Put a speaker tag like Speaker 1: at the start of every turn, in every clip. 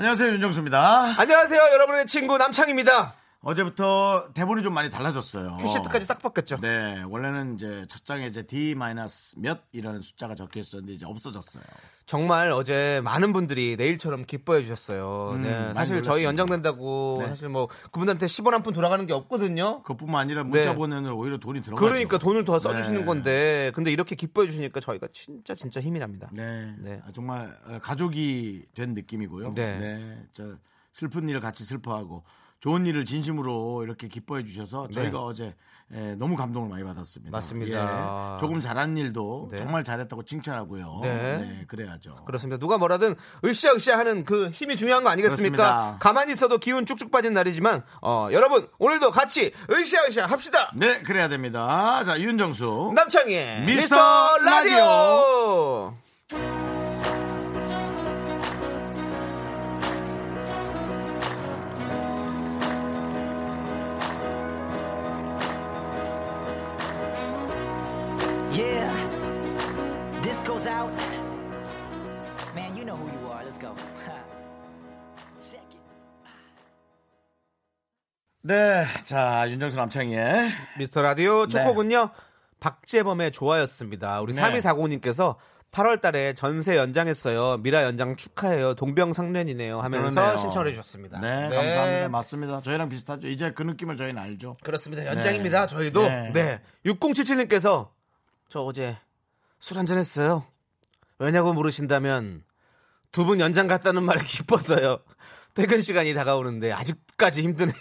Speaker 1: 안녕하세요 윤정수입니다.
Speaker 2: 안녕하세요, 여러분의 친구 남창입니다.
Speaker 1: 어제부터 대본이 좀 많이 달라졌어요.
Speaker 2: 큐시트까지 싹 바뀌었죠.
Speaker 1: 네, 원래는 이제 첫 장에 이제 D 마이너스 몇이라는 숫자가 적혀 있었는데 이제 없어졌어요.
Speaker 2: 정말 어제 많은 분들이 내일처럼 기뻐해 주셨어요.
Speaker 1: 음,
Speaker 2: 네,
Speaker 1: 많이
Speaker 2: 사실
Speaker 1: 놀랐습니다.
Speaker 2: 저희 연장된다고
Speaker 1: 네.
Speaker 2: 사실 뭐 그분들한테 10원 한 푼 돌아가는 게 없거든요.
Speaker 1: 그것뿐만 아니라 문자
Speaker 2: 네.
Speaker 1: 보내는 오히려 돈이 들어가죠.
Speaker 2: 그러니까 돈을 더 써주시는
Speaker 1: 네.
Speaker 2: 건데 근데 이렇게 기뻐해 주시니까 저희가 진짜 진짜 힘이 납니다.
Speaker 1: 네,
Speaker 2: 네.
Speaker 1: 아, 정말 어, 가족이 된 느낌이고요.
Speaker 2: 네.
Speaker 1: 저 슬픈 일을 같이 슬퍼하고 좋은 일을 진심으로 이렇게 기뻐해 주셔서 저희가 어제 에, 너무 감동을 많이 받았습니다.
Speaker 2: 네. 맞습니다.
Speaker 1: 예, 조금 잘한 일도
Speaker 2: 네.
Speaker 1: 정말 잘했다고 칭찬하고요.
Speaker 2: 네.
Speaker 1: 그래야죠.
Speaker 2: 그렇습니다. 누가 뭐라든 으쌰으쌰 하는 그 힘이 중요한 거 아니겠습니까?
Speaker 1: 그렇습니다.
Speaker 2: 가만히 있어도 기운 쭉쭉 빠진 날이지만 어, 여러분 오늘도 같이 으쌰으쌰 합시다.
Speaker 1: 네, 그래야 됩니다. 자, 윤정수.
Speaker 2: 남창희의
Speaker 1: 미스터
Speaker 2: 미스터 라디오.
Speaker 1: 라디오.
Speaker 3: Yeah. This goes out. Man, you know who you are. Let's go. Check it.
Speaker 1: 네, 자, 윤정수 남창희의
Speaker 2: 미스터 라디오 첫
Speaker 1: 네.
Speaker 2: 곡은요 박재범의 좋아였습니다. 우리
Speaker 1: 네.
Speaker 2: 3240님께서 8월달에 전세 연장했어요. 미라 연장 축하해요. 동병상련이네요. 하면서
Speaker 1: 그러네요.
Speaker 2: 신청을 해주셨습니다.
Speaker 1: 네, 감사합니다. 맞습니다. 저희랑 비슷하죠. 이제 그 느낌을 저희는 알죠.
Speaker 2: 그렇습니다. 연장입니다. 저희도
Speaker 1: 네.
Speaker 2: 네. 6077님께서 저 어제 술 한잔 했어요. 왜냐고 물으신다면 두 분 연장 갔다는 말에 기뻐서요. 퇴근 시간이 다가오는데 아직까지 힘드네요.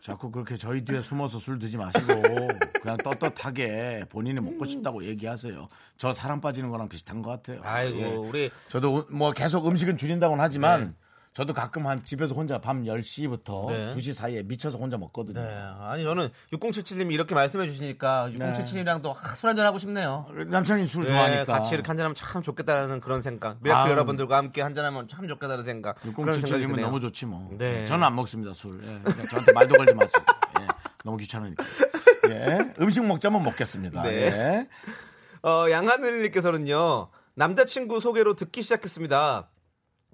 Speaker 1: 자꾸 그렇게 저희 뒤에 숨어서 술 드지 마시고 그냥 떳떳하게 본인이 먹고 싶다고 얘기하세요. 저 사람 빠지는 거랑 비슷한 것 같아요.
Speaker 2: 아이고
Speaker 1: 예.
Speaker 2: 우리
Speaker 1: 저도 우- 뭐 계속 음식은 줄인다고는 하지만 저도 가끔 한 집에서 혼자 밤 10시부터
Speaker 2: 네.
Speaker 1: 2시 사이에 미쳐서 혼자 먹거든요.
Speaker 2: 네, 아니 저는 6077님이 이렇게 말씀해 주시니까 6077님이랑도 술 한잔 하고 싶네요.
Speaker 1: 남창이 술
Speaker 2: 네,
Speaker 1: 좋아하니까
Speaker 2: 같이 이렇게 한잔하면 참 좋겠다는 그런 생각. 미라클
Speaker 1: 아유.
Speaker 2: 여러분들과 함께 한잔하면 참 좋겠다는 생각. 그런 생각이
Speaker 1: 6077님은
Speaker 2: 드네요.
Speaker 1: 너무 좋지 뭐.
Speaker 2: 네.
Speaker 1: 저는 안 먹습니다 술. 예. 그냥 저한테 말도 걸지 마세요. 예. 너무 귀찮으니까. 예. 음식 먹자면 먹겠습니다.
Speaker 2: 네.
Speaker 1: 예.
Speaker 2: 어, 양하늘님께서는요 남자친구 소개로 듣기 시작했습니다.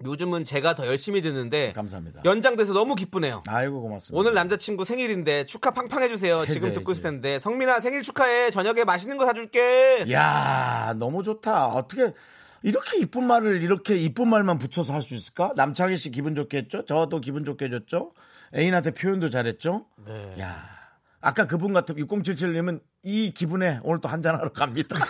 Speaker 2: 요즘은 제가 더 열심히 듣는데
Speaker 1: 감사합니다.
Speaker 2: 연장돼서 너무 기쁘네요.
Speaker 1: 아이고 고맙습니다.
Speaker 2: 오늘 남자친구 생일인데 축하 팡팡 해주세요. 지금
Speaker 1: 해줘야지.
Speaker 2: 듣고 있을 텐데 성민아 생일 축하해. 저녁에 맛있는 거 사줄게.
Speaker 1: 야 너무 좋다. 어떻게 이렇게 이쁜 말을 이렇게 이쁜 말만 붙여서 할 수 있을까? 남창희 씨 기분 좋게 했죠. 저도 기분 좋게 해줬죠. 애인한테 표현도 잘했죠.
Speaker 2: 네.
Speaker 1: 야 아까 그분 같은 6077님은 이 기분에 오늘 또 한잔하러 갑니다.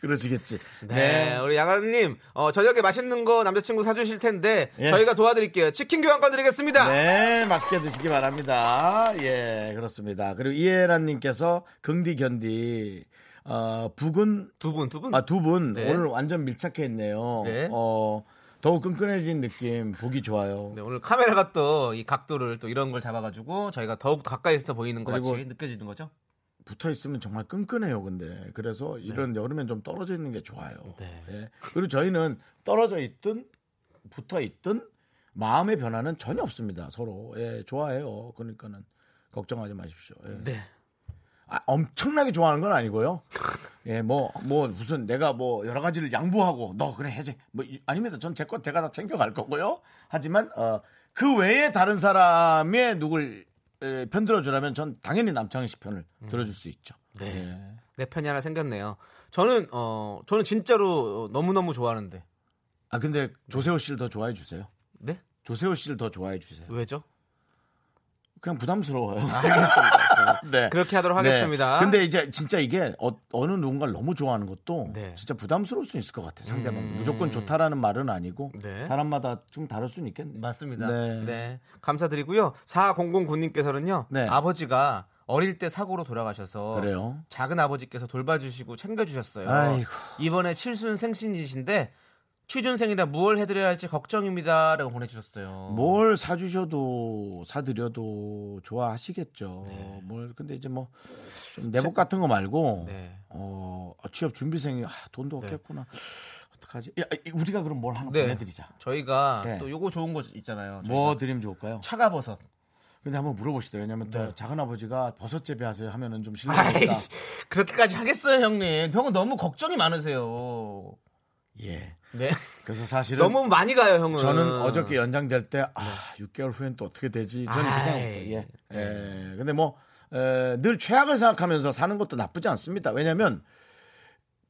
Speaker 1: 그러시겠지.
Speaker 2: 네. 우리 양아님 어, 저녁에 맛있는 거 남자친구 사주실 텐데
Speaker 1: 예.
Speaker 2: 저희가 도와드릴게요. 치킨 교환권 드리겠습니다.
Speaker 1: 네, 맛있게 드시기 바랍니다. 예, 그렇습니다. 그리고 이혜란님께서 긍디 견디 어, 북은
Speaker 2: 두 분, 두 분.
Speaker 1: 아, 두 분
Speaker 2: 네.
Speaker 1: 오늘 완전 밀착했네요.
Speaker 2: 네.
Speaker 1: 어, 더욱 끈끈해진 느낌 보기 좋아요.
Speaker 2: 네, 오늘 카메라가 또 이 각도를 또 이런 걸 잡아가지고 저희가 더욱 가까이서 보이는 것
Speaker 1: 그리고-
Speaker 2: 같이 느껴지는 거죠.
Speaker 1: 붙어 있으면 정말 끈끈해요, 근데. 그래서 이런 여름엔 좀 떨어져 있는 게 좋아요.
Speaker 2: 네.
Speaker 1: 예. 그리고 저희는 떨어져 있든 붙어 있든 마음의 변화는 전혀 없습니다. 서로. 예, 좋아해요. 그러니까는 걱정하지 마십시오. 예.
Speaker 2: 네.
Speaker 1: 아, 엄청나게 좋아하는 건 아니고요. 예, 뭐, 뭐, 무슨 내가 뭐 여러 가지를 양보하고 너 그래 해줘. 뭐, 이- 아닙니다. 전 제 것 제가 다 챙겨갈 거고요. 하지만, 어, 그 외에 다른 사람의 누굴 에, 편들어주라면 전 당연히 남창희 씨 편을 들어줄 수 있죠. 음. 네.
Speaker 2: 내 편이 하나 생겼네요. 저는 어 저는 진짜로 너무 너무 좋아하는데.
Speaker 1: 아, 근데 조세호 씨를 더 좋아해 주세요.
Speaker 2: 네?
Speaker 1: 조세호 씨를 더 좋아해 주세요.
Speaker 2: 왜죠? 아,
Speaker 1: 그냥 부담스러워요.
Speaker 2: 알겠습니다.
Speaker 1: 네.
Speaker 2: 그렇게 하도록
Speaker 1: 네.
Speaker 2: 하겠습니다.
Speaker 1: 근데 이제 진짜 이게 어, 느 누군가를 너무 좋아하는 것도
Speaker 2: 네. 음.
Speaker 1: 진짜 부담스러울 수 있을 것 같아. 상대방 무조건 좋다라는 말은 아니고
Speaker 2: 네.
Speaker 1: 사람마다 좀 다를 수는 있겠네.
Speaker 2: 맞습니다.
Speaker 1: 네.
Speaker 2: 네. 감사드리고요. 4009님께서는요.
Speaker 1: 네.
Speaker 2: 아버지가 어릴 때 사고로 돌아가셔서
Speaker 1: 그래요?
Speaker 2: 작은 아버지께서 돌봐주시고 챙겨주셨어요.
Speaker 1: 아이고.
Speaker 2: 이번에 칠순 생신이신데 취준생이다 뭘 해드려야 할지 걱정입니다라고 보내주셨어요.
Speaker 1: 뭘 사주셔도 사드려도 좋아하시겠죠. 뭘 근데 이제 뭐좀 내복 같은 거 말고
Speaker 2: 네.
Speaker 1: 어 아, 취업 준비생이 아, 돈도
Speaker 2: 네.
Speaker 1: 없겠구나. 어떡하지? 야, 이- 우리가 그럼 뭘 하나
Speaker 2: 네.
Speaker 1: 보내드리자.
Speaker 2: 저희가
Speaker 1: 네.
Speaker 2: 또 요거 좋은 거 있잖아요.
Speaker 1: 뭐
Speaker 2: 저희가
Speaker 1: 드리면 좋을까요?
Speaker 2: 차가버섯.
Speaker 1: 근데 한번 물어보시다. 왜냐면 또
Speaker 2: 네.
Speaker 1: 작은 아버지가 버섯 재배하세요 하면은 좀 실례니까.
Speaker 2: 아이 그러니까 그렇게까지 하겠어요 형님. 형은 너무 걱정이 많으세요.
Speaker 1: 예.
Speaker 2: 네.
Speaker 1: 그래서 사실은
Speaker 2: 너무 음. 많이 가요 형은.
Speaker 1: 저는 어저께 연장될 때, 아, 6개월 후엔 또 어떻게 되지? 저는 그
Speaker 2: 아이.
Speaker 1: 생각했어요. 예. 예. 근데 뭐, 에, 늘 최악을 생각하면서 사는 것도 나쁘지 않습니다. 왜냐면,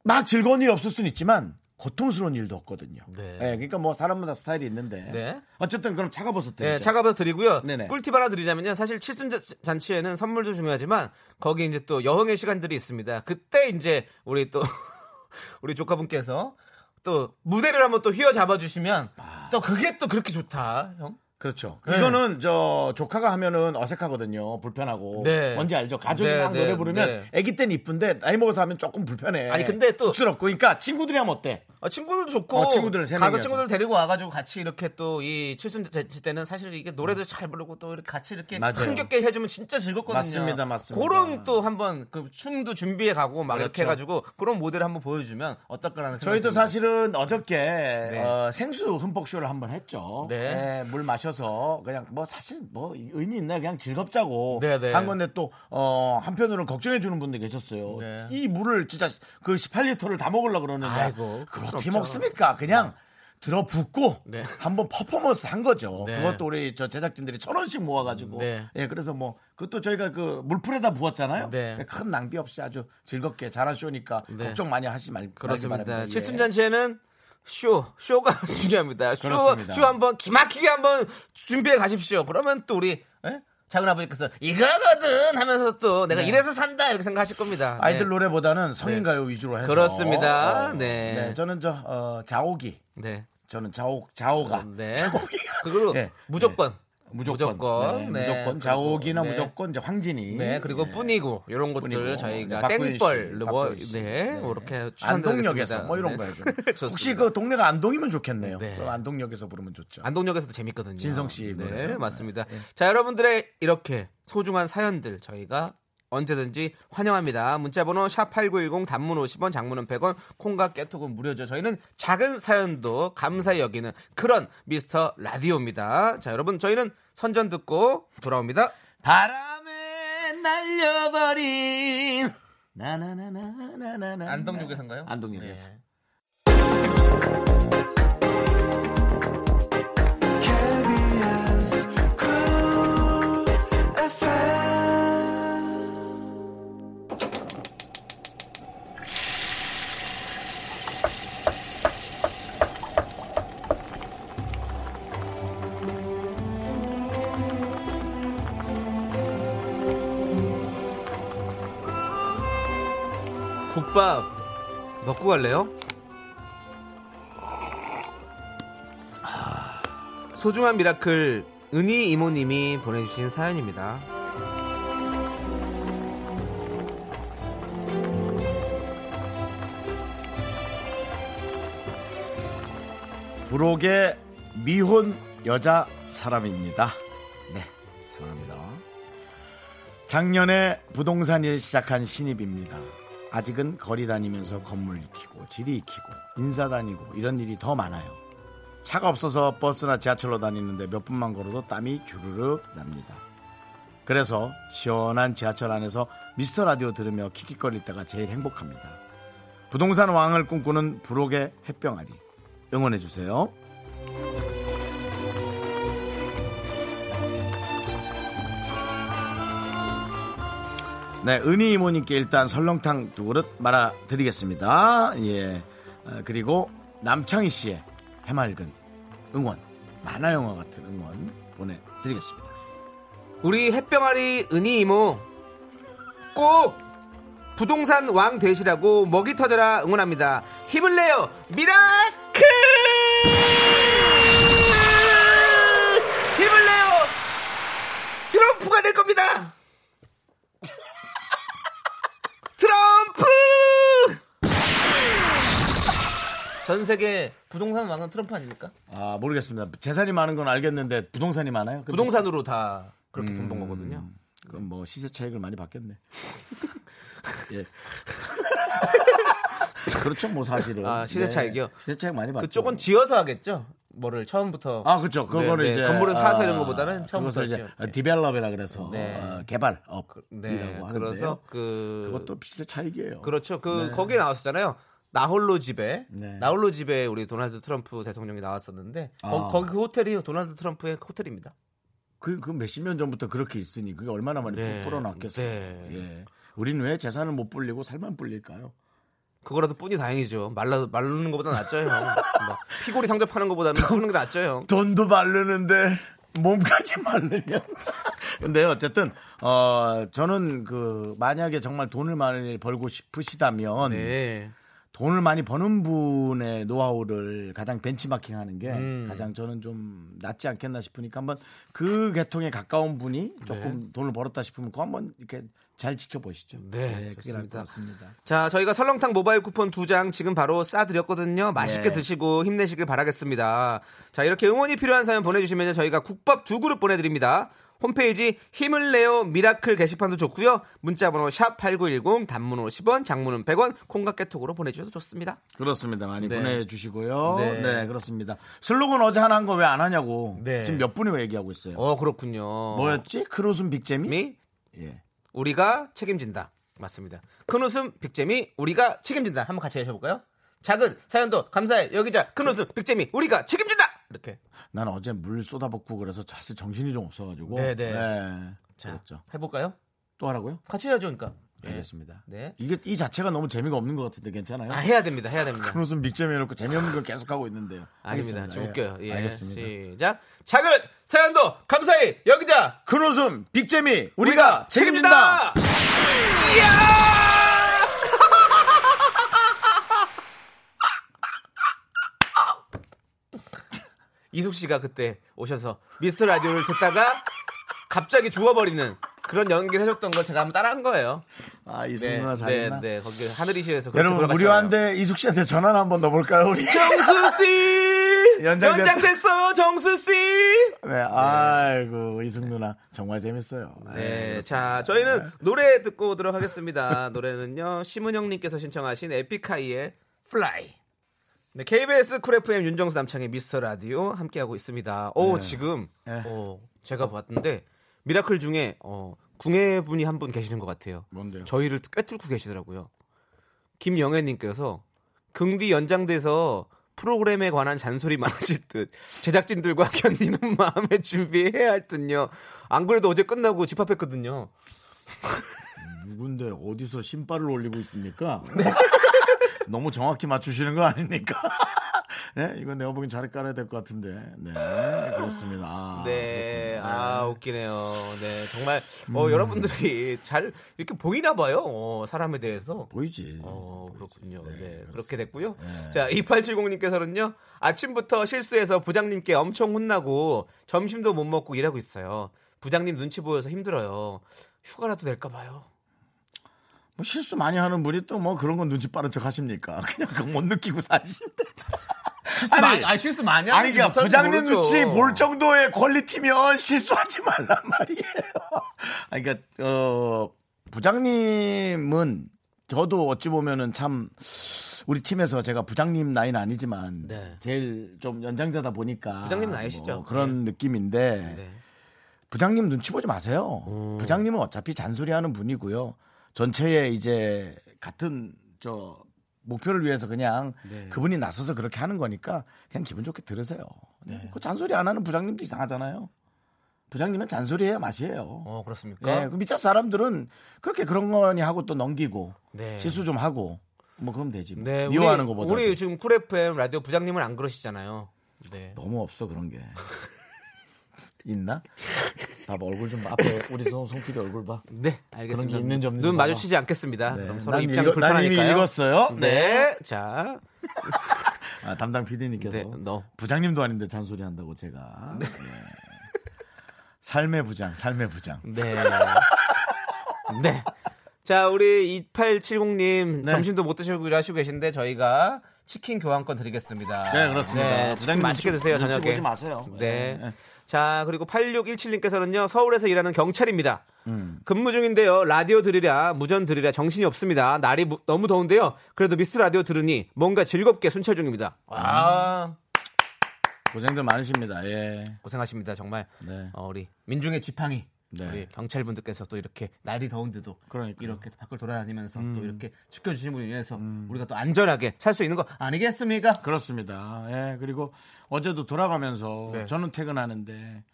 Speaker 1: 막 즐거운 일이 없을 순 있지만, 고통스러운 일도 없거든요.
Speaker 2: 네.
Speaker 1: 예, 그러니까 뭐 사람마다 스타일이 있는데.
Speaker 2: 네.
Speaker 1: 어쨌든 그럼 차가버섯 드리죠.
Speaker 2: 네, 차가버섯 드리고요.
Speaker 1: 네네.
Speaker 2: 꿀팁 하나 드리자면요. 사실 칠순 자- 잔치에는 선물도 중요하지만 거기 이제 또 여흥의 시간들이 있습니다. 그때 이제 우리 또 우리 조카분께서 또 무대를 한번 또 휘어잡아 주시면 또 그게 또 그렇게 좋다, 형.
Speaker 1: 그렇죠.
Speaker 2: 네.
Speaker 1: 이거는 저 조카가 하면은 어색하거든요. 불편하고.
Speaker 2: 네.
Speaker 1: 뭔지 알죠? 가족이랑
Speaker 2: 네, 네,
Speaker 1: 노래 부르면
Speaker 2: 네.
Speaker 1: 아기 땐 이쁜데 나이 먹어서 하면 조금 불편해.
Speaker 2: 아니, 근데 또-
Speaker 1: 쑥스럽고. 그러니까 친구들이 하면 어때?
Speaker 2: 아, 친구들도 좋고
Speaker 1: 어, 친구들 세
Speaker 2: 가서
Speaker 1: 명이어서.
Speaker 2: 친구들 데리고 와가지고 같이 이렇게 또 이 칠순 잔치 때는 사실 이게 노래도 잘 부르고 또 이렇게 같이 이렇게
Speaker 1: 맞아요.
Speaker 2: 흥겹게 해주면 진짜 즐겁거든요.
Speaker 1: 맞습니다, 맞습니다.
Speaker 2: 그런 또 한번 그 춤도 준비해 가고 막
Speaker 1: 그렇죠.
Speaker 2: 이렇게 해가지고 그런 모델을 한번 보여주면 어떨까라는 생각이
Speaker 1: 저희도
Speaker 2: 듭니다.
Speaker 1: 사실은 어저께 어, 생수 흠뻑쇼를 한번 했죠.
Speaker 2: 네.
Speaker 1: 예, 물 마셔서 그냥 뭐 사실 뭐 의미 있나요? 그냥 즐겁자고
Speaker 2: 네, 네.
Speaker 1: 한 건데 또 어, 한편으로는 걱정해 주는 분들 계셨어요.
Speaker 2: 네.
Speaker 1: 이 물을 진짜 그 18리터를 다 먹으려 그러는데
Speaker 2: 아이고,
Speaker 1: 그걸
Speaker 2: 그럴
Speaker 1: 어떻게
Speaker 2: 수 없죠.
Speaker 1: 먹습니까? 그냥 들어붓고
Speaker 2: 네.
Speaker 1: 한번 퍼포먼스 한 거죠.
Speaker 2: 네.
Speaker 1: 그것도 우리 저 제작진들이 천 원씩 모아가지고
Speaker 2: 네.
Speaker 1: 예 그래서 뭐 그것도 저희가 그 물풀에다 부었잖아요.
Speaker 2: 네.
Speaker 1: 큰 낭비 없이 아주 즐겁게 잘한 쇼니까
Speaker 2: 네.
Speaker 1: 걱정 많이 하지 말,
Speaker 2: 그렇습니다.
Speaker 1: 말기 바랍니다.
Speaker 2: 칠순
Speaker 1: 예.
Speaker 2: 잔치에는 쇼 쇼가 중요합니다.
Speaker 1: 그렇습니다.
Speaker 2: 쇼쇼 한번 기막히게 한번 준비해 가십시오. 그러면 또 우리 예? 작은 아버지께서 이거거든 하면서 또 내가 이래서 산다 이렇게 생각하실 겁니다.
Speaker 1: 네. 아이들
Speaker 2: 네.
Speaker 1: 노래보다는 성인 가요 위주로 해서
Speaker 2: 그렇습니다.
Speaker 1: 어,
Speaker 2: 네.
Speaker 1: 저는 저 어, 자오기
Speaker 2: 네.
Speaker 1: 저는 자오 자오가
Speaker 2: 네.
Speaker 1: 자오기
Speaker 2: 그리고
Speaker 1: 네.
Speaker 2: 무조건
Speaker 1: 무조건
Speaker 2: 무조건,
Speaker 1: 네,
Speaker 2: 네.
Speaker 1: 무조건
Speaker 2: 그리고,
Speaker 1: 자오기나
Speaker 2: 네.
Speaker 1: 무조건 이제 황진이
Speaker 2: 네 그리고 뿐이고 이런 것들
Speaker 1: 뿐이고, 네.
Speaker 2: 저희가
Speaker 1: 박보윤 씨,
Speaker 2: 땡벌로 뭐,
Speaker 1: 박보윤 씨.
Speaker 2: 네, 이렇게
Speaker 1: 안동역에서 뭐 이런 거예요. 그럼. 혹시 그 동네가 안동이면 좋겠네요.
Speaker 2: 네.
Speaker 1: 그럼 안동역에서 부르면 좋죠.
Speaker 2: 안동역에서도 재밌거든요.
Speaker 1: 진성 씨 노래요?
Speaker 2: 네,
Speaker 1: 네.
Speaker 2: 맞습니다. 자, 여러분들의 이렇게 소중한 사연들 저희가 언제든지 환영합니다. 문자번호 샵8910 단문 50원, 장문은 100원, 콩과 깨톡은 무료죠. 저희는 작은 사연도 감사히 여기는 그런 미스터 라디오입니다. 자, 여러분 저희는 선전 듣고 돌아옵니다.
Speaker 1: 바람에 날려버린 나나나나나나
Speaker 2: 안동역에서인가요?
Speaker 1: 안동역에서.
Speaker 2: 네.
Speaker 4: KBS Cool FM
Speaker 2: 국밥 먹고 갈래요? 아, 소중한 미라클 은희 이모님이 보내주신 사연입니다.
Speaker 1: 부록의 미혼 여자 사람입니다. 네, 사랑합니다. 작년에 부동산 일 시작한 신입입니다. 아직은 거리 다니면서 건물 익히고 지리 익히고 인사 다니고 이런 일이 더 많아요. 차가 없어서 버스나 지하철로 다니는데 몇 분만 걸어도 땀이 주르륵 납니다. 그래서 시원한 지하철 안에서 미스터 라디오 들으며 킥킥거릴 때가 제일 행복합니다. 부동산 왕을 꿈꾸는 부록의 햇병아리 응원해 주세요. 네, 은희 이모님께 일단 설렁탕 두 그릇 말아 드리겠습니다. 예. 어, 그리고 남창희 씨의 해맑은 응원, 만화 영화 같은 응원 보내 드리겠습니다.
Speaker 2: 우리 햇병아리 은희 이모 꼭 부동산 왕 되시라고 먹이 터져라 응원합니다. 힘을 내요 미라클 힘을 내요 트럼프가 될 겁니다. 트럼프 전 세계 부동산 왕은 트럼프 아닙니까?
Speaker 1: 아 모르겠습니다. 재산이 많은 건 알겠는데 부동산이 많아요? 그럼
Speaker 2: 부동산으로 다 음. 그렇게 돈 번 거거든요.
Speaker 1: 그럼 뭐 시세 차익을 많이 받겠네. 예. 그렇죠, 뭐 사실은.
Speaker 2: 아, 시세 차익이요?
Speaker 1: 시세 차익 많이 받죠.
Speaker 2: 그쪽은 지어서 하겠죠. 뭐를 처음부터.
Speaker 1: 아, 그렇죠. 그거는
Speaker 2: 네,
Speaker 1: 이제
Speaker 2: 네. 건물을
Speaker 1: 아,
Speaker 2: 사서 이런 거보다는 처음부터
Speaker 1: 그것을 이제 아,
Speaker 2: 지어. 네.
Speaker 1: 디벨롭이라 그래서
Speaker 2: 네.
Speaker 1: 어, 개발업이라고
Speaker 2: 네,
Speaker 1: 하는데
Speaker 2: 그래서 그
Speaker 1: 그것도 시세 차익이에요.
Speaker 2: 그렇죠. 그 거기에 나왔었잖아요. 나홀로 집에
Speaker 1: 네.
Speaker 2: 나홀로 집에 우리 도널드 트럼프 대통령이 나왔었는데 거,
Speaker 1: 아.
Speaker 2: 거기 그 호텔이 도널드 트럼프의 호텔입니다.
Speaker 1: 그, 그 몇십 년 전부터 그렇게 있으니 그게 얼마나 많이
Speaker 2: 네.
Speaker 1: 불어났겠어요.
Speaker 2: 네.
Speaker 1: 예. 우리는 왜 재산을 못 불리고 살만 불릴까요?
Speaker 2: 그거라도 뿐이 다행이죠. 말라 말르는 것보다 낫죠 형. 막 피고리 상자 파는 것보다는 푸는 게 낫죠 형.
Speaker 1: 돈도 마르는데 몸까지 마르면. 근데 어쨌든 어 저는 그 만약에 정말 돈을 많이 벌고 싶으시다면
Speaker 2: 네.
Speaker 1: 돈을 많이 버는 분의 노하우를 가장 벤치마킹하는 게 가장 저는 좀 낫지 않겠나 싶으니까 한번 그 계통에 가까운 분이 조금 돈을 벌었다 싶으면 그거 한번 이렇게 잘 지켜보시죠.
Speaker 2: 네,
Speaker 1: 그게 나을
Speaker 2: 좋습니다.
Speaker 1: 것 같습니다.
Speaker 2: 자, 저희가 설렁탕 모바일 쿠폰 두 장 지금 바로 싸드렸거든요. 맛있게
Speaker 1: 네.
Speaker 2: 드시고 힘내시길 바라겠습니다. 자, 이렇게 응원이 필요한 사연 보내주시면 저희가 국밥 두 그릇 보내드립니다. 홈페이지 힘을 내요 미라클 게시판도 좋고요. 문자번호 샵 8910 단문 50원 장문은 100원 콩깍개톡으로 보내주셔도 좋습니다.
Speaker 1: 그렇습니다. 많이
Speaker 2: 네.
Speaker 1: 보내주시고요.
Speaker 2: 네.
Speaker 1: 네. 그렇습니다. 슬로건 어제 하나 한 거 왜 안 하냐고
Speaker 2: 네.
Speaker 1: 지금 몇 분이 얘기하고 있어요.
Speaker 2: 어 그렇군요. 뭐였
Speaker 1: 뭐였지? 크로슨 빅재미?
Speaker 2: 미
Speaker 1: 예.
Speaker 2: 우리가 책임진다. 맞습니다. 큰 웃음 빅재미 우리가 책임진다. 한번 같이 해주볼까요? 작은 사연도 감사해 여기자 큰 웃음 빅재미 우리가 책임진다. 이렇게
Speaker 1: 난 어제 물 쏟아붓고 그래서 사실 정신이 좀 없어가지고.
Speaker 2: 네, 네.
Speaker 1: 예.
Speaker 2: 자,
Speaker 1: 그랬죠.
Speaker 2: 해볼까요?
Speaker 1: 또 하라고요?
Speaker 2: 같이 해야죠, 그러니까.
Speaker 1: 알겠습니다.
Speaker 2: 네.
Speaker 1: 이게 이 자체가 너무 재미가 없는 것 같은데 괜찮아요?
Speaker 2: 아 해야 됩니다, 해야 됩니다.
Speaker 1: 무슨 빅잼 해놓고 재미없는 걸 계속 하고 있는데요.
Speaker 2: 아닙니다.
Speaker 1: 알겠습니다.
Speaker 2: 좀
Speaker 1: 예.
Speaker 2: 웃겨요. 예.
Speaker 1: 알겠습니다.
Speaker 2: 시작. 작은 사연도 감사히 여기자.
Speaker 1: 큰 웃음 빅잼이 우리가,
Speaker 2: 우리가
Speaker 1: 책임진다.
Speaker 2: 책임진다. 이야! 이숙 씨가 그때 오셔서 미스터 라디오를 듣다가 갑자기 죽어버리는 그런 연기를 해줬던 걸 제가 한번 따라한 거예요.
Speaker 1: 아 이승훈
Speaker 2: 네,
Speaker 1: 누나
Speaker 2: 네,
Speaker 1: 잘했나?
Speaker 2: 네. 거기 하늘이시에서 그렇게
Speaker 1: 여러분
Speaker 2: 돌아가시잖아요.
Speaker 1: 무료한데 이숙 씨한테 전화를 한번 넣어볼까요? 우리.
Speaker 2: 정수 씨
Speaker 1: 연장됐-
Speaker 2: 연장됐어 정수 씨.
Speaker 1: 네, 아이고 이숙 누나 정말 재밌어요.
Speaker 2: 네, 자 저희는 노래 듣고 오도록 하겠습니다. 노래는요 심은영님께서 신청하신 에픽하이의 Fly. 네, KBS 쿨 FM 윤정수 남창의 미스터 라디오 함께하고 있습니다. 오 지금
Speaker 1: 네.
Speaker 2: 어, 제가 봤는데 미라클 중에 어, 궁예분이 한 분 계시는 것 같아요.
Speaker 1: 뭔데요?
Speaker 2: 저희를 꿰뚫고 계시더라고요. 김영애님께서 긍디 연장돼서 프로그램에 관한 잔소리 많아질 듯 제작진들과 견디는 마음에 준비해야 할 듯요. 안 그래도 어제 끝나고 집합했거든요.
Speaker 1: 누군데 어디서 신발을 올리고 있습니까? 너무 정확히 맞추시는 거 아닙니까? 네, 이건 내가 보기엔 잘 깔아야 될 것 같은데. 네, 그렇습니다. 아,
Speaker 2: 네, 아 웃기네요. 네, 정말 어, 여러분들이 잘 이렇게 보이나 봐요. 어, 사람에 대해서.
Speaker 1: 네, 보이지.
Speaker 2: 어, 그렇군요. 네, 그렇게 됐고요.
Speaker 1: 네.
Speaker 2: 자, 2870님께서는요. 아침부터 실수해서 부장님께 엄청 혼나고 점심도 못 먹고 일하고 있어요. 부장님 눈치 보여서 힘들어요. 휴가라도 될까 봐요.
Speaker 1: 뭐 실수 많이 하는 분이 또 뭐 그런 건 눈치 빠른 척 하십니까? 그냥 그거 못 느끼고 사십니다. 아니,
Speaker 2: 실수 많이
Speaker 1: 아니 그냥 부장님 눈치 볼 정도의 퀄리티면 실수하지 말란 말이에요. 아니 그러니까 어 부장님은 저도 어찌 보면은 참 우리 팀에서 제가 부장님 나이는 아니지만
Speaker 2: 네.
Speaker 1: 제일 좀 연장자다 보니까
Speaker 2: 부장님 나이시죠.
Speaker 1: 뭐 그런 느낌인데
Speaker 2: 네.
Speaker 1: 부장님 눈치 보지 마세요.
Speaker 2: 음.
Speaker 1: 부장님은 어차피 잔소리하는 분이고요. 전체에 이제 같은 저 목표를 위해서 그냥
Speaker 2: 네.
Speaker 1: 그분이 나서서 그렇게 하는 거니까 그냥 기분 좋게 들으세요. 네. 그 잔소리 안 하는 부장님도 이상하잖아요. 부장님은 잔소리해야 맛이에요.
Speaker 2: 어, 그렇습니까?
Speaker 1: 네, 그 밑에 사람들은 그렇게 그런 거니 하고 또 넘기고
Speaker 2: 네.
Speaker 1: 실수 좀 하고 뭐 그럼 되지. 뭐.
Speaker 2: 네,
Speaker 1: 미워하는
Speaker 2: 우리,
Speaker 1: 것보다
Speaker 2: 우리 지금 쿨 FM 라디오 부장님은 안 그러시잖아요. 네.
Speaker 1: 너무 없어 그런 게 있나? 봐 얼굴 좀 봐. 앞에 우리 송 송필이 얼굴 봐.
Speaker 2: 네, 알겠습니다.
Speaker 1: 게 있는지 없는지
Speaker 2: 눈
Speaker 1: 봐봐.
Speaker 2: 마주치지 않겠습니다. 아, 그럼 서로
Speaker 1: 네. 난
Speaker 2: 입장
Speaker 1: 읽어- 난
Speaker 2: 불편하니까요.
Speaker 1: 이미 읽었어요. 네.
Speaker 2: 네, 자,
Speaker 1: 아, 담당 PD님께서
Speaker 2: 네, 너.
Speaker 1: 부장님도 아닌데 잔소리 한다고 제가. 네. 네. 삶의 부장, 삶의 부장.
Speaker 2: 네. 네. 자, 우리 2870님
Speaker 1: 네.
Speaker 2: 점심도 못 드시고 일하시고 계신데 저희가 치킨 교환권 드리겠습니다.
Speaker 1: 네, 그렇습니다.
Speaker 2: 네,
Speaker 1: 부장님
Speaker 2: 치킨 맛있게
Speaker 1: 눈치-
Speaker 2: 드세요,
Speaker 1: 눈치
Speaker 2: 저녁에.
Speaker 1: 보지 마세요.
Speaker 2: 네.
Speaker 1: 네.
Speaker 2: 자, 그리고 8617님께서는요, 서울에서 일하는 경찰입니다.
Speaker 1: 음.
Speaker 2: 근무 중인데요, 라디오 들으랴, 무전 들으랴 정신이 없습니다. 날이 무- 너무 더운데요, 그래도 미스 라디오 들으니 뭔가 즐겁게 순찰 중입니다.
Speaker 1: 아,
Speaker 2: 와,
Speaker 1: 음. 고생들 많으십니다. 예.
Speaker 2: 고생하십니다, 정말.
Speaker 1: 네.
Speaker 2: 어, 우리 민중의 지팡이.
Speaker 1: 네.
Speaker 2: 우리 경찰분들께서 또 이렇게 날이 더운데도
Speaker 1: 그러니까요. 음.
Speaker 2: 이렇게 또 밖을 돌아다니면서 또 이렇게 지켜주신 분을 위해서 우리가 또 안전하게 살 수 있는 거 아니겠습니까?
Speaker 1: 그렇습니다. 예. 그리고 어제도 돌아가면서
Speaker 2: 네.
Speaker 1: 저는 퇴근하는데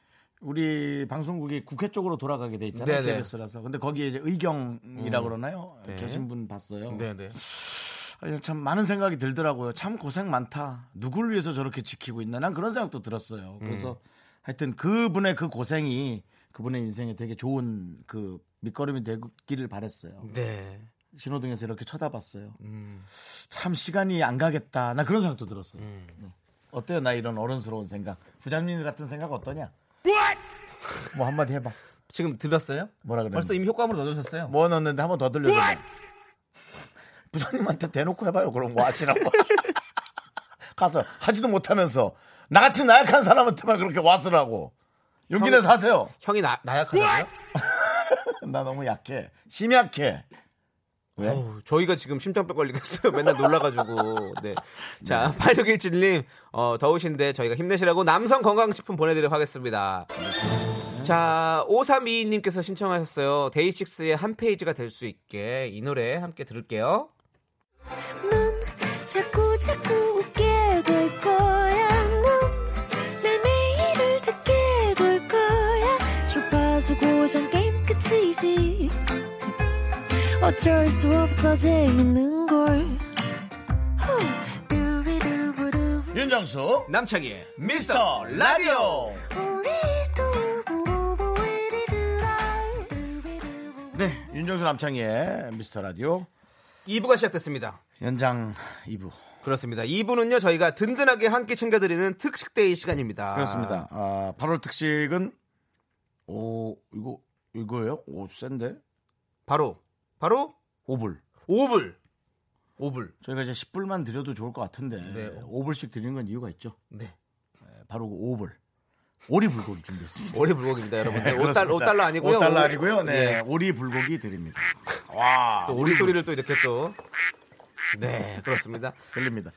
Speaker 1: 우리 방송국이 국회 쪽으로 돌아가게 돼 있잖아요.
Speaker 2: 네네.
Speaker 1: KBS라서. 근데 거기에 이제 의경이라고 그러나요?
Speaker 2: 네.
Speaker 1: 계신 분 봤어요.
Speaker 2: 네네.
Speaker 1: 아니, 참 많은 생각이 들더라고요. 참 고생 많다. 누굴 위해서 저렇게 지키고 있나? 난 그런 생각도 들었어요. 그래서 하여튼 그분의 그 고생이 그분의 인생에 되게 좋은 그 밑거름이 되기를 바랬어요.
Speaker 2: 네.
Speaker 1: 신호등에서 이렇게 쳐다봤어요. 참 시간이 안 가겠다. 나 그런 생각도 들었어요. 네. 어때요? 나 이런 어른스러운 생각. 부장님 같은 생각 어떠냐? 뭐 한마디 해봐.
Speaker 2: 지금 들었어요?
Speaker 1: 뭐라 그래요?
Speaker 2: 벌써 이미 효과음으로 넣어줬어요.
Speaker 1: 뭐 넣었는데 한 번 더 들려줘. 부장님한테 대놓고 해봐요. 그럼 뭐 하시라고. 가서 하지도 못하면서 나같이 나약한 사람한테만 그렇게 와서라고. 용기 내서 하세요.
Speaker 2: 형이 나, 나약하다고요?
Speaker 1: 나 너무 약해. 심약해. 왜?
Speaker 2: 어우, 저희가 지금 심장병 걸리겠어요. 맨날 놀라가지고. 네. 자, 8617님, 어, 더우신데 저희가 힘내시라고 남성 건강식품 보내드리도록 하겠습니다. 자, 5322님께서 신청하셨어요. 데이식스의 한 페이지가 될 수 있게 이 노래 함께 들을게요.
Speaker 5: 넌 자꾸 자꾸 웃게 될 거야. 넌내 매일을 듣게 될 거야. 주파수 고정 게임 끝이지. 어쩔 수 없어 재밌는 걸. 후. 두비두부두.
Speaker 1: 윤정수
Speaker 2: 남창희의
Speaker 1: 미스터 라디오.
Speaker 5: 우리 두부부부 우리 두라. 두비두부.
Speaker 1: 네, 윤정수 남창희의 미스터 라디오
Speaker 2: 2부가 시작됐습니다.
Speaker 1: 연장 2부.
Speaker 2: 그렇습니다. 2부는요, 저희가 든든하게 한 끼 챙겨드리는 특식데이 시간입니다.
Speaker 1: 그렇습니다. 아, 8월 특식은 오 이거 이거예요? 오 센데
Speaker 2: 바로, 바로
Speaker 1: 5불.
Speaker 2: 5불. 5불.
Speaker 1: 저희가 이제 10불만 드려도 좋을 것 같은데
Speaker 2: 네.
Speaker 1: 5불씩 드리는 건 이유가 있죠.
Speaker 2: 네.
Speaker 1: 네, 바로 그 5불. 오리 불고기 준비했습니다.
Speaker 2: 오리 불고기입니다, 여러분.
Speaker 1: 네,
Speaker 2: 네, 5달러,
Speaker 1: 그렇습니다.
Speaker 2: 5달러 아니고요.
Speaker 1: 5달러 아니고요. 네, 아, 음.
Speaker 2: 예,
Speaker 1: 오리 불고기 드립니다.
Speaker 2: 또 오리 소리를 또 이렇게 또. 네, 그렇습니다.
Speaker 1: 들립니다.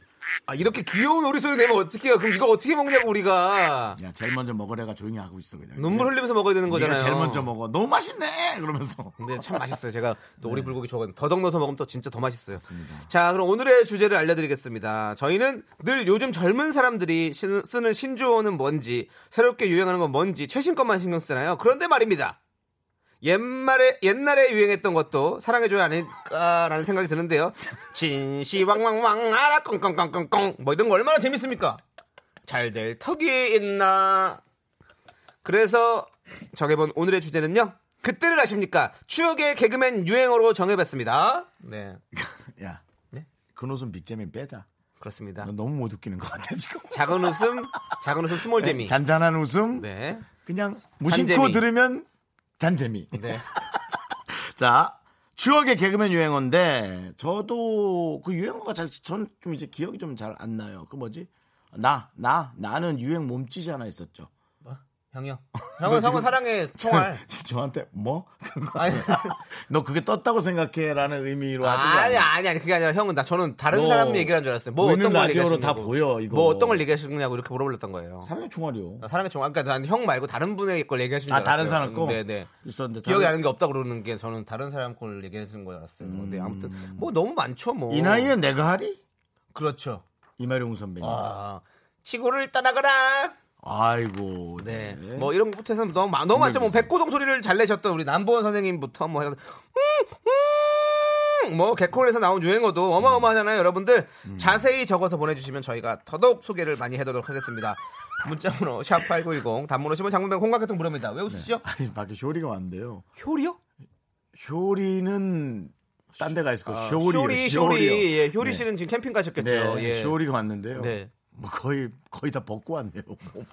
Speaker 2: 아, 이렇게 귀여운 오리 소리 내면 어떡해요? 그럼 이거 어떻게 먹냐고, 우리가.
Speaker 1: 야, 제일 먼저 먹으래가 조용히 하고 있어 그냥.
Speaker 2: 눈물 흘리면서 먹어야 되는
Speaker 1: 네가
Speaker 2: 거잖아요.
Speaker 1: 제일 먼저 먹어. 너무 맛있네. 그러면서.
Speaker 2: 근데 참 맛있어요. 제가 또 오리 불고기 좋아하는데 더덕 넣어서 먹으면 또 진짜 더 맛있어요. 자, 그럼 오늘의 주제를 알려드리겠습니다. 저희는 늘 요즘 젊은 사람들이 신- 쓰는 신조어는 뭔지, 새롭게 유행하는 건 뭔지, 최신 것만 신경 쓰나요? 그런데 말입니다. 옛말에 옛날에 유행했던 것도 사랑해줘야 하니까라는 생각이 드는데요. 진시 왕왕왕 아라 꽁꽁꽁꽁꽁 뭐 이런 거 얼마나 재밌습니까? 잘 될 턱이 있나? 그래서 정해본 오늘의 주제는요. 그때를 아십니까? 추억의 개그맨 유행어로 정해봤습니다. 네,
Speaker 1: 야. 그 옷은 빅잼인 빼자.
Speaker 2: 그렇습니다.
Speaker 1: 너 너무 못 웃기는 것 같아 지금.
Speaker 2: 작은 웃음, 작은 웃음, 스몰
Speaker 1: 네,
Speaker 2: 재미.
Speaker 1: 잔잔한 웃음.
Speaker 2: 네,
Speaker 1: 그냥 무심코
Speaker 2: 잔재미.
Speaker 1: 들으면 잔재미.
Speaker 2: 네.
Speaker 1: 자, 추억의 개그맨 유행어인데 저도 그 유행어가 잘 전 좀 이제 기억이 좀 잘 안 나요. 그 뭐지? 나, 나, 나는 유행 몸짓이 하나 있었죠.
Speaker 2: 형이요. 형은 형은 사랑해 총알.
Speaker 1: 저한테 뭐? 그거
Speaker 2: 아니.
Speaker 1: 너 그게 떴다고 생각해라는 의미로 하지
Speaker 2: 아니 아니 아니 그게 아니라 형은 나 저는 다른
Speaker 1: 너
Speaker 2: 사람 얘기를 한 줄 알았어요. 뭐
Speaker 1: 보이는
Speaker 2: 어떤 걸
Speaker 1: 라디오로 다
Speaker 2: 얘기하시냐고.
Speaker 1: 보여, 이거.
Speaker 2: 뭐 어떤 걸 얘기하시냐고 이렇게 물어보렸던 거예요.
Speaker 1: 사랑의 총알이요.
Speaker 2: 나 사랑의 종 아. 아까 난형 말고 다른 분의 걸 얘기하시는 줄
Speaker 1: 아, 다른
Speaker 2: 알았어요.
Speaker 1: 사람 거?
Speaker 2: 네네.
Speaker 1: 있었는데
Speaker 2: 기억이
Speaker 1: 다른-
Speaker 2: 나는 게 없다 고 그러는 게 저는 다른 사람 걸 얘기하시는 줄 알았어요. 근데 아무튼 뭐 너무 많죠 뭐.
Speaker 1: 이 나이에 내가 하리?
Speaker 2: 그렇죠.
Speaker 1: 이마룡 선배님.
Speaker 2: 아, 치고를 떠나거라.
Speaker 1: 아. 이고
Speaker 2: 네. 뭐 이런 것부터 해서 너무 많- 너무 많죠. 뭐 백고동 소리를 잘 내셨던 우리 남보원 선생님부터 뭐 해서 음, 음, 뭐 개콘에서 나온 유행어도 어마어마하잖아요, 여러분들. 자세히 적어서 보내주시면 저희가 더더욱 소개를 많이 해드리도록 하겠습니다. 문자번호 샵8910 단문오시면 장문병 공각개통 무료입니다. 왜 웃으시죠?
Speaker 1: 아니, 밖에 쇼리가 왔는데요.
Speaker 2: 네. 효리요?
Speaker 1: 효리는 딴 데가 있을 거예요.
Speaker 2: 쇼리,
Speaker 1: 쇼리요,
Speaker 2: 쇼리,
Speaker 1: 쇼리요.
Speaker 2: 예, 아, 효리
Speaker 1: 네.
Speaker 2: 씨는 지금 캠핑 가셨겠죠.
Speaker 1: 네,
Speaker 2: 예.
Speaker 1: 쇼리가 왔는데요.
Speaker 2: 네.
Speaker 1: 뭐 거의 거의 다 벗고 왔네요. 몸을.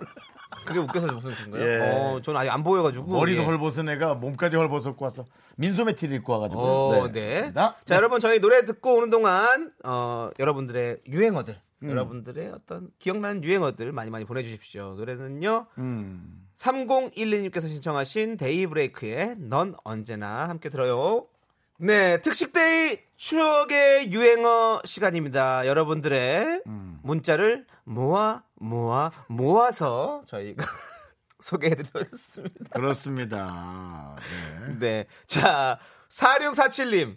Speaker 2: 그게 웃겨서 웃으신 거예요?
Speaker 1: 예.
Speaker 2: 어, 저는 아직 안 보여가지고.
Speaker 1: 머리도
Speaker 2: 예.
Speaker 1: 헐벗은 애가 몸까지 헐벗었고 와서 민소매 티를 입고 와가지고.
Speaker 2: 어, 네. 자,
Speaker 1: 그렇습니다.
Speaker 2: 여러분 저희 노래 듣고 오는 동안 어, 여러분들의 유행어들,
Speaker 1: 음.
Speaker 2: 여러분들의 어떤 기억나는 유행어들 많이 많이 보내주십시오. 노래는요.
Speaker 1: 음,
Speaker 2: 3012님께서 신청하신 데이브레이크의 넌 언제나 함께 들어요. 네, 특식데이 추억의 유행어 시간입니다. 여러분들의
Speaker 1: 음.
Speaker 2: 문자를 모아 모아 모아서 저희가 소개해드렸습니다.
Speaker 1: 그렇습니다. 네.
Speaker 2: 네. 자, 4647님.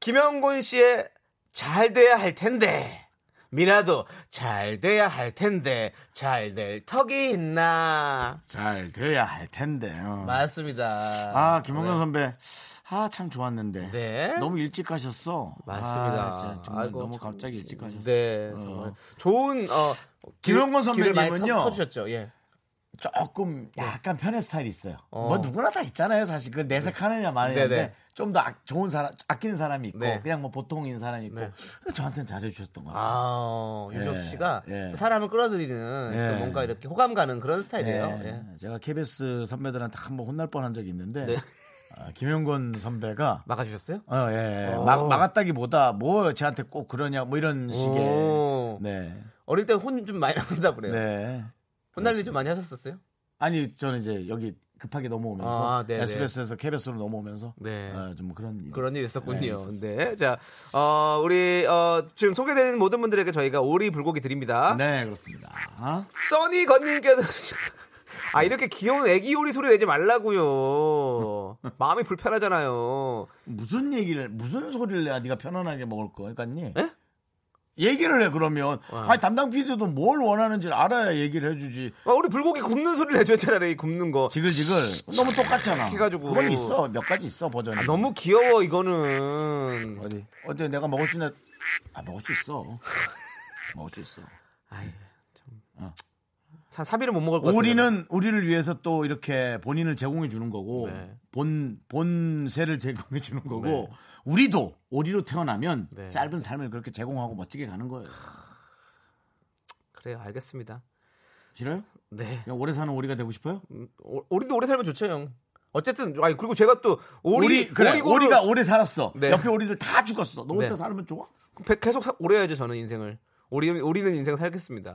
Speaker 2: 김영곤 씨의 잘 돼야 할 텐데. 미라도 잘 돼야 할 텐데. 잘 될 턱이 있나.
Speaker 1: 잘 돼야 할 텐데. 요
Speaker 2: 맞습니다.
Speaker 1: 아, 김홍근
Speaker 2: 네.
Speaker 1: 선배. 아, 참 좋았는데.
Speaker 2: 네.
Speaker 1: 너무 일찍 가셨어.
Speaker 2: 맞습니다.
Speaker 1: 아, 진짜 정말
Speaker 2: 아이고,
Speaker 1: 너무
Speaker 2: 참.
Speaker 1: 갑자기 일찍 가셨어.
Speaker 2: 네.
Speaker 1: 어.
Speaker 2: 정말 좋은 어
Speaker 1: 김영곤
Speaker 2: 길- 길을 많이
Speaker 1: 선배님은요.
Speaker 2: 터- 터주셨죠. 예.
Speaker 1: 조금 약간 편의 스타일이 있어요.
Speaker 2: 네. 어.
Speaker 1: 뭐 누구나 다 있잖아요, 사실 그 내색하느냐
Speaker 2: 네네.
Speaker 1: 마느냐인데 좀 더 좋은 사람, 아끼는 사람이 있고
Speaker 2: 네.
Speaker 1: 그냥 뭐 보통인 사람이 있고
Speaker 2: 네.
Speaker 1: 근데 저한테는 잘해주셨던 것 같아요.
Speaker 2: 아, 윤정수
Speaker 1: 예,
Speaker 2: 씨가
Speaker 1: 예.
Speaker 2: 또 사람을 끌어들이는
Speaker 1: 예.
Speaker 2: 또 뭔가 이렇게 호감 가는 그런 스타일이에요.
Speaker 1: 네.
Speaker 2: 예.
Speaker 1: 제가 KBS 선배들한테 한 번 혼날 뻔한 적이 있는데
Speaker 2: 네.
Speaker 1: 아, 김영곤 선배가
Speaker 2: 막아주셨어요?
Speaker 1: 어, 예, 예.
Speaker 2: 오.
Speaker 1: 막, 막았다기보다 뭐 쟤한테 꼭 그러냐 뭐 이런 식의
Speaker 2: 오.
Speaker 1: 네.
Speaker 2: 어릴 때 혼 좀 많이 나온다 그래요.
Speaker 1: 네.
Speaker 2: 혼날 일 좀 많이 하셨었어요?
Speaker 1: 아니 저는 이제 여기 급하게 넘어오면서
Speaker 2: 아, 네네.
Speaker 1: SBS에서 KBS로 넘어오면서
Speaker 2: 네.
Speaker 1: 어, 좀 그런 일이
Speaker 2: 그런 일이
Speaker 1: 네,
Speaker 2: 있었군요.
Speaker 1: 있었어요.
Speaker 2: 네. 자, 어, 우리, 어, 지금 소개되는 모든 분들에게 저희가 오리 불고기 드립니다.
Speaker 1: 네 그렇습니다. 아?
Speaker 2: 써니 건님께서. 아, 이렇게 귀여운 애기 오리 소리 내지 말라고요. 마음이 불편하잖아요.
Speaker 1: 무슨 얘기를 무슨 소리를 내야 네가 편안하게 먹을 거 그러니까니 얘기를 해 그러면
Speaker 2: 와.
Speaker 1: 아니 담당 PD도 뭘 원하는지 를 알아야 얘기를 해주지
Speaker 2: 아, 우리 불고기 굽는 소리를 내줘야 차라리 굽는 거.
Speaker 1: 지글지글 너무 똑같잖아
Speaker 2: 해가지고.
Speaker 1: 그건 있어 몇 가지 있어 버전이
Speaker 2: 아, 너무 귀여워, 이거는.
Speaker 1: 어디 어디 내가 먹을 수 있는 아 먹을 수 있어 먹을 수 있어
Speaker 2: 아이, 참.
Speaker 1: 어.
Speaker 2: 사- 사비를 못 먹을 것 같아요.
Speaker 1: 우리는 우리를 위해서 또 이렇게 본인을 제공해 주는 거고
Speaker 2: 네.
Speaker 1: 본 본세를 제공해 주는 거고
Speaker 2: 네.
Speaker 1: 우리도 오리로 태어나면
Speaker 2: 네.
Speaker 1: 짧은 삶을 그렇게 제공하고 멋지게 가는 거예요
Speaker 2: 그래요, 알겠습니다.
Speaker 1: 싫어요?
Speaker 2: 네.
Speaker 1: 그냥 오래 사는 오리가 되고 싶어요?
Speaker 2: 음, 오- 오리도 오래 살면 좋죠, 형. 어쨌든, 아니, 그리고 제가 또, 오리,
Speaker 1: 오리, 그래
Speaker 2: 오리고를-
Speaker 1: 오리가 오래 살았어.
Speaker 2: 네.
Speaker 1: 옆에 오리들 다 죽었어. 너 혼자
Speaker 2: 네.
Speaker 1: 살면 좋아?
Speaker 2: 백- 계속 사- 오래 해야죠 저는 인생을 오리, 오리는 인생 살겠습니다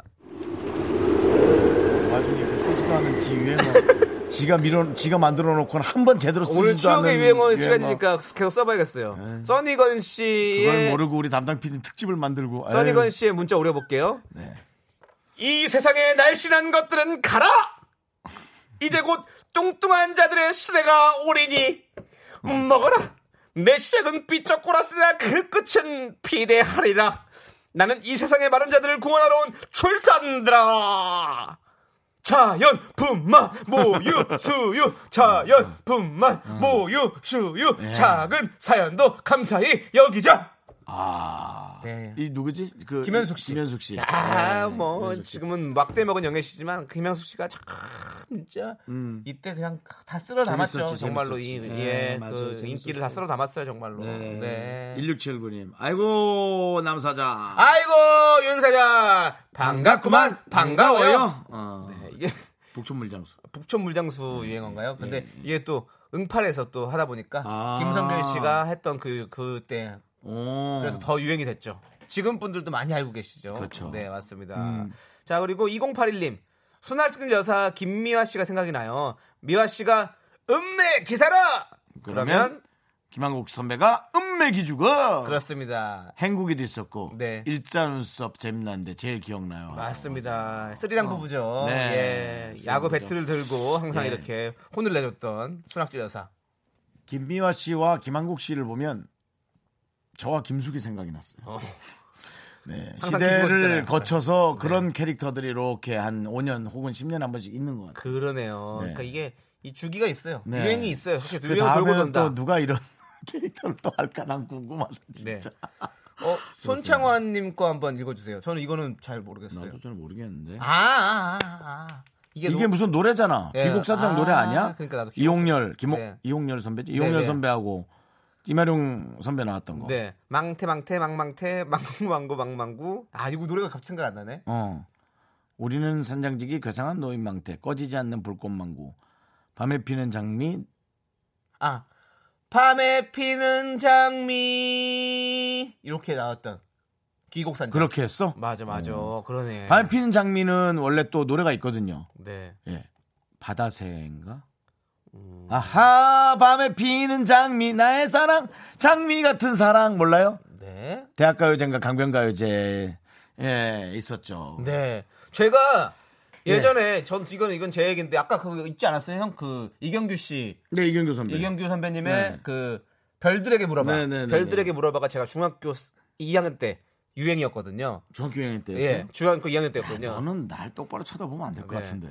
Speaker 1: 나중에 그 뜨지도 않은 지 유행어. 지가 밀어, 지가 만들어 놓고는 한 번 제대로 쓰지도
Speaker 2: 오늘 추억의
Speaker 1: 않는
Speaker 2: 유행어는 시간이니까 계속 써봐야겠어요
Speaker 1: 네.
Speaker 2: 써니건
Speaker 1: 그걸
Speaker 2: 씨의
Speaker 1: 모르고 우리 담당 PD 특집을 만들고.
Speaker 2: 써니건
Speaker 1: 에이,
Speaker 2: 씨의 문자 오려볼게요
Speaker 1: 네.
Speaker 2: 이 세상의 날씬한 것들은 가라 이제 곧 뚱뚱한 자들의 시대가 오리니 먹어라 내 시작은 삐쩍꼬랐으나 그 끝은 비대하리라 나는 이 세상의 마른 자들을 구원하러 온 출산들아 자연분만 모유 수유 자연분만 모유 수유 작은 사연도 감사히 여기자
Speaker 1: 아.
Speaker 2: 네.
Speaker 1: 이 누구지? 그.
Speaker 2: 김현숙 씨.
Speaker 1: 김현숙 씨. 네,
Speaker 2: 아, 뭐
Speaker 1: 김현숙 씨.
Speaker 2: 지금은 막대 먹은 영애씨지만 김양숙 씨가 참 진짜 이때 그냥 다 쓸어
Speaker 1: 음.
Speaker 2: 담았죠.
Speaker 1: 재밌었지,
Speaker 2: 정말로 이,
Speaker 1: 재밌었지.
Speaker 2: 예,
Speaker 1: 네,
Speaker 2: 그
Speaker 1: 맞아요.
Speaker 2: 인기를
Speaker 1: 재밌었어요.
Speaker 2: 다 쓸어 담았어요, 정말로. 네.
Speaker 1: 네. 1679님. 아이고, 남사자.
Speaker 2: 아이고 윤사자 반갑구만 반가워요.
Speaker 1: 네, 어.
Speaker 2: 네, 이게
Speaker 1: 북촌물장수.
Speaker 2: 북촌 물장수 유행어인가요? 근데 이게 또 응팔에서 또 하다 보니까
Speaker 1: 예, 아.
Speaker 2: 김성균 씨가 했던 그 그때
Speaker 1: 오.
Speaker 2: 그래서 더 유행이 됐죠. 지금 분들도 많이 알고 계시죠.
Speaker 1: 네. 그렇죠. 음.
Speaker 2: 네, 맞습니다. 자, 그리고 2081님. 순할증 여사 김미화 씨가 생각이 나요. 미화 씨가 음메 기사라! 그러면
Speaker 1: 그러면? 김한국 선배가 음맥이 죽어.
Speaker 2: 그렇죠. 그렇습니다.
Speaker 1: 행국이도 있었고
Speaker 2: 네.
Speaker 1: 일자 눈썹 재미난데 제일 기억나요.
Speaker 2: 맞습니다. 스리랑 부부죠.
Speaker 1: 네.
Speaker 2: 예. 야구
Speaker 1: 부부죠.
Speaker 2: 배트를 들고 항상
Speaker 1: 예.
Speaker 2: 이렇게 혼을 내줬던 순학질 여사.
Speaker 1: 김미화 씨와 김한국 씨를 보면 저와 김숙이 생각이 났어요.
Speaker 2: 어.
Speaker 1: 네,
Speaker 2: 항상
Speaker 1: 시대를
Speaker 2: 김숙이잖아요. 네.
Speaker 1: 거쳐서 그런 캐릭터들이 이렇게 한 5년 혹은 10년 한 번씩 있는 것 같아요.
Speaker 2: 그러네요.
Speaker 1: 네.
Speaker 2: 그러니까 이게 이 주기가 있어요.
Speaker 1: 네.
Speaker 2: 유행이 있어요. 사실
Speaker 1: 그
Speaker 2: 유행 돌고
Speaker 1: 다음에는
Speaker 2: 돈다.
Speaker 1: 또 누가 이런 캐릭터를 또 할까 난 궁금하다 진짜.
Speaker 2: 네. 어, 손창환님 거 한번 읽어주세요. 저는 이거는 잘 모르겠어요.
Speaker 1: 나도 잘 모르겠는데.
Speaker 2: 아, 아, 아, 아. 이게,
Speaker 1: 이게
Speaker 2: 노-
Speaker 1: 무슨 노래잖아.
Speaker 2: 예.
Speaker 1: 귀국사장 노래
Speaker 2: 아,
Speaker 1: 아니야?
Speaker 2: 그러니까 나도 귀국-
Speaker 1: 이용렬, 김옥,
Speaker 2: 네.
Speaker 1: 이용렬 선배지?
Speaker 2: 네,
Speaker 1: 이용렬
Speaker 2: 네.
Speaker 1: 선배하고 이마룡 선배 나왔던 거.
Speaker 2: 네 망태 망태 망망태 망망망고 망망구 아 이거 노래가 갑자기 생각 안 나네
Speaker 1: 어. 우리는 산장지기 괴상한 노인망태 꺼지지 않는 불꽃망구 밤에 피는 장미
Speaker 2: 아 밤에 피는 장미 이렇게 나왔던 귀곡산장 음.
Speaker 1: 그렇게 했어?
Speaker 2: 맞아 맞아 그러네
Speaker 1: 밤에 피는 장미는 원래 또 노래가 있거든요.
Speaker 2: 네
Speaker 1: 예. 바다새인가?
Speaker 2: 음.
Speaker 1: 아하 밤에 피는 장미 나의 사랑 장미 같은 사랑 몰라요?
Speaker 2: 네.
Speaker 1: 대학가요제인가 강변가요제 에 있었죠.
Speaker 2: 네. 제가 예전에 전 이건 이건 제 얘기인데 아까 그거 있지 않았어요? 형 그 이경규 씨.
Speaker 1: 네 이경규 선배.
Speaker 2: 이경규 선배님의
Speaker 1: 네.
Speaker 2: 그 별들에게 물어봐.
Speaker 1: 네, 네, 네,
Speaker 2: 별들에게 물어봐가 제가 중학교 2학년 때 유행이었거든요.
Speaker 1: 중학교 여행 때였어요. 아,
Speaker 2: 예. 중학교 2학년 때였거든요.
Speaker 1: 너는 날 똑바로 쳐다보면 안 될 것
Speaker 2: 네.
Speaker 1: 같은데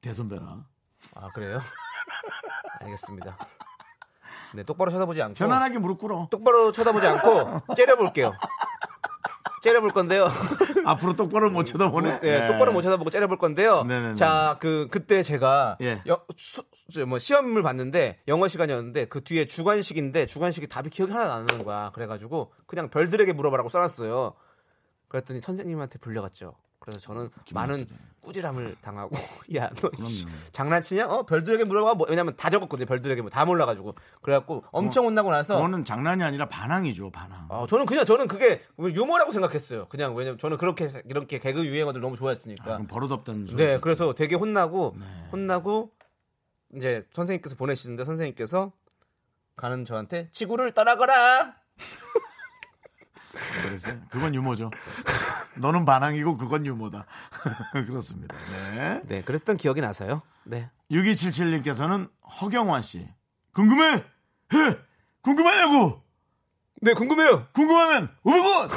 Speaker 1: 대선배라.
Speaker 2: 아, 그래요? 알겠습니다. 네, 똑바로 쳐다보지 않고
Speaker 1: 편안하게 무릎 꿇어.
Speaker 2: 똑바로 쳐다보지 않고 째려볼게요. 째려볼 건데요.
Speaker 1: 앞으로 똑바로 못 쳐다보네.
Speaker 2: 예,
Speaker 1: 예.
Speaker 2: 똑바로 못 쳐다보고 째려볼 건데요.
Speaker 1: 네네네.
Speaker 2: 자, 그 그때 제가
Speaker 1: 예.
Speaker 2: 여- 수- 수- 뭐 시험을 봤는데 영어 시간이었는데 그 뒤에 주관식인데 주관식이 답이 기억이 하나 안 나는 거야. 그래가지고 그냥 별들에게 물어봐라고 써놨어요. 그랬더니 선생님한테 불려갔죠. 그래서 저는 많은 꾸지람을 당하고 야너 장난치냐? 어 별들에게 물어봐. 뭐, 왜냐면 다 적었거든요. 별들에게 뭐 다 몰라가지고 그래갖고 엄청
Speaker 1: 뭐,
Speaker 2: 혼나고 나서
Speaker 1: 그거는 장난이 아니라 반항이죠 반항.
Speaker 2: 아, 저는 그냥 저는 그게 유머라고 생각했어요. 그냥 왜냐면 저는 그렇게 이렇게 개그 유행어들 너무 좋아했으니까.
Speaker 1: 그럼 버릇없다는 소리.
Speaker 2: 네, 그래서 되게 혼나고 혼나고 이제 선생님께서 보내시는데 선생님께서 가는 저한테 지구를 떠나거라.
Speaker 1: 그래서 그건 유머죠. 너는 반항이고 그건 유머다. 그렇습니다. 네.
Speaker 2: 네, 그랬던 기억이 나서요. 네.
Speaker 1: 6277님께서는 허경환 씨 궁금해. 해! 궁금하냐고.
Speaker 2: 네, 궁금해요.
Speaker 1: 궁금하면 500원.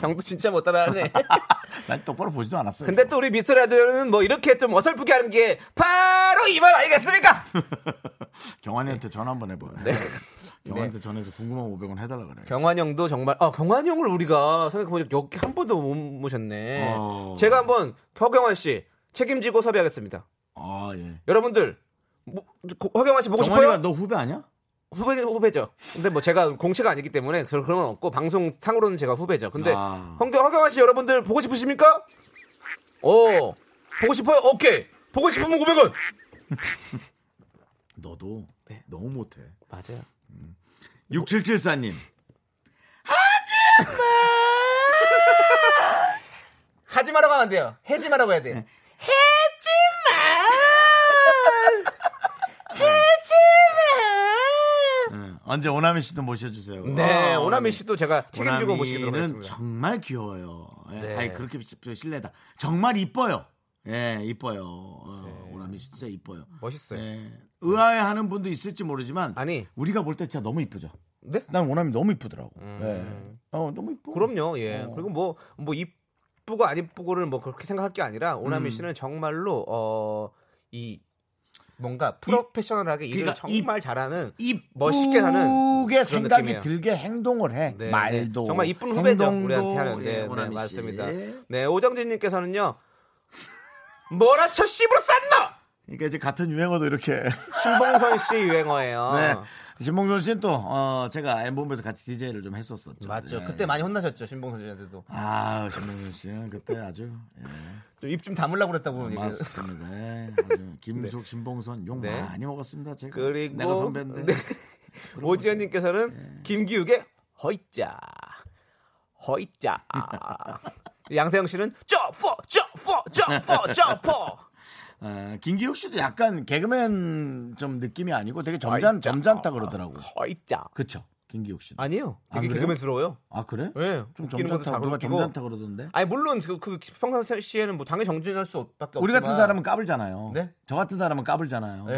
Speaker 2: 형도 진짜 못 따라하네.
Speaker 1: 난 똑바로 보지도 않았어요.
Speaker 2: 근데 또 우리 미스터 라디오는 뭐 이렇게 좀 어설프게 하는 게 바로 이만 아니겠습니까?
Speaker 1: 경환이한테 전화 한번 해봐요.
Speaker 2: 네.
Speaker 1: 경환이한테 전해서 궁금한 500원 해달라 그래.
Speaker 2: 경환 형도 정말 아 경환 형을 우리가 생각해보니까 여기 한 번도 못 모셨네.
Speaker 1: 어.
Speaker 2: 제가 한번 허경환 씨 책임지고 섭외하겠습니다.
Speaker 1: 아 예.
Speaker 2: 여러분들 뭐, 허경환 씨 보고
Speaker 1: 경환이가
Speaker 2: 싶어요?
Speaker 1: 너 후배 아니야?
Speaker 2: 후배 후배죠. 근데 뭐 제가 공채가 아니기 때문에 저는 그런 건 없고 방송상으로는 제가 후배죠. 근데
Speaker 1: 아.
Speaker 2: 헌경 허경환 씨 여러분들 보고 싶으십니까? 오 보고 싶어요. 오케이 보고 싶으면 500원.
Speaker 1: 너도
Speaker 2: 네.
Speaker 1: 너무 못해.
Speaker 2: 맞아요.
Speaker 1: 6774님.
Speaker 2: 하지 마라고 하면 안 돼요. 해지 마라고 해야
Speaker 1: 네.
Speaker 2: 돼요.
Speaker 1: 응. 예, 언제 오나미 씨도 모셔주세요.
Speaker 2: 네
Speaker 1: 아,
Speaker 2: 오나미 씨도 제가 책임지고
Speaker 1: 오나미는
Speaker 2: 모시도록 하겠습니다.
Speaker 1: 정말 귀여워요. 예,
Speaker 2: 네.
Speaker 1: 아니 그렇게 비- 실례다. 정말 이뻐요. 예, 이뻐요. 어, 오나미 씨 진짜 이뻐요.
Speaker 2: 네. 멋있어요.
Speaker 1: 예, 의아해하는 분도 있을지 모르지만
Speaker 2: 아니.
Speaker 1: 우리가 볼 때 진짜 너무 이쁘죠.
Speaker 2: 네?
Speaker 1: 난 오나미 너무 이쁘더라고. 예. 어, 너무 이뻐.
Speaker 2: 음. 그럼요. 예.
Speaker 1: 어.
Speaker 2: 그리고 뭐 뭐 이쁘고 안 이쁘고를 뭐 그렇게 생각할 게 아니라
Speaker 1: 음.
Speaker 2: 오나미 씨는 정말로 어 이 뭔가 프로페셔널하게 일을
Speaker 1: 그러니까
Speaker 2: 정말 잘하는
Speaker 1: 이쁘게
Speaker 2: 멋있게 사는 그런
Speaker 1: 생각이
Speaker 2: 느낌이에요.
Speaker 1: 들게 행동을 해.
Speaker 2: 네,
Speaker 1: 말도
Speaker 2: 네. 정말 이쁜 후배죠
Speaker 1: 행동도.
Speaker 2: 우리한테 하는
Speaker 1: 예,
Speaker 2: 네, 네,
Speaker 1: 오나미 씨.
Speaker 2: 맞습니다. 네 오정진님께서는요 뭐라쳐 씹으로 쌌노
Speaker 1: 그러니까 이제 같은 유행어도 이렇게
Speaker 2: 신봉선 씨 유행어예요.
Speaker 1: 네. 신봉준 씨는 또, 어, 제가 엠본부에서 같이 DJ를 좀 했었었죠.
Speaker 2: 맞죠.
Speaker 1: 예.
Speaker 2: 그때 많이 혼나셨죠 신봉선 씨한테도
Speaker 1: 아, 신봉준 씨는 그때 아주. 예,
Speaker 2: 입 좀 다물라고 그랬다고 얘기해요.
Speaker 1: 맞습니다. 예, 아주 김숙, 신봉선 욕
Speaker 2: 네.
Speaker 1: 많이 먹었습니다. 제가.
Speaker 2: 그리고
Speaker 1: 내가 선배인데.
Speaker 2: 네.
Speaker 1: 네.
Speaker 2: 오지현님께서는 김기욱의 허이자 허이자 양세형 씨는 쪼포 쪼포 쪼포 쪼포
Speaker 1: 어, 김기욱 씨도 약간 개그맨 좀 느낌이 아니고 되게 점잖, 점잖다 그러더라고.
Speaker 2: 허이자
Speaker 1: 그쵸. 김기욱 씨도.
Speaker 2: 아니에요.
Speaker 1: 안
Speaker 2: 되게
Speaker 1: 그래요?
Speaker 2: 개그맨스러워요.
Speaker 1: 아, 그래?
Speaker 2: 예,
Speaker 1: 좀
Speaker 2: 웃기는 것도
Speaker 1: 점잖다.
Speaker 2: 잘
Speaker 1: 우리가
Speaker 2: 웃기고.
Speaker 1: 점잖다 그러던데.
Speaker 2: 아니 물론 그, 그 평상 시에는 뭐 당연히 정진할 수 밖에 없지만
Speaker 1: 우리 같은 사람은 까불잖아요.
Speaker 2: 네?
Speaker 1: 저 같은 사람은 까불잖아요.
Speaker 2: 예.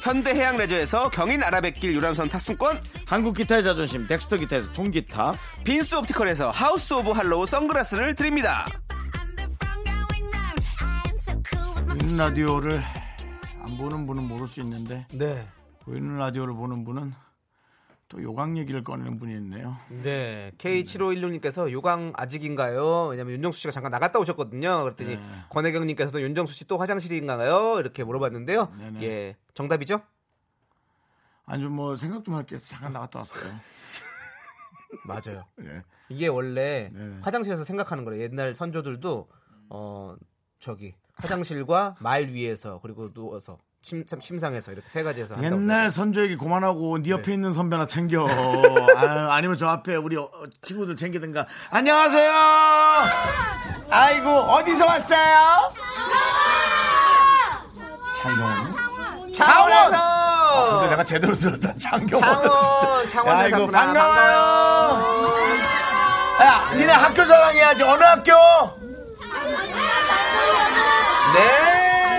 Speaker 6: 현대해양 레저에서 경인 아라뱃길 유람선 탑승권.
Speaker 1: 한국 기타의 자존심 덱스터 기타에서 통기타,
Speaker 6: 빈스 옵티컬에서 하우스 오브 할로우 선글라스를 드립니다.
Speaker 1: 보이는 라디오를 안 보는 분은 모를 수 있는데
Speaker 2: 네.
Speaker 1: 보이는 라디오를 보는 분은 또 요강 얘기를 꺼내는 분이 있네요.
Speaker 2: 네. K7516님께서 요강 아직인가요? 왜냐면 윤정수 씨가 잠깐 나갔다 오셨거든요. 그랬더니 권혜경님께서도 윤정수 씨 또 화장실인가요? 이렇게 물어봤는데요.
Speaker 1: 네네.
Speaker 2: 예. 정답이죠?
Speaker 1: 아니 좀 뭐 생각 좀 할게 잠깐 나갔다 왔어요.
Speaker 2: 맞아요.
Speaker 1: 예.
Speaker 2: 이게 원래
Speaker 1: 네.
Speaker 2: 화장실에서 생각하는 거래요. 옛날 선조들도 어 저기 화장실과 말 위에서 그리고 누워서 침, 참 심상에서 이렇게 세 가지에서 한다고
Speaker 1: 옛날 선조 얘기 그만하고 네 옆에 있는 선배나 챙겨. 아니면저 앞에 우리 어- 친구들 챙기든가. 안녕하세요. 아이고 어디서 왔어요? 장경원. 장원.
Speaker 2: 그러더라고요.
Speaker 1: 근데 내가 제대로 들었다. 장경원.
Speaker 2: 창원 창원
Speaker 1: 아이고,
Speaker 2: 대사구나.
Speaker 1: 반가워요. 야, 니네 학교 자랑해야지. 어느 학교?
Speaker 2: 네.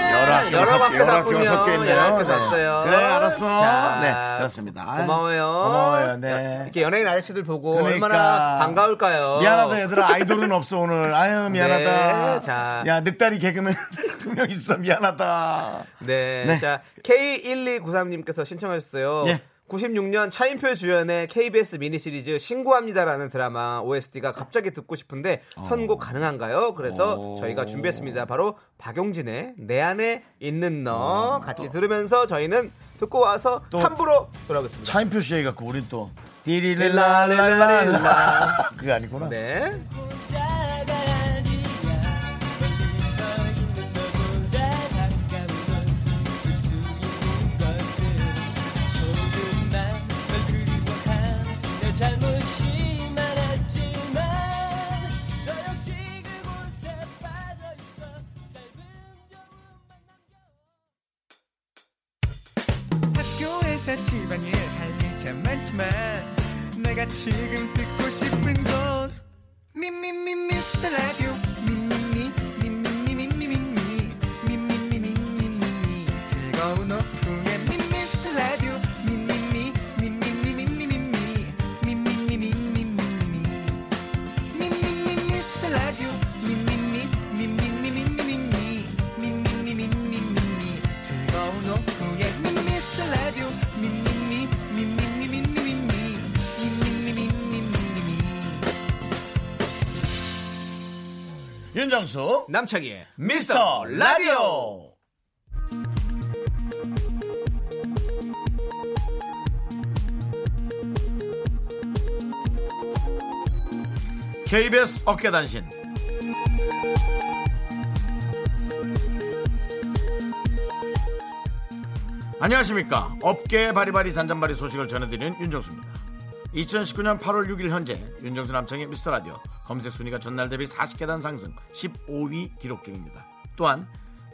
Speaker 1: 여러 학교
Speaker 2: 여러
Speaker 1: 섞-
Speaker 2: 학교
Speaker 1: 여러
Speaker 2: 다
Speaker 1: 학교가 섞여 있네요.
Speaker 2: 여러 학교
Speaker 1: 네.
Speaker 2: 잤어요.
Speaker 1: 그래, 알았어.
Speaker 2: 자,
Speaker 1: 네, 그렇습니다. 아이,
Speaker 2: 고마워요.
Speaker 1: 고마워요, 네.
Speaker 2: 이렇게 연예인 아저씨들 보고
Speaker 1: 그러니까.
Speaker 2: 뭐 얼마나 반가울까요.
Speaker 1: 미안하다, 얘들아. 아이돌은 없어, 오늘. 아유, 미안하다.
Speaker 2: 네, 자.
Speaker 1: 야, 늑다리 개그맨 두 명 있어. 미안하다.
Speaker 2: 네.
Speaker 1: 네.
Speaker 2: 자, K1293님께서 신청하셨어요.
Speaker 1: 예.
Speaker 2: 96년 차인표 주연의 KBS 미니 시리즈 신고합니다라는 드라마 OST가 갑자기 듣고 싶은데 선곡 가능한가요? 그래서 저희가 준비했습니다. 바로 박용진의 내 안에 있는 너 같이 들으면서 저희는 듣고 와서
Speaker 1: 또-
Speaker 2: 3부로 돌아오겠습니다.
Speaker 1: 차인표 씨 얘기가 우린 또.
Speaker 2: 릴랄랄랄라.
Speaker 1: 디릴랄랄라. 그게 아니구나.
Speaker 2: 네.
Speaker 4: 학교에서 집안일 할일참 많지만 내가 지금 듣고 싶은 건 미미미 미스터 라디오 미미미 미미미 미미미 미미미 미미미 즐거운 오후에 미스터 라디오 미미미 미미미 미미미 미미미 미미미 미미미 미스터 라디오 미미미 미미미 미미미 미미미 미미미 즐거운 오후에 미스터 라디오 미미미 미미미 미미미 미미미 미미미
Speaker 1: 윤정수.
Speaker 2: 남창희의
Speaker 1: 미스터 라디오. KBS 어깨단신 안녕하십니까 업계의 바리바리 잔잔바리 소식을 전해드리는 윤정수입니다 2019년 8월 6일 현재 윤정수 남창의 미스터 라디오 검색 순위가 전날 대비 40계단 상승 15위 기록 중입니다. 또한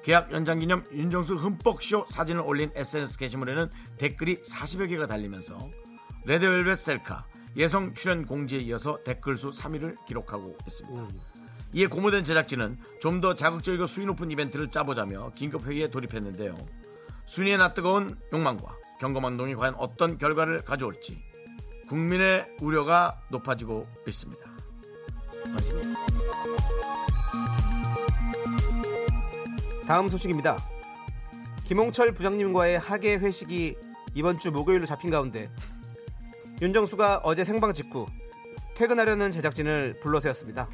Speaker 1: 계약 연장 기념 윤정수 흠뻑쇼 사진을 올린 SNS 게시물에는 댓글이 40여 개가 달리면서 레드벨벳 셀카 예성 출연 공지에 이어서 댓글 수 3위를 기록하고 있습니다. 이에 고무된 제작진은 좀 더 자극적이고 수위 높은 이벤트를 짜보자며 긴급 회의에 돌입했는데요. 순위에 낯뜨거운 욕망과 경거망 동이 과연 어떤 결과를 가져올지 국민의 우려가 높아지고 있습니다. 관심이.
Speaker 2: 다음 소식입니다. 김홍철 부장님과의 학예 회식이 이번 주 목요일로 잡힌 가운데 윤정수가 어제 생방 직후 퇴근하려는 제작진을 불러세웠습니다.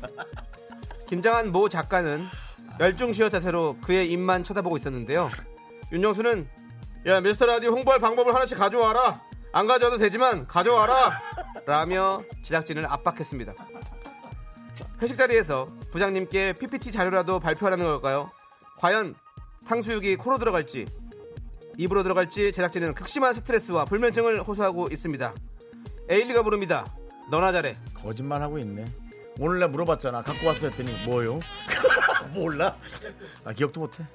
Speaker 2: 긴장한 모 작가는 열중시어 자세로 그의 입만 쳐다보고 있었는데요. 윤정수는 야 미스터 라디오 홍보할 방법을 하나씩 가져와라. 안 가져와도 되지만 가져와라. 라며 제작진을 압박했습니다. 회식 자리에서 부장님께 PPT 자료라도 발표하라는 걸까요? 과연 탕수육이 코로 들어갈지 입으로 들어갈지 제작진은 극심한 스트레스와 불면증을 호소하고 있습니다. 에일리가 부릅니다. 너나 잘해.
Speaker 1: 거짓말 하고 있네. 오늘 내 물어봤잖아. 갖고 왔어 했더니 뭐요? 몰라. 아, 기억도 못해.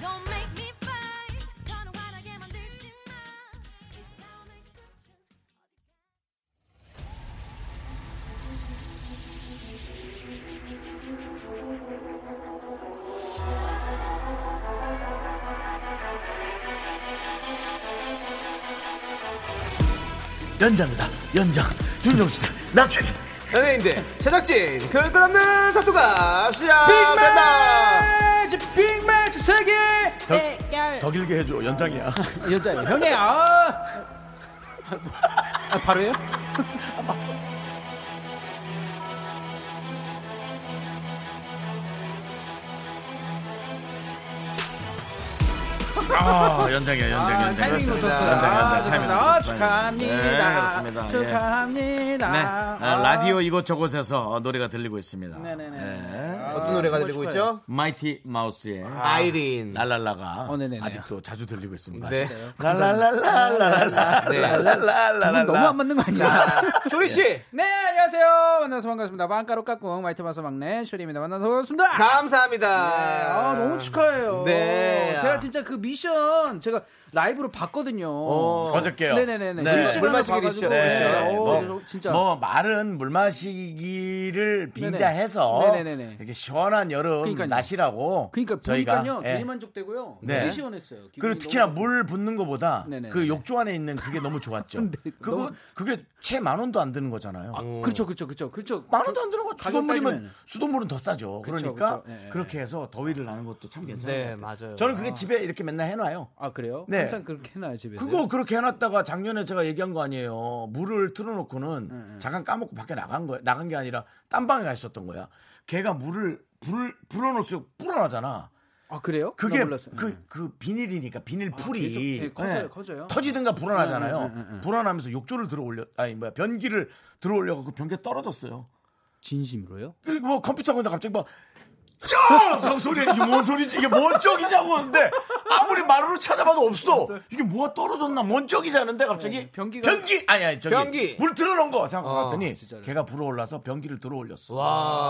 Speaker 5: Don't make me fight. 저는 화나게 만들지 마. 이 싸움의 끝은
Speaker 1: 연장이다. 연장. 윤정수다. 낙찰.
Speaker 2: 연예인들 제작진 결끝없는 사투가 시작된다.
Speaker 7: 빅매치 세계
Speaker 1: 더 길게 해줘. 연장이야.
Speaker 7: 여자 형이야 아, 아, 바로예요?
Speaker 1: 아, 연장이야. 연장. 연장.
Speaker 7: 타이밍
Speaker 1: 연장,
Speaker 7: 놓쳤어요. 아,
Speaker 1: 연장, 타이밍
Speaker 7: 죄송합니다. 아,
Speaker 1: 놓쳤어요.
Speaker 7: 축하합니다.
Speaker 1: 네, 그렇습니다. 예.
Speaker 7: 축하합니다.
Speaker 1: 네. 아,
Speaker 7: 아,
Speaker 1: 라디오 이곳저곳에서 어, 노래가 들리고 있습니다.
Speaker 7: 네네네.
Speaker 1: 예.
Speaker 2: 어떤 노래가
Speaker 7: 정말
Speaker 2: 들리고
Speaker 7: 축하해요.
Speaker 2: 있죠?
Speaker 1: 마이티 마우스의
Speaker 2: 아이린.
Speaker 1: 랄랄라가
Speaker 7: 어, 네네네.
Speaker 1: 아직도 자주 들리고 있습니다.
Speaker 2: 네.
Speaker 7: 두분
Speaker 1: 랄랄랄랄랄랄랄랄랄.
Speaker 7: 네. 너무 안 맞는 거 아니야?
Speaker 2: 조리 씨
Speaker 7: 네, 안녕하세요. 만나서 반갑습니다. 빵가루 깍꿍 마이트 마스 막내 슈리입니다. 만나서 반갑습니다.
Speaker 2: 감사합니다.
Speaker 7: 아, 너무 축하해요.
Speaker 2: 네.
Speaker 7: 제가 진짜 그 미션 제가 라이브로 봤거든요.
Speaker 1: 어저께요.
Speaker 7: 네네네네.
Speaker 1: 네.
Speaker 7: 실시간으로
Speaker 2: 물 마시기
Speaker 7: 봐가지고.
Speaker 2: 미션. 네.
Speaker 7: 오,
Speaker 1: 뭐,
Speaker 7: 진짜.
Speaker 1: 뭐 말은 물 마시기를 빙자해서
Speaker 7: 네네. 네네네네.
Speaker 1: 이렇게 시원한 여름
Speaker 7: 그러니까요.
Speaker 1: 날씨라고
Speaker 7: 그러니까
Speaker 1: 저희가
Speaker 7: 보니까요
Speaker 1: 예.
Speaker 7: 되게 만족되고요.
Speaker 1: 네.
Speaker 7: 되게 시원했어요. 기분이
Speaker 1: 그리고 특히나
Speaker 7: 너무-
Speaker 1: 물 붓는 것보다
Speaker 7: 네네네. 네,
Speaker 1: 그 욕조 안에 있는 그게 너무 좋았죠. 그거
Speaker 7: 너무-
Speaker 1: 그게 채 만 원도 안 드는 거잖아요.
Speaker 7: 그렇죠, 그렇죠, 그렇죠, 그렇죠.
Speaker 1: 만 원도 안 드는 거 수돗물이면
Speaker 7: 따지면은.
Speaker 1: 수돗물은 더 싸죠. 그러니까
Speaker 7: 그쵸. 예, 예.
Speaker 1: 그렇게 해서 더위를 나는 것도 참 괜찮아요.
Speaker 2: 네, 맞아요.
Speaker 1: 저는 그게 집에 이렇게 맨날 해놔요.
Speaker 7: 아 그래요?
Speaker 1: 네.
Speaker 7: 항상 그렇게 해놔요 집에서.
Speaker 1: 그거 그렇게 해놨다가 작년에 제가 얘기한 거 아니에요. 물을 틀어놓고는 잠깐 까먹고 밖에 나간 거야. 나간 게 아니라 딴 방에 가 있었던 거야. 걔가 물을 불을 불어넣으면 불어나잖아.
Speaker 7: 아 그래요?
Speaker 1: 그게
Speaker 7: 나 몰랐어요.
Speaker 1: 그 그 비닐이니까 비닐풀이
Speaker 7: 계속, 예, 커져요, 커져요.
Speaker 1: 터지든가 불어나잖아요.
Speaker 7: 네, 네, 네, 네.
Speaker 1: 불어나면서 욕조를 들어올려 아니 뭐야 변기를 들어올려고 그 변기 가 떨어졌어요.
Speaker 7: 진심으로요?
Speaker 1: 그리고 뭐 컴퓨터 하고 있다 갑자기 막 쩍! 하고 소리가 이게 뭔 소리지? 이게 뭔 쪽이냐고 하는데 아무리 마루로 찾아봐도 없어. 이게 뭐가 떨어졌나? 뭔 쪽이지 하는데 갑자기
Speaker 7: 네, 변기가- 아,
Speaker 1: 변기 아니 아니 저기
Speaker 2: 변기!
Speaker 1: 물 들어놓은 거 생각하고
Speaker 2: 어,
Speaker 1: 갔더니
Speaker 7: 진짜로.
Speaker 1: 걔가 불어올라서 변기를 들어올렸어.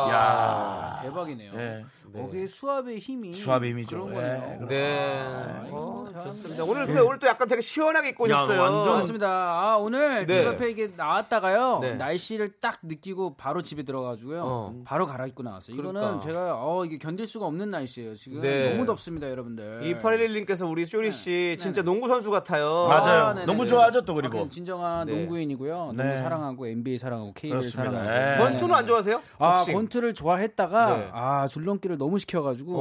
Speaker 2: 와.
Speaker 7: 대박이네요.
Speaker 1: 예.
Speaker 7: 거기에 수압의 힘이
Speaker 1: 수압의 힘이죠.
Speaker 7: 그런
Speaker 1: 예,
Speaker 7: 거네요.
Speaker 1: 그렇습니다.
Speaker 2: 네.
Speaker 7: 아, 알겠습니다. 네.
Speaker 2: 좋습니다. 오늘 근데 오늘 또 약간 되게 시원하게 입고
Speaker 1: 야,
Speaker 2: 오셨어요.
Speaker 1: 완전
Speaker 7: 맞습니다. 아, 오늘
Speaker 2: 네.
Speaker 7: 집 앞에 이게 나왔다가요.
Speaker 2: 네.
Speaker 7: 날씨를 딱 느끼고 바로 집에 들어가가지고요.
Speaker 2: 어.
Speaker 7: 바로 갈아입고 나왔어요.
Speaker 2: 그러니까.
Speaker 7: 이거는 제가 어, 이게 견딜 수가 없는 날씨예요. 지금
Speaker 2: 네.
Speaker 7: 너무 덥습니다, 여러분들.
Speaker 2: 이 811님께서 우리 쇼리 씨 진짜 농구 선수 네. 같아요.
Speaker 1: 맞아요.
Speaker 7: 네. 네네네.
Speaker 1: 너무 좋아하죠 또 그리고
Speaker 7: 아, 진정한
Speaker 2: 네.
Speaker 7: 농구인이고요.
Speaker 1: 네.
Speaker 7: 농구 사랑하고 NBA 사랑하고 KB를
Speaker 1: 그렇습니다. 네.
Speaker 7: 사랑하고.
Speaker 2: 권투는 안 좋아하세요?
Speaker 7: 아,
Speaker 2: 복싱.
Speaker 7: 권투를 좋아했다가
Speaker 2: 네.
Speaker 7: 아, 줄넘기를 너무 시켜가지고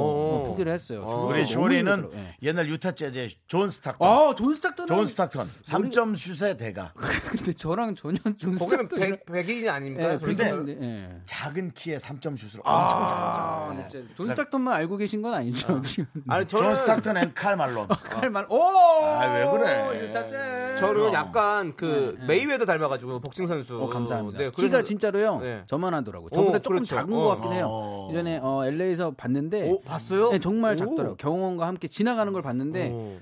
Speaker 2: 어.
Speaker 7: 어, 포기를 했어요. 줄넘기
Speaker 1: 우리
Speaker 7: 너무
Speaker 1: 쇼리는
Speaker 7: 힘들어요. 예.
Speaker 1: 옛날 유타 재즈의 존 스타턴.
Speaker 7: 아, 존 스타크는
Speaker 1: 존 스타턴 3점 슛의 대가. 그
Speaker 7: 근데 저랑 전혀 존
Speaker 2: 거기는
Speaker 7: 스타크는
Speaker 2: 백, 백인이 아닙니까?
Speaker 7: 예,
Speaker 2: 저희
Speaker 7: 근데
Speaker 2: 정말?
Speaker 7: 예.
Speaker 1: 작은 키에 3점 슛을
Speaker 7: 아,
Speaker 1: 엄청 잘했잖아요. 네.
Speaker 7: 존 스타크만 알고 계신 건 아니죠 지금.
Speaker 2: 아니 저는
Speaker 1: 존 스타턴 앤 칼 말론.
Speaker 7: 할 말.
Speaker 2: 네.
Speaker 1: 아, 왜 그래?
Speaker 2: 저는 약간 그 메이웨더 닮아가지고 복싱 선수.
Speaker 7: 네, 어, 감사합니다.
Speaker 2: 네, 그래서-
Speaker 7: 키가 진짜로요.
Speaker 2: 네.
Speaker 7: 저만 하더라고. 저보다 조금
Speaker 2: 그렇죠.
Speaker 7: 작은
Speaker 2: 어.
Speaker 7: 것 같긴 해요. 이전에 어, LA에서 봤는데
Speaker 2: 오, 봤어요?
Speaker 7: 네, 정말
Speaker 2: 오.
Speaker 7: 작더라고. 경호원과 함께 지나가는 걸 봤는데
Speaker 2: 오.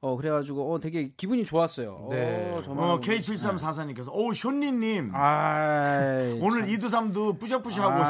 Speaker 7: 어, 그래가지고 어, 되게 기분이 좋았어요.
Speaker 2: 네.
Speaker 7: 어, 저만
Speaker 1: 어,
Speaker 7: 하고.
Speaker 1: K7344님께서 오 쇼니님
Speaker 7: 아, 아이,
Speaker 1: 오늘 이두 삼두 뿌셔뿌셔하고
Speaker 7: 예, 아,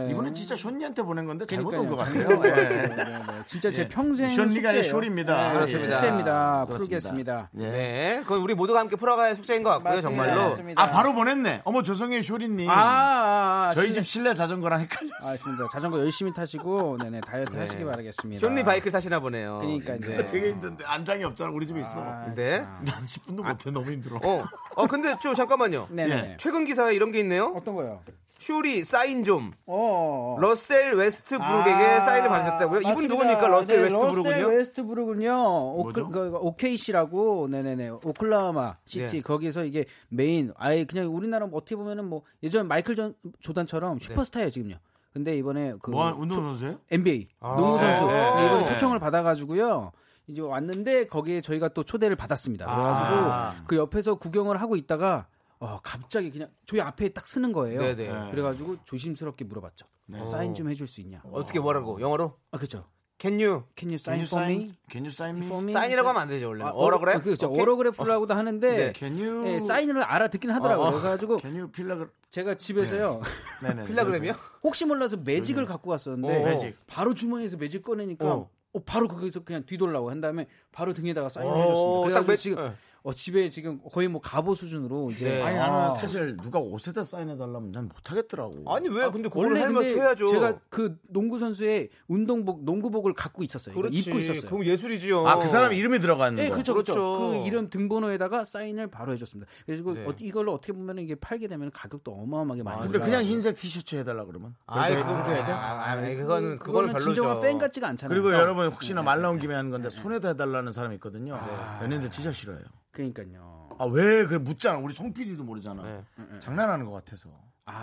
Speaker 1: 오신데 이번엔
Speaker 7: 예.
Speaker 1: 진짜 쇼니한테 보낸 건데 잘못 온
Speaker 7: 그러니까요.
Speaker 1: 것 같아요. 네.
Speaker 7: 네, 네, 네. 진짜 제 평생
Speaker 1: 쇼니가 아니라
Speaker 7: 숙제예요.
Speaker 1: 쇼리입니다.
Speaker 7: 네,
Speaker 2: 그렇습니다.
Speaker 7: 숙제입니다.
Speaker 1: 그렇습니다.
Speaker 7: 풀겠습니다.
Speaker 1: 예.
Speaker 2: 네, 그건 우리 모두가 함께 풀어가야 할 숙제인 것 같고요,
Speaker 7: 맞습니다.
Speaker 2: 정말로.
Speaker 7: 맞습니다.
Speaker 1: 아 바로 보냈네. 어머 죄송해요 쇼리님.
Speaker 7: 아, 아, 아,
Speaker 1: 저희
Speaker 7: 실례- 아,
Speaker 1: 집 실내 자전거랑 헷갈렸어.
Speaker 7: 알겠습니다. 자전거 열심히 타시고 네네 다이어트 하시기 바라겠습니다.
Speaker 2: 쇼리 바이크를 타시나 보네요.
Speaker 7: 그러니까요.
Speaker 1: 되게 힘든데 안장이 없잖아 우리 집에 있어.
Speaker 2: 네.
Speaker 1: 난 10분도
Speaker 7: 아.
Speaker 1: 못해 너무 힘들어.
Speaker 2: 어, 어, 근데 저 잠깐만요.
Speaker 7: 네네.
Speaker 2: 최근 기사에 이런 게 있네요.
Speaker 7: 어떤 거요?
Speaker 2: 쇼리 사인 좀.
Speaker 7: 어, 어. 어.
Speaker 2: 러셀 웨스트브룩에게
Speaker 7: 아,
Speaker 2: 사인을 받으셨다고요? 이분
Speaker 7: 맞습니다.
Speaker 2: 누구니까 러셀
Speaker 7: 네,
Speaker 2: 웨스트브룩은요?
Speaker 7: 러셀 웨스트브룩은요.
Speaker 1: 뭐죠?
Speaker 7: 오클, 그, 그, 오케이시라고 네네네 오클라호마 시티
Speaker 2: 네.
Speaker 7: 거기서 이게 메인 아예 그냥 우리나라 어떻게 보면은 네. 뭐 예전 마이클 전 조단처럼 슈퍼스타예요 지금요. 근데 이번에 그
Speaker 1: 뭐 하는 운동 선수예요?
Speaker 7: NBA
Speaker 2: 아,
Speaker 7: 농구 선수
Speaker 1: 네, 네,
Speaker 7: 이번에
Speaker 1: 네.
Speaker 7: 초청을 받아가지고요. 이제 왔는데 거기에 저희가 또 초대를 받았습니다. 그래가지고
Speaker 2: 아.
Speaker 7: 그 옆에서 구경을 하고 있다가 어, 갑자기 그냥 저희 앞에 딱 쓰는 거예요.
Speaker 2: 네네. 네.
Speaker 7: 그래가지고 조심스럽게 물어봤죠. 사인 좀 해줄 수 있냐?
Speaker 2: 어떻게 뭐라고? 영어로?
Speaker 7: 아 그렇죠.
Speaker 2: Can you?
Speaker 7: Can you
Speaker 1: Can
Speaker 7: sign
Speaker 1: you
Speaker 7: for
Speaker 1: sign?
Speaker 7: me?
Speaker 1: Can you sign me?
Speaker 7: For me?
Speaker 2: 사인이라고 하면 안 되죠 원래.
Speaker 7: 아,
Speaker 2: 는 오로그래?
Speaker 7: 어, 그렇죠.
Speaker 2: 오케이.
Speaker 7: 오로그래프라고도 하는데
Speaker 2: 네.
Speaker 1: Can you?
Speaker 7: 예, 사인을 알아듣긴 하더라고요. 그래가지고
Speaker 1: Can you 필라그?
Speaker 7: 제가 집에서요.
Speaker 1: 네네.
Speaker 2: 필라그램이요?
Speaker 7: 혹시 몰라서 매직을 갖고 갔었는데
Speaker 2: 어.
Speaker 1: 매직.
Speaker 7: 바로 주머니에서 매직 꺼내니까
Speaker 2: 어.
Speaker 7: 어, 바로 거기서 그냥 뒤돌라고 한 다음에 바로 등에다가 사인을
Speaker 2: 어,
Speaker 7: 해줬습니다.
Speaker 2: 딱
Speaker 7: 그래가지고
Speaker 2: 매-
Speaker 7: 지금
Speaker 2: 네.
Speaker 7: 어, 집에 지금 거의 뭐 가보 수준으로 이제
Speaker 2: 네.
Speaker 1: 아니
Speaker 7: 아,
Speaker 1: 나는 사실 누가 옷에다 사인해달라면 난 못하겠더라고.
Speaker 2: 아니 왜? 근데 그걸
Speaker 7: 원래
Speaker 2: 하면
Speaker 7: 근데
Speaker 2: 해야죠.
Speaker 7: 제가 그 농구 선수의 운동복 농구복을 갖고 있었어요. 그러니까
Speaker 2: 그렇지.
Speaker 7: 입고 있었어요.
Speaker 2: 그럼 예술이지요.
Speaker 1: 아 그 사람 이름이 들어가는
Speaker 7: 네,
Speaker 1: 거.
Speaker 7: 그렇죠, 그렇죠.
Speaker 2: 그렇죠.
Speaker 7: 그 이름 등번호에다가 사인을 바로 해줬습니다. 그래서
Speaker 2: 네.
Speaker 7: 어, 이걸로 어떻게 보면 이게 팔게 되면 가격도 어마어마하게 많이.
Speaker 1: 아, 근데
Speaker 7: 올라가요.
Speaker 1: 그냥 흰색 티셔츠 해달라 그러면.
Speaker 2: 아이 그건 아, 아, 아니, 그거는 그거는 별로죠.
Speaker 7: 음, 진정한 팬 같지가 않잖아요. 어,
Speaker 1: 그리고 여러분
Speaker 7: 네,
Speaker 1: 혹시나 말 나온 김에 하는 건데 손에다 해달라는 사람이 있거든요.
Speaker 7: 아.
Speaker 1: 연예인들 진짜 싫어요.
Speaker 7: 그러니까요.
Speaker 1: 아 왜 그래 묻잖아. 우리 송 PD도 모르잖아.
Speaker 7: 네.
Speaker 1: 네, 장난하는 것 같아서.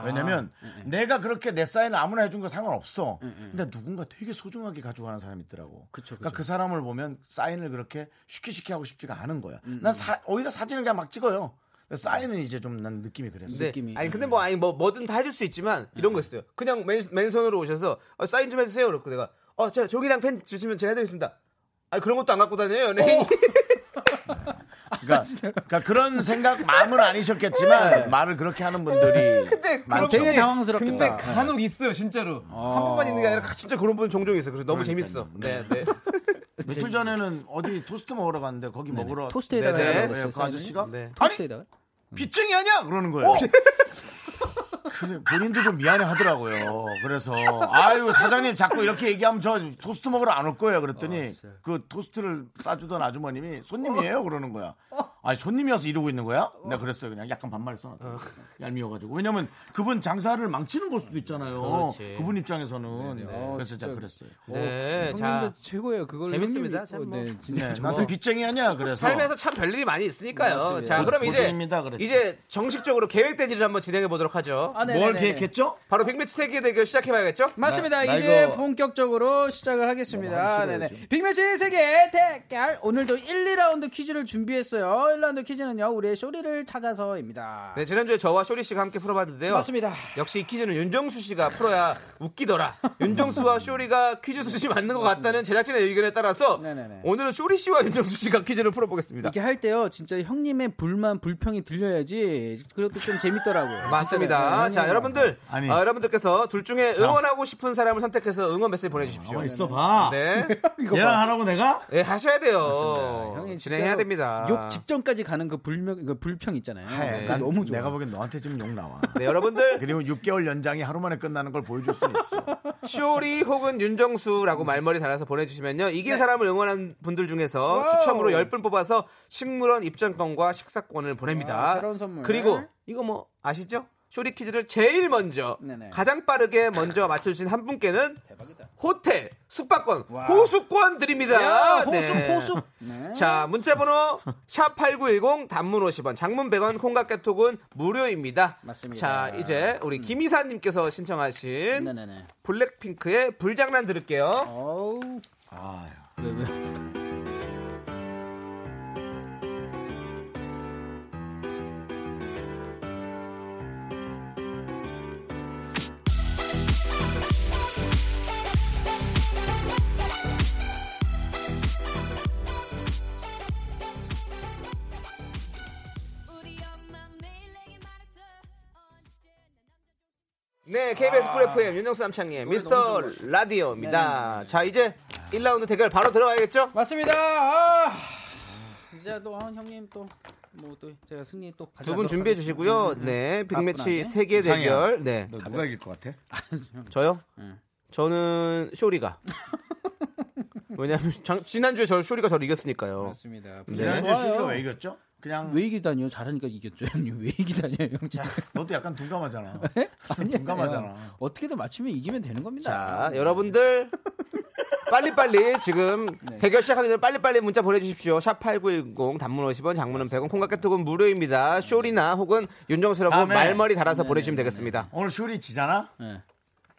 Speaker 1: 왜냐면 내가 그렇게 내 사인을 아무나 해준 거 상관없어. 근데 누군가 되게 소중하게 가지고 가는 사람이 있더라고.
Speaker 7: 네, 그쵸,
Speaker 1: 그러니까 그 사람을 보면 사인을 그렇게 쉽게 쉽게 하고 싶지가 않은 거야.
Speaker 7: 음,
Speaker 1: 난 사- 오히려 사진을 그냥 막 찍어요. 근데 사인은 이제 좀 난 느낌이 그랬어.
Speaker 2: 네.
Speaker 7: 느낌이. 음.
Speaker 2: 아니 근데 뭐 아니 뭐 뭐든 다 해줄 수 있지만 이런 거 있어요. 그냥 맨, 맨손으로 오셔서 어, 사인 좀 해주세요. 그렇고 내가 어 제가 종이랑 펜 주시면 제가 해드리겠습니다. 아 그런 것도 안 갖고 다녀요 네.
Speaker 7: 어.
Speaker 2: 연예인이.
Speaker 1: 그러니까, 그러니까 그런 생각 마음은 아니셨겠지만
Speaker 7: 네.
Speaker 1: 말을 그렇게 하는 분들이 많죠.
Speaker 7: 되게 아, 당황스럽겠다.
Speaker 2: 근데 그 간혹 있어요 진짜로. 한 번만 있는 게 아니라 진짜 그런 분 종종 있어요. 그래서 너무 재밌어. 네 네.
Speaker 1: 며칠 전에는 어디 토스트 먹으러 갔는데 거기 먹으러
Speaker 7: 토스트에다가
Speaker 2: 네네.
Speaker 7: 해달라고
Speaker 1: 네,
Speaker 7: 했어요,
Speaker 1: 그
Speaker 7: 사인을.
Speaker 1: 아저씨가
Speaker 2: 네.
Speaker 7: 토스트에다가. 어!
Speaker 1: 빚쟁이 아니야 그러는 거예요. 그래, 본인도 좀 미안해 하더라고요. 그래서 아유 사장님 자꾸 이렇게 얘기하면 저 토스트 먹으러 안 올 거예요.
Speaker 7: 어,
Speaker 1: 그랬더니 그 토스트를 싸주던 아주머님이 손님이에요 그러는 거야. 아니 손님이어서 이러고 있는 거야? 내가 그랬어요. 그냥 약간 반말 써놨다. 얄미워가지고 왜냐면 그분 장사를 망치는 걸 수도 있잖아요.
Speaker 2: 그렇지.
Speaker 1: 그분 입장에서는 그래서 제가
Speaker 7: 진짜. 아,
Speaker 1: 그랬어요.
Speaker 2: 네,
Speaker 7: 형님도
Speaker 2: 자
Speaker 7: 최고예요. 그걸
Speaker 2: 재밌습니다.
Speaker 7: 형님이-
Speaker 2: 참
Speaker 7: 어,
Speaker 2: 뭐.
Speaker 7: 네, 진짜
Speaker 1: 네, 나도 빚쟁이 아니야. 그래서
Speaker 2: 삶에서 참 별일이 많이 있으니까요.
Speaker 7: 맞습니다.
Speaker 2: 자 그럼 이제
Speaker 1: 고생입니다, 그랬죠.
Speaker 2: 이제 정식적으로 계획된 일을 한번 진행해 보도록 하죠.
Speaker 7: 네,
Speaker 1: 뭘 계획했죠?
Speaker 2: 바로 빅매치 세계 대결 시작해봐야겠죠?
Speaker 7: 맞습니다.
Speaker 1: 나- 나
Speaker 7: 이제
Speaker 1: 이거-
Speaker 7: 본격적으로 시작을
Speaker 2: 뭐
Speaker 7: 하겠습니다. 네네. 빅매치 세계 대결 오늘도 1, 2라운드 퀴즈를 준비했어요. 1라운드 퀴즈는요. 우리의 쇼리를 찾아서입니다.
Speaker 2: 네, 지난주에 저와 쇼리 씨가 함께 풀어봤는데요.
Speaker 7: 맞습니다.
Speaker 2: 역시 이 퀴즈는 윤정수 씨가 풀어야 웃기더라. 윤정수와 쇼리가 퀴즈 수시 맞는 것 같다는 제작진의 의견에 따라서
Speaker 7: 네네네.
Speaker 2: 오늘은 쇼리 씨와 윤정수 씨가 퀴즈를 풀어보겠습니다.
Speaker 7: 이렇게 할 때요. 진짜 형님의 불만 불평이 들려야지 그것도 좀 재밌더라고요. 음.
Speaker 2: 맞습니다. 자, 여러분들,
Speaker 1: 아니.
Speaker 2: 어, 여러분들께서 둘 중에 응원하고 싶은 사람을 선택해서 응원
Speaker 7: 어,
Speaker 2: 메시지 보내주십시오.
Speaker 1: 가만 있어봐.
Speaker 2: 네,
Speaker 1: 얘랑 하라고 내가?
Speaker 2: 네, 하셔야 돼요.
Speaker 7: 형이 진짜
Speaker 2: 진행해야 됩니다. 예.
Speaker 7: 욕 직전까지 가는 그 불명 그 불평 있잖아요.
Speaker 1: 네,
Speaker 7: 그거
Speaker 1: 난
Speaker 7: 너무 좋아.
Speaker 1: 내가 보기엔 너한테 지금 욕 나와.
Speaker 2: 네, 여러분들
Speaker 1: 그리고 6개월 연장이 하루 만에 끝나는 걸 보여줄 수 있어.
Speaker 2: 쇼리 혹은 윤정수라고
Speaker 7: 음.
Speaker 2: 말머리 달아서 보내주시면요. 이긴 사람을 응원한 분들 중에서
Speaker 7: 네. 와우.
Speaker 2: 추첨으로 10분 뽑아서 식물원 입장권과 식사권을 보냅니다.
Speaker 7: 와, 아, 새로운 선물.
Speaker 2: 그리고 이거 뭐 아시죠? 쇼리 퀴즈를 제일 먼저
Speaker 7: 네네.
Speaker 2: 가장 빠르게 먼저 맞춰주신 한 분께는
Speaker 7: 대박이다.
Speaker 2: 호텔, 숙박권,
Speaker 7: 와.
Speaker 2: 호수권 드립니다.
Speaker 1: 아,
Speaker 7: 야, 호수,
Speaker 2: 네.
Speaker 7: 호수. 네.
Speaker 2: 자, 문자번호 샵8910 단문 50원, 장문 100원, 콩과 깨톡은 무료입니다.
Speaker 7: 맞습니다. 음.
Speaker 2: 자, 이제 우리 김이사님께서 신청하신
Speaker 7: 네네네.
Speaker 2: 블랙핑크의 불장난 들을게요.
Speaker 7: 어우.
Speaker 1: 아유.
Speaker 7: 왜 왜?
Speaker 5: 우리 엄마 매일 내게 말했어 언제나
Speaker 2: 네, KBS 쿨 FM 윤영수 남창희의 미스터
Speaker 7: 네,
Speaker 2: 라디오입니다. 자, 이제 1라운드 대결 바로 들어가야겠죠?
Speaker 7: 맞습니다. 아. 이제 또 아, 형님 또. 뭐 또 제가 승리 또
Speaker 2: 두 분 준비해 주시고요. 네, 빅매치
Speaker 7: 음, 바쁘네.
Speaker 2: 세계 대결. 네,
Speaker 1: 너 누가 이길 것 같아?
Speaker 2: 저요? 저는 쇼리가. 왜냐하면 장- 지난주에 저 쇼리가 저를 이겼으니까요.
Speaker 7: 맞습니다.
Speaker 2: 네.
Speaker 1: 지난주에 수리가 왜 이겼죠? 그냥
Speaker 7: 왜 이기다니요? 잘하니까 이겼죠. 형님 왜 이기다니요? 형
Speaker 1: 너도 약간 둔감하잖아.
Speaker 7: 아니에요.
Speaker 1: 공감하잖아.
Speaker 7: 어떻게든 맞추면 이기면 되는 겁니다.
Speaker 2: 자, 여러분들 빨리빨리 지금 대결 시작하기 전에 빨리빨리 문자 보내주십시오. 샵 8910 단문 50원, 장문은 100원, 콩과 깨톡은 무료입니다. 쇼리나 혹은 윤정수라고
Speaker 1: 다음에.
Speaker 2: 말머리 달아서 보내주시면 되겠습니다.
Speaker 1: 오늘 쇼리 지잖아?
Speaker 7: 네.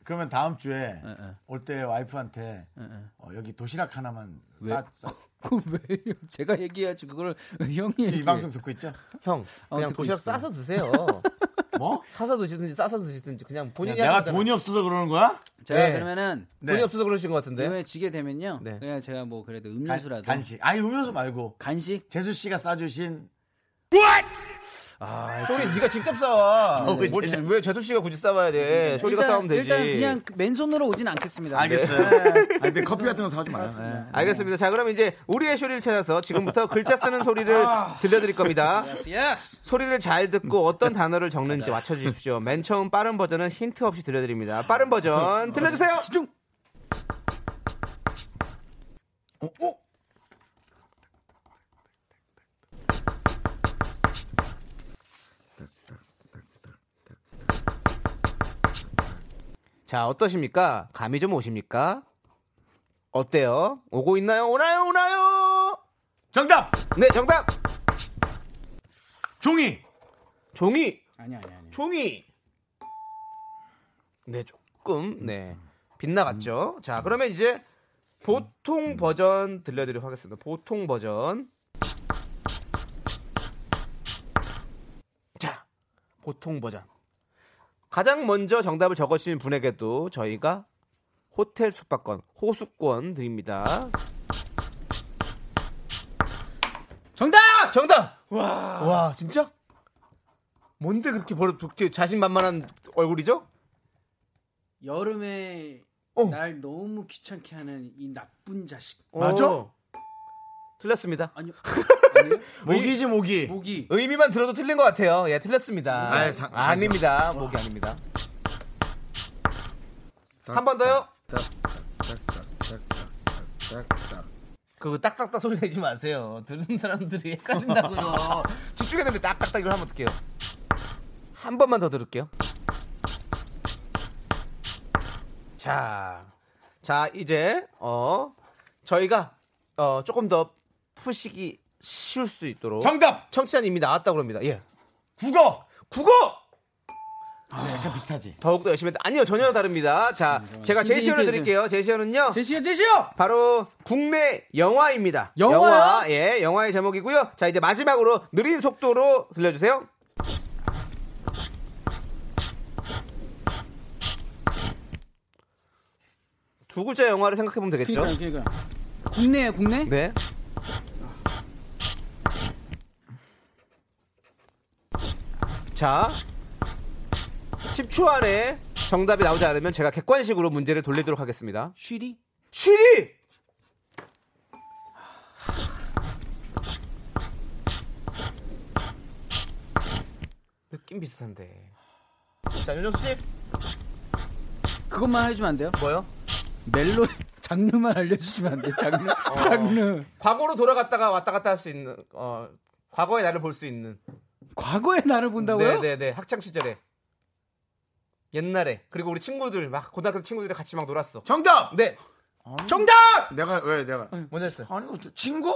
Speaker 1: 그러면 다음 주에
Speaker 4: 예.
Speaker 1: 올 때 와이프한테 어, 여기 도시락 하나만 싸. 싸.
Speaker 4: 그걸 왜요? 제가 얘기해야지 그걸 형이
Speaker 1: 지금
Speaker 4: 얘기해.
Speaker 1: 이 방송 듣고 있죠?
Speaker 2: 형 그냥
Speaker 4: 듣고
Speaker 2: 도시락
Speaker 4: 있어요.
Speaker 2: 싸서 드세요.
Speaker 1: 뭐?
Speaker 2: 사서 드시든지 싸서 드시든지 그냥
Speaker 1: 야,
Speaker 2: 본인이
Speaker 1: 내가
Speaker 2: 하시면
Speaker 1: 돈이 없어서 그러는 거야?
Speaker 4: 제가
Speaker 2: 네.
Speaker 4: 그러면은
Speaker 2: 되잖아요. 돈이 없어서 그러신 것 같은데.
Speaker 4: 이후에 지게 되면요.
Speaker 2: 네.
Speaker 4: 그냥 제가 뭐 그래도
Speaker 1: 간-
Speaker 4: 음료수라도
Speaker 1: 간식. 아니 음료수 말고
Speaker 4: 간식?
Speaker 1: 재수 씨가 싸주신 아,
Speaker 2: 쇼리 네가 직접 싸와.
Speaker 1: 어, 그
Speaker 2: 뭘
Speaker 1: 제작-
Speaker 2: 지- 왜 재수 씨가 굳이 싸와야 돼? 쇼리가
Speaker 4: 일단-
Speaker 2: 네, 싸우면 되지. 네.
Speaker 4: 일단 그냥 그 맨손으로 오진 않겠습니다.
Speaker 1: 알겠어요. 아니, 근데 커피 같은 거 사오지 마요. 네.
Speaker 2: 알겠습니다. 자, 그럼 이제 우리의 쇼리를 찾아서 지금부터 글자 쓰는 소리를 들려드릴 겁니다.
Speaker 4: 예스.
Speaker 2: 소리를 잘 듣고 어떤 단어를 적는지 맞춰주십시오. 맨 처음 빠른 버전은 힌트 없이 들려드립니다. 빠른 버전 들려주세요. 집중.
Speaker 1: 어, 어?
Speaker 2: 자, 어떠십니까? 감이 좀 오십니까? 어때요? 오고 있나요? 오나요? 오나요?
Speaker 1: 정답!
Speaker 2: 네, 정답.
Speaker 1: 종이!
Speaker 2: 종이.
Speaker 4: 아니 아니 아니.
Speaker 2: 종이. 네, 조금 네 빗나갔죠. 자, 그러면 이제 보통 버전 들려드리도록 하겠습니다. 보통 버전. 자, 보통 버전. 가장 먼저 정답을 적어주신 분에게도 저희가 호텔 숙박권, 호수권 드립니다. 정답! 정답! 와, 와 진짜? 뭔데 그렇게 벌 독재 자신만만한 얼굴이죠?
Speaker 4: 여름에
Speaker 2: 어.
Speaker 4: 날 너무 귀찮게 하는 이 나쁜 자식.
Speaker 1: 맞아?
Speaker 2: 틀렸습니다.
Speaker 4: 아니
Speaker 1: 모기지 모기.
Speaker 4: 목이
Speaker 2: 의미만 들어도 틀린 것 같아요. 예, 틀렸습니다.
Speaker 1: 아이, 상-
Speaker 2: 닙니다 목이 아닙니다. 한 번 더요. 그 딱딱딱 소리 내지 마세요. 듣는 사람들이 헷갈린다고요. 집중했는데 딱딱딱 이걸 한번 들게요. 한 번만 더 들을게요. 자, 자 이제 어 저희가 어 조금 더 푸시기 쉬울 수 있도록
Speaker 1: 정답!
Speaker 2: 청취자는 이미 나왔다고 합니다. 예.
Speaker 1: 국어!
Speaker 2: 국어!
Speaker 1: 약간 비슷하지?
Speaker 2: 더욱더 열심히 했다. 아니요, 전혀 다릅니다. 자, 제가 제시어를
Speaker 4: 힌트, 힌트.
Speaker 2: 드릴게요. 제시어는요.
Speaker 4: 제시요 제시요.
Speaker 2: 바로 국내 영화입니다.
Speaker 4: 영화요?
Speaker 2: 영화, 예, 영화의 제목이고요. 자, 이제 마지막으로 느린 속도로 들려주세요. 두 글자 영화를 생각해보면 되겠죠?
Speaker 4: 그러니까 그러니까 국내에 국내?
Speaker 2: 네. 자, 10초 안에 정답이 나오지 않으면 제가 객관식으로 문제를 돌리도록 하겠습니다.
Speaker 4: 쉬리?
Speaker 2: 쉬리! 느낌 비슷한데. 자, 윤정수 씨,
Speaker 4: 그것만 해주면 안 돼요?
Speaker 2: 뭐요?
Speaker 4: 멜로 장르만 알려주시면 안 돼요? 장르
Speaker 2: 어.
Speaker 4: 장르.
Speaker 2: 과거로 돌아갔다가 왔다 갔다 할 수 있는, 어, 과거의 나를 볼 수 있는.
Speaker 4: 과거의 나를 본다고요?
Speaker 2: 네네네 학창 시절에 옛날에 그리고 우리 친구들 막 고등학교 친구들이 같이 막 놀았어.
Speaker 1: 정답!
Speaker 2: 네
Speaker 1: 정답! 내가 왜 내가
Speaker 2: 먼저 했어요.
Speaker 1: 아니 어째- 친구?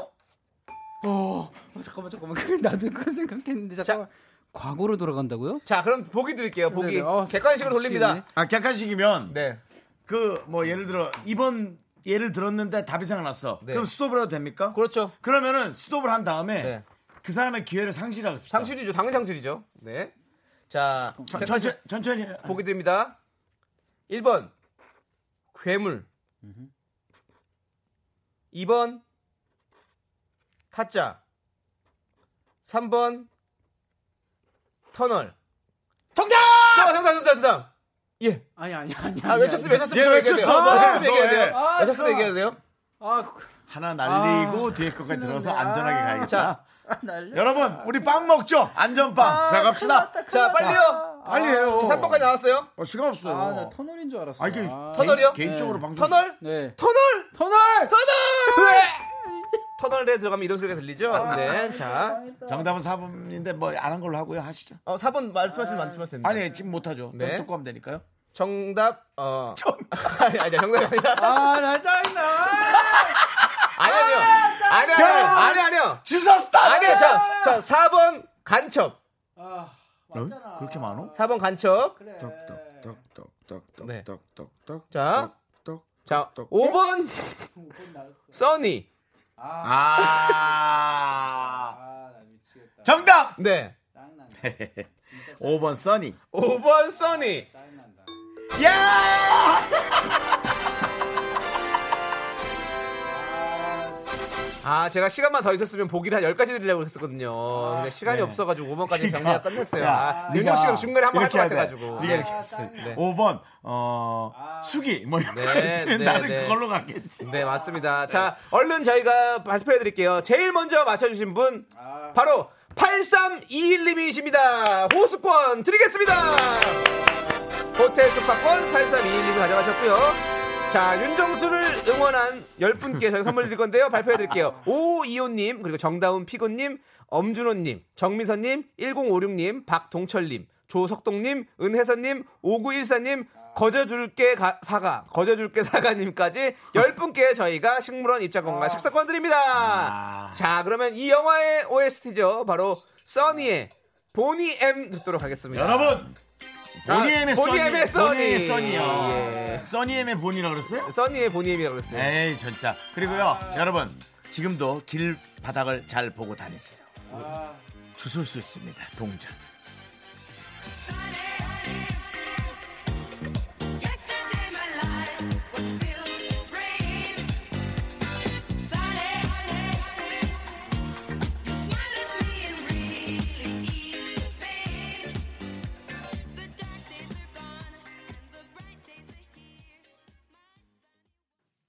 Speaker 4: 어, 잠깐만 잠깐만 그 나도 그 생각했는데
Speaker 7: 아.
Speaker 4: 잠깐만 과거로 돌아간다고요?
Speaker 2: 자 그럼 보기 드릴게요. 보기
Speaker 4: 네네, 어,
Speaker 2: 객관식으로 돌립니다.
Speaker 1: 아 객관식이면
Speaker 2: 네
Speaker 1: 그 뭐 예를 들어 이번 예를 들었는데 답이 생각났어.
Speaker 2: 네.
Speaker 1: 그럼 스톱을 해도 됩니까?
Speaker 2: 그렇죠.
Speaker 1: 그러면은 스톱을 한 다음에
Speaker 2: 네.
Speaker 1: 그 사람의 기회를 상실하고 싶다.
Speaker 2: 상실이죠 당연히 상실이죠. 네. 자
Speaker 1: 천-
Speaker 2: 객관식
Speaker 1: 천천- 천천히 해.
Speaker 2: 보기 드립니다. 1번 괴물 2번 타짜 3번 터널
Speaker 4: 정답!
Speaker 2: 자 정답 정답 정답 예
Speaker 4: 아니 아니 아니.
Speaker 2: 아, 외쳤으면 외쳤으면
Speaker 1: 예,
Speaker 2: 또 얘기해야 돼요. 아,
Speaker 1: 외쳤어. 너
Speaker 2: 외쳤으면
Speaker 1: 해,
Speaker 2: 얘기해야
Speaker 1: 너 해.
Speaker 2: 돼요.
Speaker 4: 아,
Speaker 2: 외쳤으면
Speaker 4: 잠깐만.
Speaker 2: 얘기해야 돼요.
Speaker 4: 아,
Speaker 1: 하나 날리고 뒤에 것까지 들어서 안전하게 가야겠다.
Speaker 4: 날려.
Speaker 1: 여러분 우리 빵 먹죠? 안전빵. 자 갑시다.
Speaker 2: 자, 빨리요. 아,
Speaker 1: 빨리 해요.
Speaker 2: 3번까지 나왔어요.
Speaker 1: 어, 시간 없어.
Speaker 4: 아, 나 터널인 줄 알았어.
Speaker 1: 아, 이게
Speaker 4: 아,
Speaker 2: 터널이요?
Speaker 1: 개인, 적으로 방송.
Speaker 2: 터널?
Speaker 4: 네.
Speaker 2: 터널?
Speaker 4: 터널!
Speaker 1: 네.
Speaker 2: 터널! 터널에 들어가면 이런 소리가 들리죠? 네. 자.
Speaker 1: 정답은 4번인데 뭐 안 한 걸로 하고요. 하시죠.
Speaker 2: 어, 4번 말씀하시면 말씀하시면 됩니다.
Speaker 1: 아니 지금 못하죠.
Speaker 2: 네.
Speaker 1: 음. 네. 듣고 하면 되니까요.
Speaker 2: 정답, 어. 아니, 아니, 정답이 아니라.
Speaker 4: 아, 나 짜증나.
Speaker 2: 아니, 아니요. 아니, 아니요. 아니, 아니요.
Speaker 1: 주셨다.
Speaker 2: 아니요. 자, 자, 4번 간첩.
Speaker 1: 네. 그렇게 많어?
Speaker 2: 4번 간첩.
Speaker 1: 덥, 덥.
Speaker 2: 네. 어?
Speaker 8: 떡떡떡떡떡떡떡
Speaker 2: 자, 자, 5번 써니. 아.
Speaker 1: 아.
Speaker 7: 아나 미치겠다.
Speaker 1: 정답!
Speaker 2: 네.
Speaker 7: 짜증난다.
Speaker 1: 5번 써니.
Speaker 2: 5번 써니.
Speaker 7: 짜증난다.
Speaker 1: 야!
Speaker 2: 아, 제가 시간만 더 있었으면 보기를 한 10가지 드리려고 했었거든요. 근데 시간이
Speaker 1: 네.
Speaker 2: 없어가지고 5번까지
Speaker 1: 그러니까,
Speaker 2: 경례가 끝났어요.
Speaker 1: 야,
Speaker 2: 아,
Speaker 1: 네가
Speaker 2: 윤정 씨가 중간에 한 번 할
Speaker 1: 이렇게
Speaker 2: 것
Speaker 1: 해야 돼.
Speaker 2: 같아가지고.
Speaker 1: 네가 이렇게
Speaker 2: 했어요. 네.
Speaker 1: 5번, 어, 수기. 뭐 이런
Speaker 2: 네,
Speaker 1: 거 했으면
Speaker 2: 네,
Speaker 1: 나는
Speaker 2: 네.
Speaker 1: 그걸로 갔겠지.
Speaker 2: 네, 맞습니다. 자, 얼른 저희가 발표해 드릴게요. 제일 먼저 맞춰주신 분, 바로 8321님이십니다. 호수권 드리겠습니다. 호텔 숙박권 8321님이 가져가셨고요. 자, 윤정수를 응원한 10분께 저희 선물 드릴 건데요. 발표해 드릴게요. 5525님, 그리고 정다운 피고님, 엄준호님, 정미선님, 1056님, 박동철님, 조석동님, 은혜선님, 5914님, 거저줄게 가- 사과, 거저줄게 사과님까지 10분께 저희가 식물원 입장권과
Speaker 1: 아.
Speaker 2: 식사권 드립니다. 자, 그러면 이 영화의 OST죠. 바로 써니의 보니 M 듣도록 하겠습니다.
Speaker 1: 여러분!
Speaker 2: 자,
Speaker 1: 보니엠의 써니.
Speaker 2: 보니엠의 써니.
Speaker 1: 보니엠의 써니요.
Speaker 2: 예.
Speaker 1: 써니엠의 본이라고 그랬어요?
Speaker 2: 써니의 보니 M이라고 그랬어요.
Speaker 1: 에이 진짜 그리고요 여러분 지금도 길 바닥을 잘 보고 다니세요 주술 수 있습니다 동전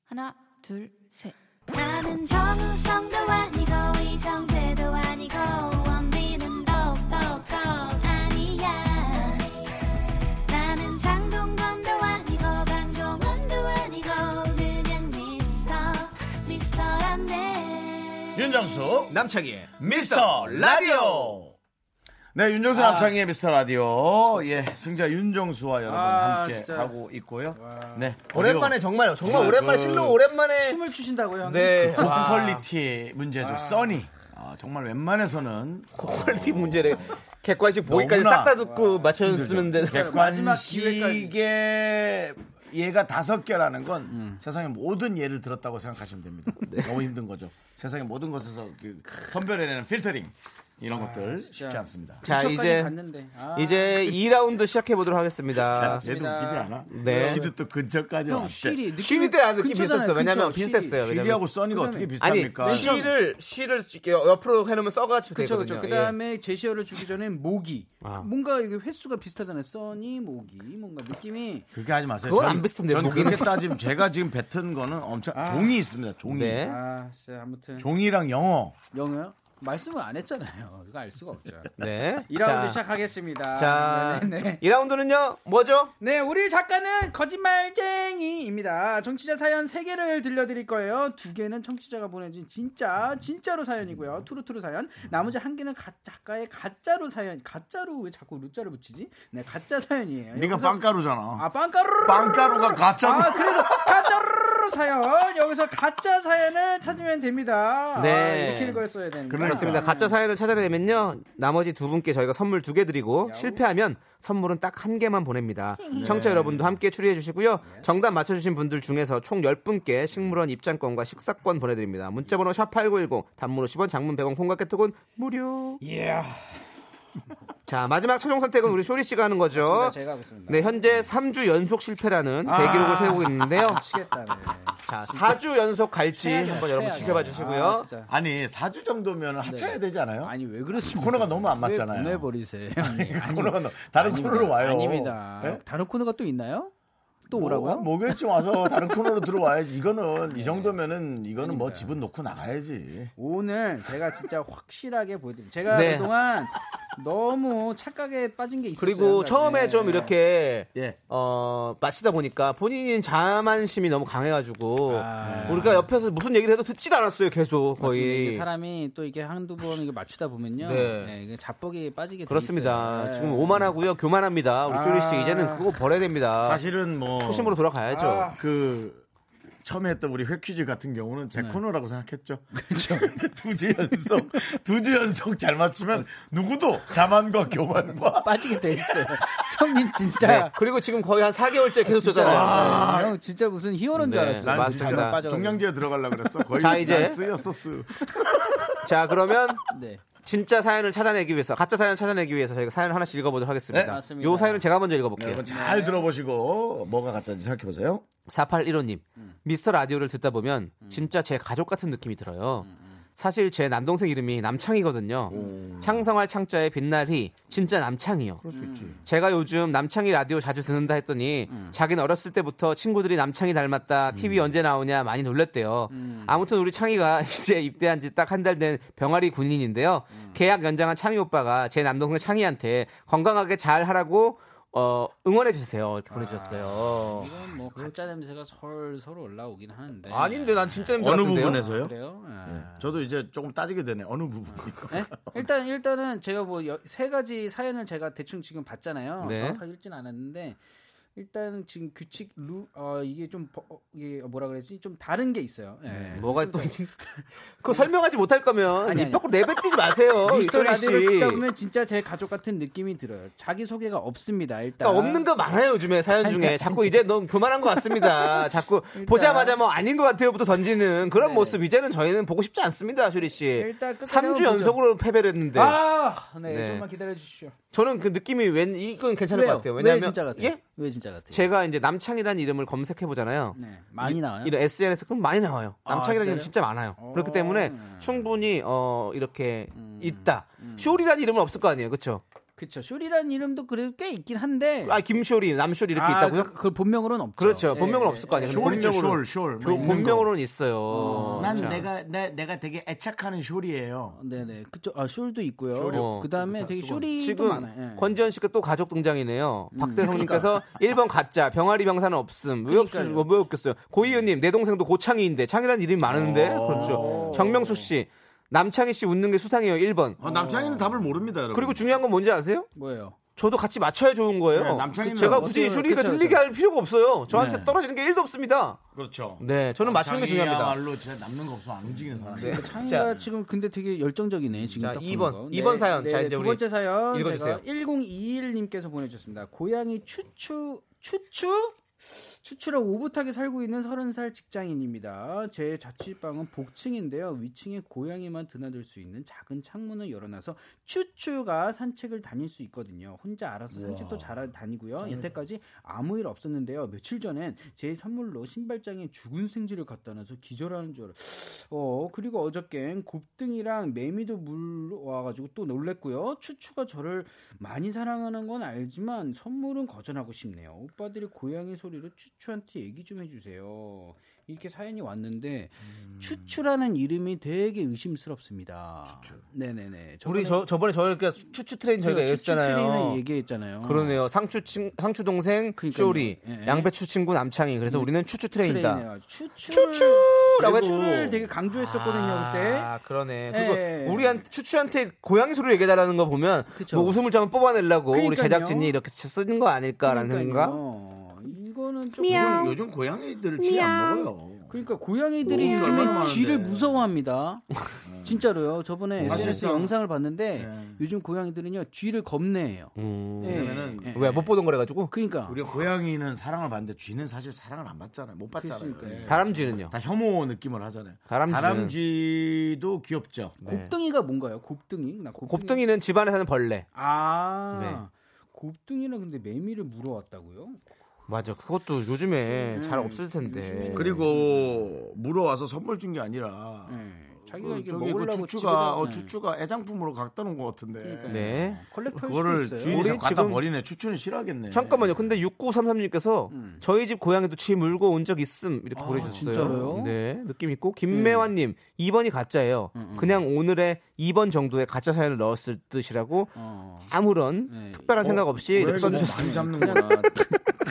Speaker 4: 하나, 둘, 셋.
Speaker 5: 나는 정우성도 아니고 이정재도 아니고 원빈은 더욱더 아니야 나는 장동건도 아니고 강동원도 아니고 그냥 미스터 미스터란데
Speaker 1: 윤정수
Speaker 2: 남창희의
Speaker 1: 미스터 라디오 네 윤정수
Speaker 2: 아.
Speaker 1: 남창희의 미스터 라디오 예 승자 윤정수와 여러분
Speaker 7: 아,
Speaker 1: 함께
Speaker 7: 진짜.
Speaker 1: 하고 있고요 네
Speaker 2: 오랜만에
Speaker 1: 그리고
Speaker 2: 정말 정말
Speaker 1: 그, 그,
Speaker 2: 오랜만에
Speaker 1: 아.
Speaker 2: 실로 오랜만에
Speaker 7: 춤을 추신다고요? 형님?
Speaker 2: 네
Speaker 1: 고퀄리티 문제죠 써니 아, 정말 웬만해서는
Speaker 2: 고퀄리티 문제래 객관식 보기까지
Speaker 1: 너무나
Speaker 2: 싹 다 듣고 맞춰줬으면 되는
Speaker 7: 마지막
Speaker 1: 객관식의 그 예가 다섯 개라는 건 세상의 모든 예를 들었다고 생각하시면 됩니다.
Speaker 2: 네.
Speaker 1: 너무 힘든 거죠. 세상의 모든 것에서 그 선별해내는 필터링
Speaker 7: 아,
Speaker 1: 이런 것들 쉽지 않습니다.
Speaker 2: 자
Speaker 7: 저까지
Speaker 2: 이제
Speaker 7: 갔는데. 아,
Speaker 2: 이제 2라운드 시작해 보도록 하겠습니다.
Speaker 1: 얘도 웃기지 않아?
Speaker 2: 네.
Speaker 1: 지도 또 근처까지
Speaker 7: 형
Speaker 1: 왔대.
Speaker 7: 쉬리 느낌이
Speaker 2: 쉬리 아, 때안 느낌
Speaker 7: 근처잖아요,
Speaker 2: 비슷했어요. 왜냐면
Speaker 7: 근처, 쉬리.
Speaker 2: 비슷했어요. 왜냐면
Speaker 1: 지리하고 써니가 어떻게
Speaker 2: 아니 네.
Speaker 1: 비슷합니까? 그렇죠.
Speaker 2: 쉬를 쉬를 이렇게 옆으로 해놓으면 써가지고
Speaker 7: 그쵸
Speaker 2: 되거든요.
Speaker 7: 그렇죠,
Speaker 2: 예.
Speaker 7: 그쵸. 그다음에 제시어를 주기 전에 모기.
Speaker 2: 아.
Speaker 7: 뭔가 이게 횟수가 비슷하잖아요. 써니 모기 뭔가 느낌이
Speaker 1: 그렇게 하지 마세요.
Speaker 2: 그건
Speaker 1: 전-
Speaker 2: 안 비슷한데요,
Speaker 1: 전
Speaker 2: 거기는.
Speaker 1: 그렇게 따지면 제가 지금 뱉은 거는 엄청 종이 있습니다. 종이.
Speaker 2: 네.
Speaker 7: 아 진짜 아무튼
Speaker 1: 종이랑 영어.
Speaker 7: 영어요? 말씀을 안 했잖아요. 이거 알 수가 없죠.
Speaker 2: 예. 네.
Speaker 7: 2라운드
Speaker 2: 자,
Speaker 7: 시작하겠습니다. 아,
Speaker 2: 자,
Speaker 7: 네네네.
Speaker 2: 2라운드는요 뭐죠?
Speaker 7: 네, 우리 작가는 거짓말쟁이입니다. 정치자 사연 3개를 들려드릴 거예요. 2개는 청취자가 보내준 진짜, 진짜로 사연이고요. 투루투루 사연. 나머지 1개는 가, 작가의 가짜로 사연. 가짜로 왜 자꾸 루자를 붙이지? 네, 가짜 사연이에요.
Speaker 1: 네가
Speaker 7: 여기서-
Speaker 1: 빵가루잖아.
Speaker 7: 아, 빵가루!
Speaker 1: 빵가루가 가짜로.
Speaker 7: 아, 그래서 가짜로 사연. 여기서 가짜 사연을 찾으면 됩니다.
Speaker 2: 네.
Speaker 7: 아, 이렇게 읽어야 되는
Speaker 1: 그러니까.
Speaker 7: 거
Speaker 2: 그렇습니다. 가짜 사연을 찾아내면요 나머지 두 분께 저희가 선물 두 개 드리고 실패하면 선물은 딱 한 개만 보냅니다.
Speaker 7: 네.
Speaker 2: 청취자 여러분도 함께 추리해 주시고요. 정답 맞춰주신 분들 중에서 총 10분께 식물원 입장권과 식사권 보내드립니다. 문자번호 샵8910 단문 50원 장문 100원 콩과 깨톡은 무료.
Speaker 7: 예.
Speaker 2: 자 마지막 최종 선택은 우리 쇼리 씨가 하는 거죠.
Speaker 7: 제가 아. 보겠습니다.
Speaker 2: 네 현재 3주 연속 실패라는 대기록을 세우고 있는데요.
Speaker 7: 미치겠다. 네.
Speaker 2: 자 4주 연속 갈지
Speaker 7: 최악이야,
Speaker 2: 한번 여러분
Speaker 7: 최악이야.
Speaker 2: 지켜봐
Speaker 7: 아,
Speaker 2: 주시고요.
Speaker 7: 진짜.
Speaker 1: 아니 4주 정도면 하차해야 되지 않아요?
Speaker 7: 네. 아니 네, 왜 그러십니까?
Speaker 1: 코너가 너무 안
Speaker 7: 왜
Speaker 1: 맞잖아요.
Speaker 7: 보내버리세요.
Speaker 1: 아니, 코너가 너- 다른
Speaker 7: 아닙니다.
Speaker 1: 코너로 와요.
Speaker 7: 아닙니다.
Speaker 1: 예?
Speaker 7: 다른 코너가 또 있나요? 또
Speaker 1: 뭐, 한
Speaker 7: 오라고요?
Speaker 1: 목요일쯤 와서 다른 코너로 들어와야지. 이거는 이 정도면은 이거는 뭐 집은 놓고 나가야지.
Speaker 7: 오늘 제가 진짜 확실하게 보여드립니다. 제가
Speaker 2: 네.
Speaker 7: 그동안 너무 착각에 빠진 게 있었어요.
Speaker 2: 그리고 처음에
Speaker 7: 네.
Speaker 2: 좀 이렇게
Speaker 1: 예.
Speaker 2: 어 마시다 보니까 본인 자만심이 너무 강해가지고 우리가 옆에서 무슨 얘기를 해도 듣질 않았어요 계속
Speaker 7: 맞습니다. 네, 이게
Speaker 2: 거의
Speaker 7: 사람이 또 이게 한두 번 이게 맞추다 보면요.
Speaker 2: 네.
Speaker 7: 네. 이게 자뻑이 빠지게 돼
Speaker 2: 그렇습니다
Speaker 7: 있어요. 네.
Speaker 2: 지금 오만하고요 아. 교만합니다 우리 쇼리 씨 이제는 그거 버려야 됩니다
Speaker 1: 사실은 아, 뭐
Speaker 2: 아. 초심으로 돌아가야죠
Speaker 1: 그 처음에 했던 우리 회퀴즈 같은 경우는 제 코너라고 생각했죠. 그렇죠. 두 주 연속, 두 주 연속 잘 맞추면 누구도 자만과 교만과
Speaker 7: 빠지게 돼 있어요. 형님 진짜.
Speaker 2: 네. 그리고 지금 거의 한 4개월째 계속 쏘잖아요.
Speaker 7: 네, 형 진짜 무슨 히어로인 줄
Speaker 2: 네.
Speaker 7: 알았어.
Speaker 2: 맞습니다.
Speaker 1: 난 진짜
Speaker 7: 빠져가지고.
Speaker 1: 종량제에 들어가려고 그랬어. 거의
Speaker 2: 자, 이제.
Speaker 1: 난 쓰였어, 쓰.
Speaker 2: 자, 그러면
Speaker 7: 네.
Speaker 2: 진짜 사연을 찾아내기 위해서, 가짜 사연을 찾아내기 위해서 저희가 사연 을 하나씩 읽어보도록
Speaker 1: 네,
Speaker 2: 하겠습니다.
Speaker 7: 맞습니다.
Speaker 2: 요 사연은 제가 먼저 읽어볼게요.
Speaker 1: 여러분 잘 들어보시고 뭐가 가짜인지 생각해보세요.
Speaker 2: 4815님 미스터 라디오를 듣다 보면 진짜 제 가족 같은 느낌이 들어요. 사실 제 남동생 이름이 남창이거든요. 창성할 창자의 빛날이 진짜 남창이요. 음. 제가 요즘 남창이 라디오 자주 듣는다 했더니 자기는 어렸을 때부터 친구들이 남창이 닮았다. TV 언제 나오냐 많이 놀랬대요. 아무튼 우리 창이가 이제 입대한 지 딱 한 달 된 병아리 군인인데요. 계약 연장한 창이 오빠가 제 남동생 창이한테 건강하게 잘 하라고 어, 응원해 주세요. 이렇게 보내주셨어요.
Speaker 7: 이건 뭐 가짜 냄새가 솔솔 올라오긴 하는데.
Speaker 2: 아닌데 난 진짜 냄새
Speaker 1: 네. 어느
Speaker 2: 같은데요?
Speaker 1: 부분에서요?
Speaker 7: 그래요? 아.
Speaker 1: 예. 저도 이제 조금 따지게 되네. 어느 부분이.
Speaker 7: 네? 일단 일단은 제가 뭐 세 가지 사연을 제가 대충 지금 봤잖아요.
Speaker 2: 네.
Speaker 7: 정확하게 읽진 않았는데 일단 지금 규칙 루 어, 이게 좀 버- 어, 이게 뭐라 그랬지 좀 다른 게 있어요. 예.
Speaker 1: 네.
Speaker 2: 뭐가 또 네. 그러니까 그거 설명하지 못할 거면
Speaker 7: 아니,
Speaker 2: 입
Speaker 7: 아니.
Speaker 2: 밖으로 내뱉지 마세요.
Speaker 7: 미스터
Speaker 2: 이소리 씨.
Speaker 7: 라디오를 듣다 보면 진짜 제 가족 같은 느낌이 들어요. 자기 소개가 없습니다. 일단
Speaker 2: 그러니까 없는 거 많아요 요즘에 사연
Speaker 7: 아니,
Speaker 2: 중에
Speaker 7: 아니.
Speaker 2: 자꾸 이제 너무 교만한 것 같습니다. 자꾸
Speaker 7: 일단-
Speaker 2: 보자마자 뭐 아닌 것 같아요부터 던지는 그런
Speaker 7: 네.
Speaker 2: 모습 이제는 저희는 보고 싶지 않습니다, 쇼리 씨.
Speaker 7: 일단 끝까지
Speaker 2: 삼 주
Speaker 7: 한번 보죠.
Speaker 2: 연속으로 패배를 했는데
Speaker 7: 아, 네,
Speaker 2: 네.
Speaker 7: 좀만 기다려 주십시오.
Speaker 2: 저는 그 느낌이 왠 이건 괜찮을 것 같아요.
Speaker 7: 왜
Speaker 2: 왜냐하면
Speaker 7: 진짜 같아요?
Speaker 2: 예?
Speaker 7: 왜 진짜 같아요?
Speaker 2: 제가 이제 남창이라는 이름을 검색해 보잖아요.
Speaker 7: 네, 많이 나와요.
Speaker 2: 이런 SNS 그럼 많이 나와요.
Speaker 7: 아,
Speaker 2: 남창이라는 이름
Speaker 7: 진짜요?
Speaker 2: 진짜 많아요.
Speaker 7: 어.
Speaker 2: 그렇기 때문에 충분히 어 이렇게 있다. 쇼리라는 이름은 없을 거 아니에요, 그렇죠?
Speaker 7: 그쵸. 쇼리라는 이름도 그래도 꽤 있긴 한데.
Speaker 2: 아 김쇼리, 남쇼리 이렇게
Speaker 7: 네. 아,
Speaker 2: 있다고요?
Speaker 7: 그, 그 본명으로는 없죠.
Speaker 2: 그, 렇죠
Speaker 7: 예,
Speaker 2: 본명은
Speaker 7: 예,
Speaker 2: 없을 거 아니에요.
Speaker 1: 예. 쇼리죠,
Speaker 2: 본명으로
Speaker 1: 쇼리, 쇼리. 뭐 있는 거.
Speaker 2: 본명으로는 있어요. 그렇죠.
Speaker 1: 난
Speaker 2: 자.
Speaker 1: 내가 내, 내가 되게 애착하는 쇼리예요.
Speaker 7: 네네 그쪽 아 숄도 있고요.
Speaker 2: 숄이요.
Speaker 7: 그다음에 되게 숄이도 많아요.
Speaker 2: 지금
Speaker 7: 예.
Speaker 2: 권지현 씨가 또 가족 등장이네요. 박대성님께서 1번 가짜, 병아리 병사는 없음. 왜 없어?
Speaker 7: 그러니까요.
Speaker 2: 왜 없겠어요? 고이은님 내 동생도 고창희인데 창이라는 이름이 많은데 그렇죠. 정명수 씨, 남창희 씨 웃는 게 수상해요. 1번.
Speaker 1: 남창이는 답을 모릅니다, 아, 네, 여러분.
Speaker 2: 그리고 중요한 건 뭔지 아세요?
Speaker 7: 뭐예요?
Speaker 2: 저도 같이 맞춰야 좋은 거예요.
Speaker 1: 네, 남창이는
Speaker 2: 제가 굳이
Speaker 7: 뭐 어떻게-
Speaker 2: 쇼리가
Speaker 7: 그쵸,
Speaker 2: 틀리게
Speaker 7: 그쵸.
Speaker 2: 할 필요가 없어요. 저한테
Speaker 7: 네.
Speaker 2: 떨어지는 게 1도 없습니다.
Speaker 1: 그렇죠.
Speaker 2: 네, 저는 맞추는 게 중요합니다.
Speaker 1: 말로 진짜 남는 거 없으면 안 움직이는 사람.
Speaker 2: 네.
Speaker 7: 창희가 그 지금 근데 되게 열정적이네 지금
Speaker 2: 자,
Speaker 7: 딱 보는
Speaker 2: 2번.
Speaker 7: 거.
Speaker 2: 2번 사연. 자,
Speaker 7: 네,
Speaker 2: 이제
Speaker 7: 두
Speaker 2: 우리
Speaker 7: 번째 사연
Speaker 2: 읽어주세요.
Speaker 7: 제가 1021님께서 보내주셨습니다. 고양이 추추 추추 추추로 오붓하게 살고 있는 30살 직장인입니다. 제 자취방은 복층인데요. 위층에 고양이만 드나들 수 있는 작은 창문을 열어놔서 추추가 산책을 다닐 수 있거든요. 혼자 알아서 산책도 잘 다니고요. 여태까지 아무 일 없었는데요. 며칠 전엔 제 선물로 신발장에 죽은 생쥐를 갖다 놔서 기절하는 줄 알았어요. 어 그리고 어저껜 곱등이랑 매미도 물와가지고 또 놀랬고요. 추추가 저를 많이 사랑하는 건 알지만 선물은 거절하고 싶네요. 오빠들이 고양이 소리로 추추한테 얘기 좀 해주세요. 이렇게 사연이 왔는데
Speaker 2: 음.
Speaker 7: 추추라는 이름이 되게 의심스럽습니다. 네네네.
Speaker 2: 우리 저 저번에 저희가 추추 트레인 저희가
Speaker 7: 그러니까 추추트리는
Speaker 2: 얘기했잖아요.
Speaker 7: 얘기했잖아요.
Speaker 2: 그러네요. 상추 친 상추 동생
Speaker 7: 그러니까요.
Speaker 2: 쇼리,
Speaker 7: 예, 예.
Speaker 2: 양배추 친구 남창희. 그래서 우리는 추추 트레인이다.
Speaker 7: 트레이네요. 추추를
Speaker 2: 추추라고
Speaker 7: 추추를 되게 강조했었거든요 그때.
Speaker 2: 아, 그러네.
Speaker 7: 예,
Speaker 2: 그거
Speaker 7: 예, 예.
Speaker 2: 우리한테 추추한테 고양이 소리 얘기해달라는 거 보면
Speaker 7: 그쵸.
Speaker 2: 뭐 웃음을 좀 뽑아내려고 우리
Speaker 7: 그러니까요.
Speaker 2: 제작진이 이렇게 쓰는 거 아닐까라는 생각.
Speaker 7: 그러니까요. 이거는 좀
Speaker 1: 요즘, 요즘 고양이들 쥐안 먹어요.
Speaker 7: 그러니까 고양이들이
Speaker 1: 오, 얼마나
Speaker 7: 요즘에
Speaker 1: 많은데. 네. 아,
Speaker 7: 쥐를 무서워합니다. 진짜로요. 저번에 SNS 영상을 봤는데 요즘 고양이들은요 쥐를 겁내해요.
Speaker 2: 음.
Speaker 7: 예.
Speaker 1: 왜냐면은
Speaker 7: 예.
Speaker 2: 왜 못 보던 거래가지고
Speaker 7: 그러니까
Speaker 1: 우리가 고양이는 사랑을 받는데 쥐는 사실 사랑을 안 받잖아요. 못 받잖아요.
Speaker 7: 그러니까요.
Speaker 1: 예.
Speaker 2: 다람쥐는요.
Speaker 1: 다 혐오 느낌을 하잖아요.
Speaker 2: 다람쥐는-
Speaker 1: 도 귀엽죠.
Speaker 7: 네. 곱등이가 뭔가요? 곱등이? 나 곱등이.
Speaker 2: 곱등이는 집안에 사는 벌레.
Speaker 7: 아 곱등이는 근데 매미를 물어왔다고요?
Speaker 2: 맞아. 그것도 요즘에 잘 없을 텐데.
Speaker 1: 그리고 물어와서 선물 준 게 아니라
Speaker 7: 네. 자기가
Speaker 1: 그
Speaker 7: 이게
Speaker 1: 저기 그
Speaker 7: 먹으려고
Speaker 1: 추추가 어,
Speaker 7: 집에다- 네.
Speaker 1: 추추가 애장품으로 갖다 놓은 것 같은데
Speaker 2: 네.
Speaker 7: 컬렉터일 수도
Speaker 1: 그거를
Speaker 7: 있어요.
Speaker 1: 주인이
Speaker 2: 우리
Speaker 1: 자꾸 갖다
Speaker 2: 지금-
Speaker 1: 버리네. 추추는 싫어하겠네.
Speaker 2: 잠깐만요. 근데 6933님께서 저희 집 고양이도 쥐 물고 온 적 있음 이렇게
Speaker 7: 아,
Speaker 2: 보내주셨어요.
Speaker 7: 진짜로요?
Speaker 2: 네, 느낌 있고 김매환님 2번이 가짜예요. 그냥 오늘의 2번 정도의 가짜 사연을 넣었을 듯이라고
Speaker 7: 어.
Speaker 2: 아무런
Speaker 7: 네.
Speaker 2: 특별한 생각 없이
Speaker 1: 왜
Speaker 2: 이렇게
Speaker 1: 이거 많이
Speaker 2: 써주셨어요.
Speaker 1: 잡는구나.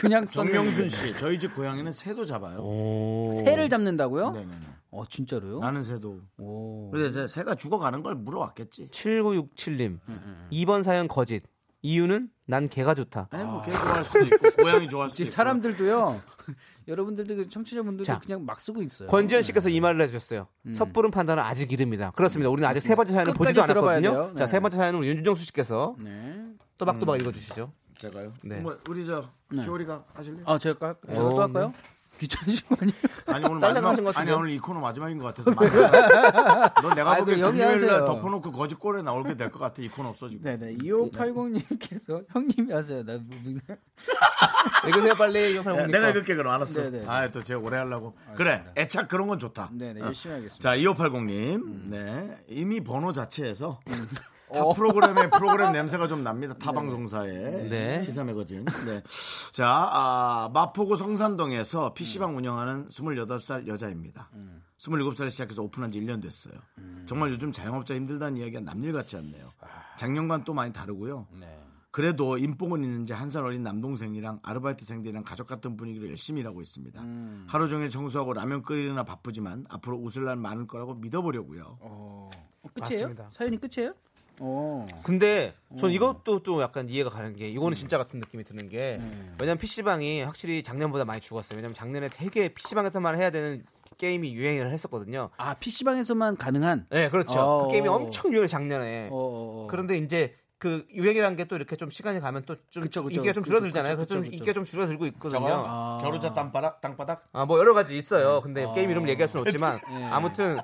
Speaker 7: 그냥
Speaker 1: 정명순 씨, 저희 집 고양이는 새도 잡아요.
Speaker 2: 오.
Speaker 7: 새를 잡는다고요?
Speaker 1: 네네네.
Speaker 7: 어 진짜로요?
Speaker 1: 나는 새도.
Speaker 7: 오.
Speaker 1: 음. 근데 이제 새가 죽어가는 걸 물어왔겠지.
Speaker 2: 7967님 2번 사연 거짓. 이유는 난 개가 좋다.
Speaker 1: 아니 뭐 개가 좋아할 수도 있고 고양이 좋아할 수도
Speaker 7: 이제
Speaker 1: 있고
Speaker 7: 사람들도요. 여러분들도 그 청취자분들도
Speaker 2: 자.
Speaker 7: 그냥 막 쓰고 있어요.
Speaker 2: 음. 권지현 씨께서 이 말을 해주셨어요. 섣부른 판단은 아직 이릅니다. 그렇습니다. 우리는 아직 세 번째 사연을
Speaker 7: 음. 끝까지
Speaker 2: 보지도
Speaker 7: 들어봐야
Speaker 2: 않았거든요.
Speaker 7: 돼요.
Speaker 2: 자,
Speaker 7: 네.
Speaker 2: 세 번째 사연은 우리 윤준정 씨께서
Speaker 7: 네.
Speaker 2: 또박또박 읽어주시죠.
Speaker 1: 제가요.
Speaker 2: 네.
Speaker 1: 뭐 우리 저 겨울이가 하실래요?
Speaker 7: 아 제가 할- 제가 또
Speaker 2: 어,
Speaker 7: 할까요? 귀찮으신 거 아니에요?
Speaker 1: 아니 오늘
Speaker 2: 딴 생각하신
Speaker 1: 마지막
Speaker 2: 것
Speaker 1: 아니
Speaker 2: 같은데요?
Speaker 1: 오늘 이 코너 마지막인 것 같아서 많이 너 내가
Speaker 7: 아이,
Speaker 1: 보기엔
Speaker 7: 그럼 여기
Speaker 1: 금요일 날
Speaker 7: 하세요.
Speaker 1: 덮어놓고 거짓골에 나올게 될 것 같아 이 코너 없어지고
Speaker 7: 네네. 2580님께서 형님이 하세요. 나 뭐, 무빙.
Speaker 2: 읽으세요,
Speaker 7: 네,
Speaker 2: 빨리. 이거
Speaker 1: 야,
Speaker 2: 팔공님
Speaker 1: 네, 내가
Speaker 2: 거.
Speaker 1: 읽을게 그럼 알았어
Speaker 7: 네네.
Speaker 1: 아또 제가 오래 하려고 그래 애착 그런 건 좋다
Speaker 7: 네네.
Speaker 1: 어.
Speaker 7: 열심히 하겠습니다. 음.
Speaker 1: 자 2580님 네 이미 번호 자체에서 타
Speaker 7: 어.
Speaker 1: 프로그램의 프로그램 냄새가 좀 납니다 타 방송사의
Speaker 2: 네.
Speaker 1: 시사 매거진 네. 자 아, 마포구 성산동에서
Speaker 7: 음.
Speaker 1: PC방 운영하는 28살 여자입니다 27살에 시작해서 오픈한 지 1년 됐어요
Speaker 7: 음.
Speaker 1: 정말 요즘 자영업자 힘들다는 이야기가 남일 같지 않네요
Speaker 7: 아.
Speaker 1: 작년과는 또 많이 다르고요 그래도 인복은 있는지 한 살 어린 남동생이랑 아르바이트생들이랑 가족 같은 분위기로 열심히 일하고 있습니다. 하루 종일 청소하고 라면 끓이느라 바쁘지만 앞으로 웃을 날 많을 거라고 믿어보려고요.
Speaker 7: 끝이에요?
Speaker 2: 맞습니다.
Speaker 7: 사연이 끝이에요? 어. 음.
Speaker 2: 근데 전 이것도 좀 약간 이해가 가는 게 이거는 진짜 같은 느낌이 드는 게 왜냐면 PC방이 확실히 작년보다 많이 죽었어요. 왜냐면 작년에 되게 PC방에서만 해야 되는 게임이 유행을 했었거든요.
Speaker 7: 아, PC방에서만 가능한.
Speaker 2: 네, 그렇죠.
Speaker 7: 어.
Speaker 2: 그 게임이 엄청 유행 작년에.
Speaker 7: 어, 어, 어.
Speaker 2: 그런데 이제 그 유행이라는 게 또 이렇게 좀 시간이 가면 또 좀
Speaker 7: 그쵸, 그쵸,
Speaker 2: 인기가 좀
Speaker 7: 그쵸,
Speaker 2: 줄어들잖아요.
Speaker 7: 그쵸,
Speaker 2: 그래서 좀
Speaker 7: 그쵸, 아.
Speaker 2: 인기가 좀 줄어들고 있거든요.
Speaker 1: 저거 겨루자 땅바닥 땅바닥
Speaker 2: 아 뭐 여러 가지
Speaker 7: 음.
Speaker 2: 있어요. 근데 게임 이름을 얘기할 수는 없지만
Speaker 7: 예.
Speaker 2: 아무튼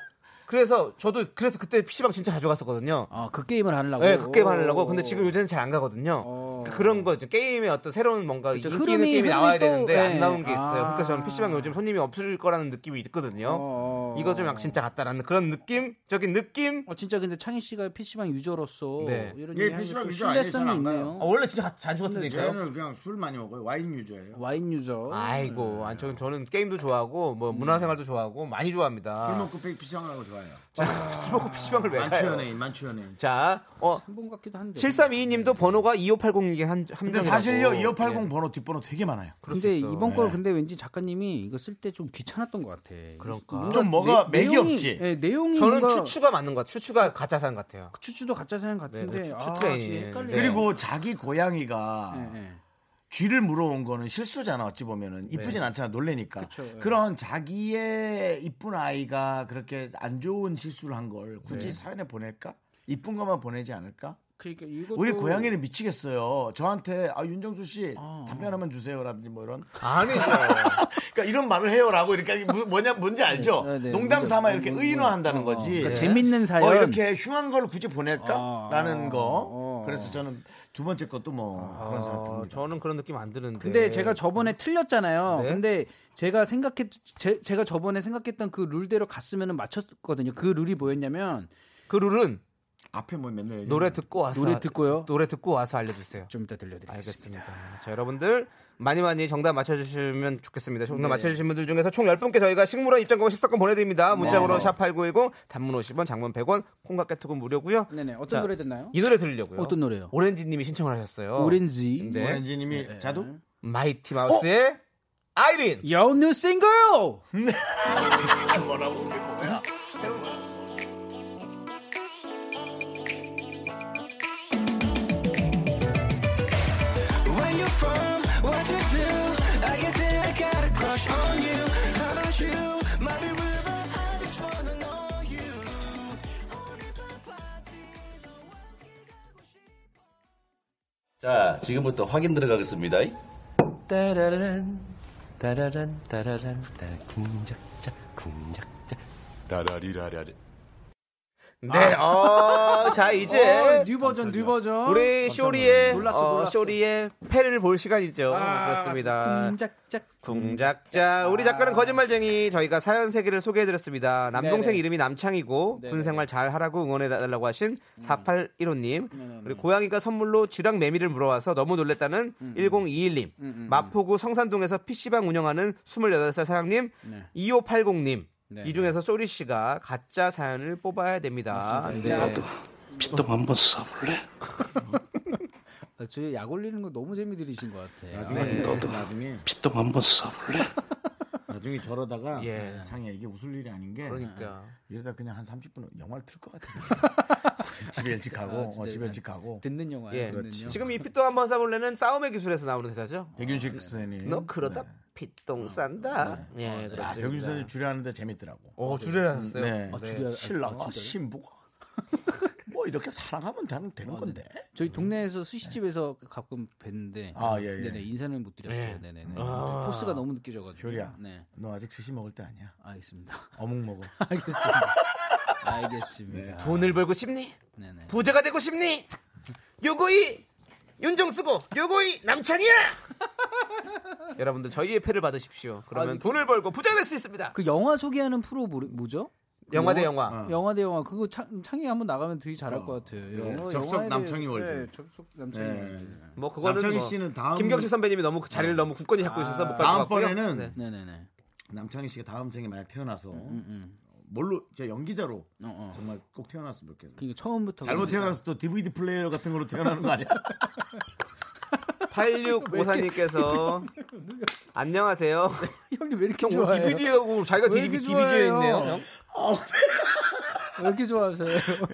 Speaker 2: 그래서 저도 그래서 그때 PC방 진짜 자주 갔었거든요.
Speaker 7: 아, 그 게임을 하려고.
Speaker 2: 네, 그게 말하려고. 근데 지금 요새는 잘 안 가거든요. 그러니까 그런 거 이제 게임의 어떤 새로운 뭔가
Speaker 7: 그쵸,
Speaker 2: 인기 있는
Speaker 7: 흐름이-
Speaker 2: 게임이 나와야
Speaker 7: 흐름이 또-
Speaker 2: 되는데
Speaker 7: 네.
Speaker 2: 안 나온 게 있어요.
Speaker 7: 아.
Speaker 2: 그러니까 저는 PC방 요즘 손님이 없을 거라는 느낌이 있거든요.
Speaker 7: 어.
Speaker 2: 이거 좀 약 진짜 같다라는 그런 느낌적인 느낌.
Speaker 7: 어, 진짜 근데 창희 씨가 PC방 유저로서
Speaker 2: 네.
Speaker 7: 이런
Speaker 1: 예,
Speaker 7: 얘기
Speaker 1: PC방
Speaker 7: 하니까
Speaker 1: 유저 아니에요.
Speaker 7: 신뢰성이
Speaker 1: 잘안 가요.
Speaker 7: 있네요.
Speaker 2: 어,
Speaker 7: 어,
Speaker 2: 원래 진짜 자주 갔으니까요.
Speaker 1: 저희는 그냥 술 많이 먹어요. 와인 유저예요.
Speaker 7: 와인 유저.
Speaker 1: 음.
Speaker 2: 아이고, 아니, 저는, 저는 게임도 좋아하고 뭐 문화생활도 좋아하고 많이 좋아합니다.
Speaker 1: 술 먹고 피- PC방 가는 거 좋아해요.
Speaker 2: 자, 술 먹고 PC방을 왜
Speaker 1: 만취
Speaker 2: 가요?
Speaker 1: 연예인 만취 연예인.
Speaker 2: 자, 어,
Speaker 7: 한분 같기도 한데.
Speaker 2: 7322님도 번호가 2580이게 한, 한
Speaker 1: 근데
Speaker 2: 명이라고.
Speaker 1: 사실요 2580
Speaker 2: 예.
Speaker 1: 번호 뒷번호 되게 많아요.
Speaker 2: 그럴 수
Speaker 7: 근데
Speaker 2: 있어.
Speaker 7: 이번 걸
Speaker 1: 네.
Speaker 7: 근데 왠지 작가님이 이거 쓸 때 좀 귀찮았던 것 같아.
Speaker 2: 그럴까?
Speaker 1: 좀 뭐가 맥이
Speaker 7: 내용이-
Speaker 1: 없지.
Speaker 7: 예, 내용이
Speaker 2: 저는
Speaker 7: 뭔가
Speaker 2: 추추가 맞는 것 같아요. 추추가 가짜 산 같아요.
Speaker 7: 추추도 가짜 사연 같은데.
Speaker 2: 네, 그
Speaker 7: 아,
Speaker 2: 추추가
Speaker 7: 진짜
Speaker 2: 있네.
Speaker 7: 헷갈려.
Speaker 2: 네.
Speaker 1: 그리고 자기 고양이가
Speaker 7: 네.
Speaker 1: 쥐를 물어온 거는 실수잖아 어찌 보면은 이쁘진 않잖아 놀래니까
Speaker 7: 예.
Speaker 1: 그런 자기의 이쁜 아이가 그렇게 안 좋은 실수를 한 걸 굳이
Speaker 7: 네.
Speaker 1: 사연에 보낼까 이쁜 것만 보내지 않을까
Speaker 7: 그러니까 이것도
Speaker 1: 우리 고양이는 미치겠어요 저한테 아 윤정수 씨 담배 하나만 주세요라든지 뭐 이런
Speaker 2: 아니죠.
Speaker 1: 그러니까 이런 말을 해요라고 이렇게 무- 뭐냐 뭔지 알죠
Speaker 7: 네, 네,
Speaker 1: 농담
Speaker 7: 뭔지
Speaker 1: 삼아
Speaker 7: 알죠.
Speaker 1: 이렇게
Speaker 7: 뭐,
Speaker 1: 의논한다는 거지
Speaker 7: 그러니까
Speaker 1: 예.
Speaker 7: 재밌는 사연.
Speaker 1: 어, 이렇게 흉한 걸 굳이
Speaker 7: 아,
Speaker 1: 보낼까라는
Speaker 7: 아,
Speaker 1: 거
Speaker 7: 아.
Speaker 1: 그래서 저는 두 번째 것도 뭐 그런 생각
Speaker 2: 어,
Speaker 1: 듭니다
Speaker 2: 저는 그런 느낌 안 드는데.
Speaker 7: 근데 제가 저번에 틀렸잖아요.
Speaker 2: 네.
Speaker 7: 근데 제가 생각했 제, 제가 저번에 생각했던 그 룰대로 갔으면 맞췄거든요. 그 룰이 뭐였냐면
Speaker 2: 그 룰은
Speaker 1: 앞에 뭐 맨날 얘기하는
Speaker 2: 노래 듣고 와서
Speaker 7: 노래 듣고요.
Speaker 2: 노래 듣고 와서 알려주세요.
Speaker 7: 좀 이따 들려드리겠습니다.
Speaker 2: 알겠습니다. 자, 여러분들 많이 많이 정답 맞춰주시면 좋겠습니다. 정답
Speaker 7: 네.
Speaker 2: 맞춰주신 분들 중에서 총 10분께 저희가 식물원 입장권 식사권 보내드립니다.
Speaker 7: 네.
Speaker 2: 문자번호 샵8910 단문 50원 장문 100원 콩깍개톡은 무료고요.
Speaker 7: 네네. 어떤
Speaker 2: 자,
Speaker 7: 노래 듣나요?
Speaker 2: 이 노래 들으려고요.
Speaker 7: 어떤 노래요?
Speaker 2: 오렌지님이 신청을 하셨어요.
Speaker 7: 오렌지. 어?
Speaker 2: 네.
Speaker 1: 오렌지님이 자두?
Speaker 2: 마이티 마우스의 아이린.
Speaker 7: Yo new single.
Speaker 9: 자, 지금부터 확인 들어가겠습니다.
Speaker 10: 따라란 따라란 따라란 따라 궁작자 궁작자 따라리라라리
Speaker 2: 네. 어, 자, 이제
Speaker 7: 뉴 버전 아. 뉴 아, 버전.
Speaker 2: 우리 쇼리의
Speaker 7: 놀랐어,
Speaker 2: 어,
Speaker 7: 놀랐어.
Speaker 2: 쇼리의 패를 볼 시간이죠.
Speaker 7: 아,
Speaker 2: 아, 그렇습니다.
Speaker 7: 짝짝. 네.
Speaker 2: 궁작자 우리 작가는 거짓말쟁이 저희가 사연 세개를 소개해드렸습니다 남동생
Speaker 7: 아. 네네.
Speaker 2: 이름이 남창이고
Speaker 7: 네네. 음.
Speaker 2: 군생활 잘하라고 응원해달라고 하신 481호님 그리고 고양이가 선물로 쥐랑 매미를 물어와서 너무
Speaker 7: 음,
Speaker 2: 놀랬다는 1021님 마포구 성산동에서 PC방 운영하는 28살 사장님
Speaker 7: 네.
Speaker 2: 2580님 이 중에서 쏘리 씨가 가짜 사연을 뽑아야 됩니다. 네.
Speaker 9: 피똥 한번 쏴볼래?
Speaker 7: 아, 저희 약 올리는 거 너무 재미 들이신 것 같아. 요
Speaker 1: 나중에
Speaker 2: 네.
Speaker 1: 그래서 나중에
Speaker 9: 피똥 한번 쏴볼래?
Speaker 1: 나중에 저러다가
Speaker 2: 예.
Speaker 1: 창이야 이게 웃을 일이 아닌 게
Speaker 2: 그러니까
Speaker 1: 이러다 그냥 한 30분 영화를 틀 것 같아. 집에 일찍 가고
Speaker 7: 아, 진짜
Speaker 1: 어, 집에
Speaker 7: 약간
Speaker 1: 일찍 가고
Speaker 7: 듣는 영화예
Speaker 2: 예.
Speaker 7: 듣는요.
Speaker 2: 지금 이 피똥 한번 싸볼래는 싸움의 기술에서 나오는 대사죠.
Speaker 7: 네.
Speaker 1: 백윤식 선생님.
Speaker 2: 아, 네. 너 그러다 피똥 싼다.
Speaker 7: 네.
Speaker 2: 예,
Speaker 1: 아,
Speaker 2: 그렇습니다.
Speaker 1: 백윤식 선생님 주례하는데 재밌더라고.
Speaker 2: 오, 주례를 하셨어요?
Speaker 1: 네.
Speaker 2: 아,
Speaker 1: 주례- 신랑과 신부가 뭐 이렇게 사랑하면 되는,
Speaker 2: 아,
Speaker 1: 되는
Speaker 2: 네.
Speaker 1: 건데.
Speaker 7: 저희 동네에서 스시집에서 가끔 뵀는데
Speaker 1: 아, 예, 예.
Speaker 7: 네네 인사는 못 드렸어요. 네. 네네
Speaker 2: 아.
Speaker 7: 포스가 너무 느껴져가지고.
Speaker 1: 효리야,
Speaker 7: 네.
Speaker 1: 너 아직 스시 먹을 때 아니야.
Speaker 7: 알겠습니다.
Speaker 1: 어묵 먹어.
Speaker 7: 알겠습니다. 알겠습니다.
Speaker 2: 돈을 벌고 싶니?
Speaker 7: 네네.
Speaker 2: 부자가 되고 싶니? 요거이 윤정수고 요거이 남창이야. 여러분들 저희의 패를 받으십시오. 그러면 돈을 벌고 부자가 될 수 있습니다. 어.
Speaker 7: 그 영화 소개하는 프로 뭐, 뭐죠?
Speaker 2: 영화 대 영화.
Speaker 7: 영화 대 영화 그거 창, 창이 한번 나가면 되게 잘할
Speaker 1: 어.
Speaker 7: 것 같아요.
Speaker 1: 예.
Speaker 7: 영화-
Speaker 1: 접속
Speaker 7: 영화에 대해-
Speaker 1: 남창희 월드.
Speaker 7: 네, 접속 남창이 월드.
Speaker 2: 뭐 그거는
Speaker 1: 어, 남창희
Speaker 2: 뭐
Speaker 1: 씨는 다음- 네.
Speaker 2: 김경식 선배님이 너무 그 자리를 너무 굳건히 잡고 있어서 못 갈 것 같고요.
Speaker 1: 다음번에는
Speaker 2: 네.
Speaker 7: 네네네.
Speaker 1: 남창희 씨가 다음 음. 생에 만약 태어나서 뭘로 제 연기자로
Speaker 7: 어, 어.
Speaker 1: 정말 꼭 태어났으면 좋겠어요.
Speaker 7: 그러니까 처음부터
Speaker 1: 잘못
Speaker 7: 그러니까
Speaker 1: 태어나서 또 DVD 플레이어 같은 걸로 태어나는 거 아니야?
Speaker 2: 8654님께서 안녕하세요.
Speaker 7: 형님 왜 이렇게
Speaker 2: 형
Speaker 7: 좋아해요?
Speaker 2: 오늘 DVD하고 자기가
Speaker 7: 왜
Speaker 2: d
Speaker 7: 이렇게
Speaker 2: v d 에 있네요.
Speaker 7: 좋아해요?
Speaker 2: 형.
Speaker 7: 왜 이렇게 좋아하세요?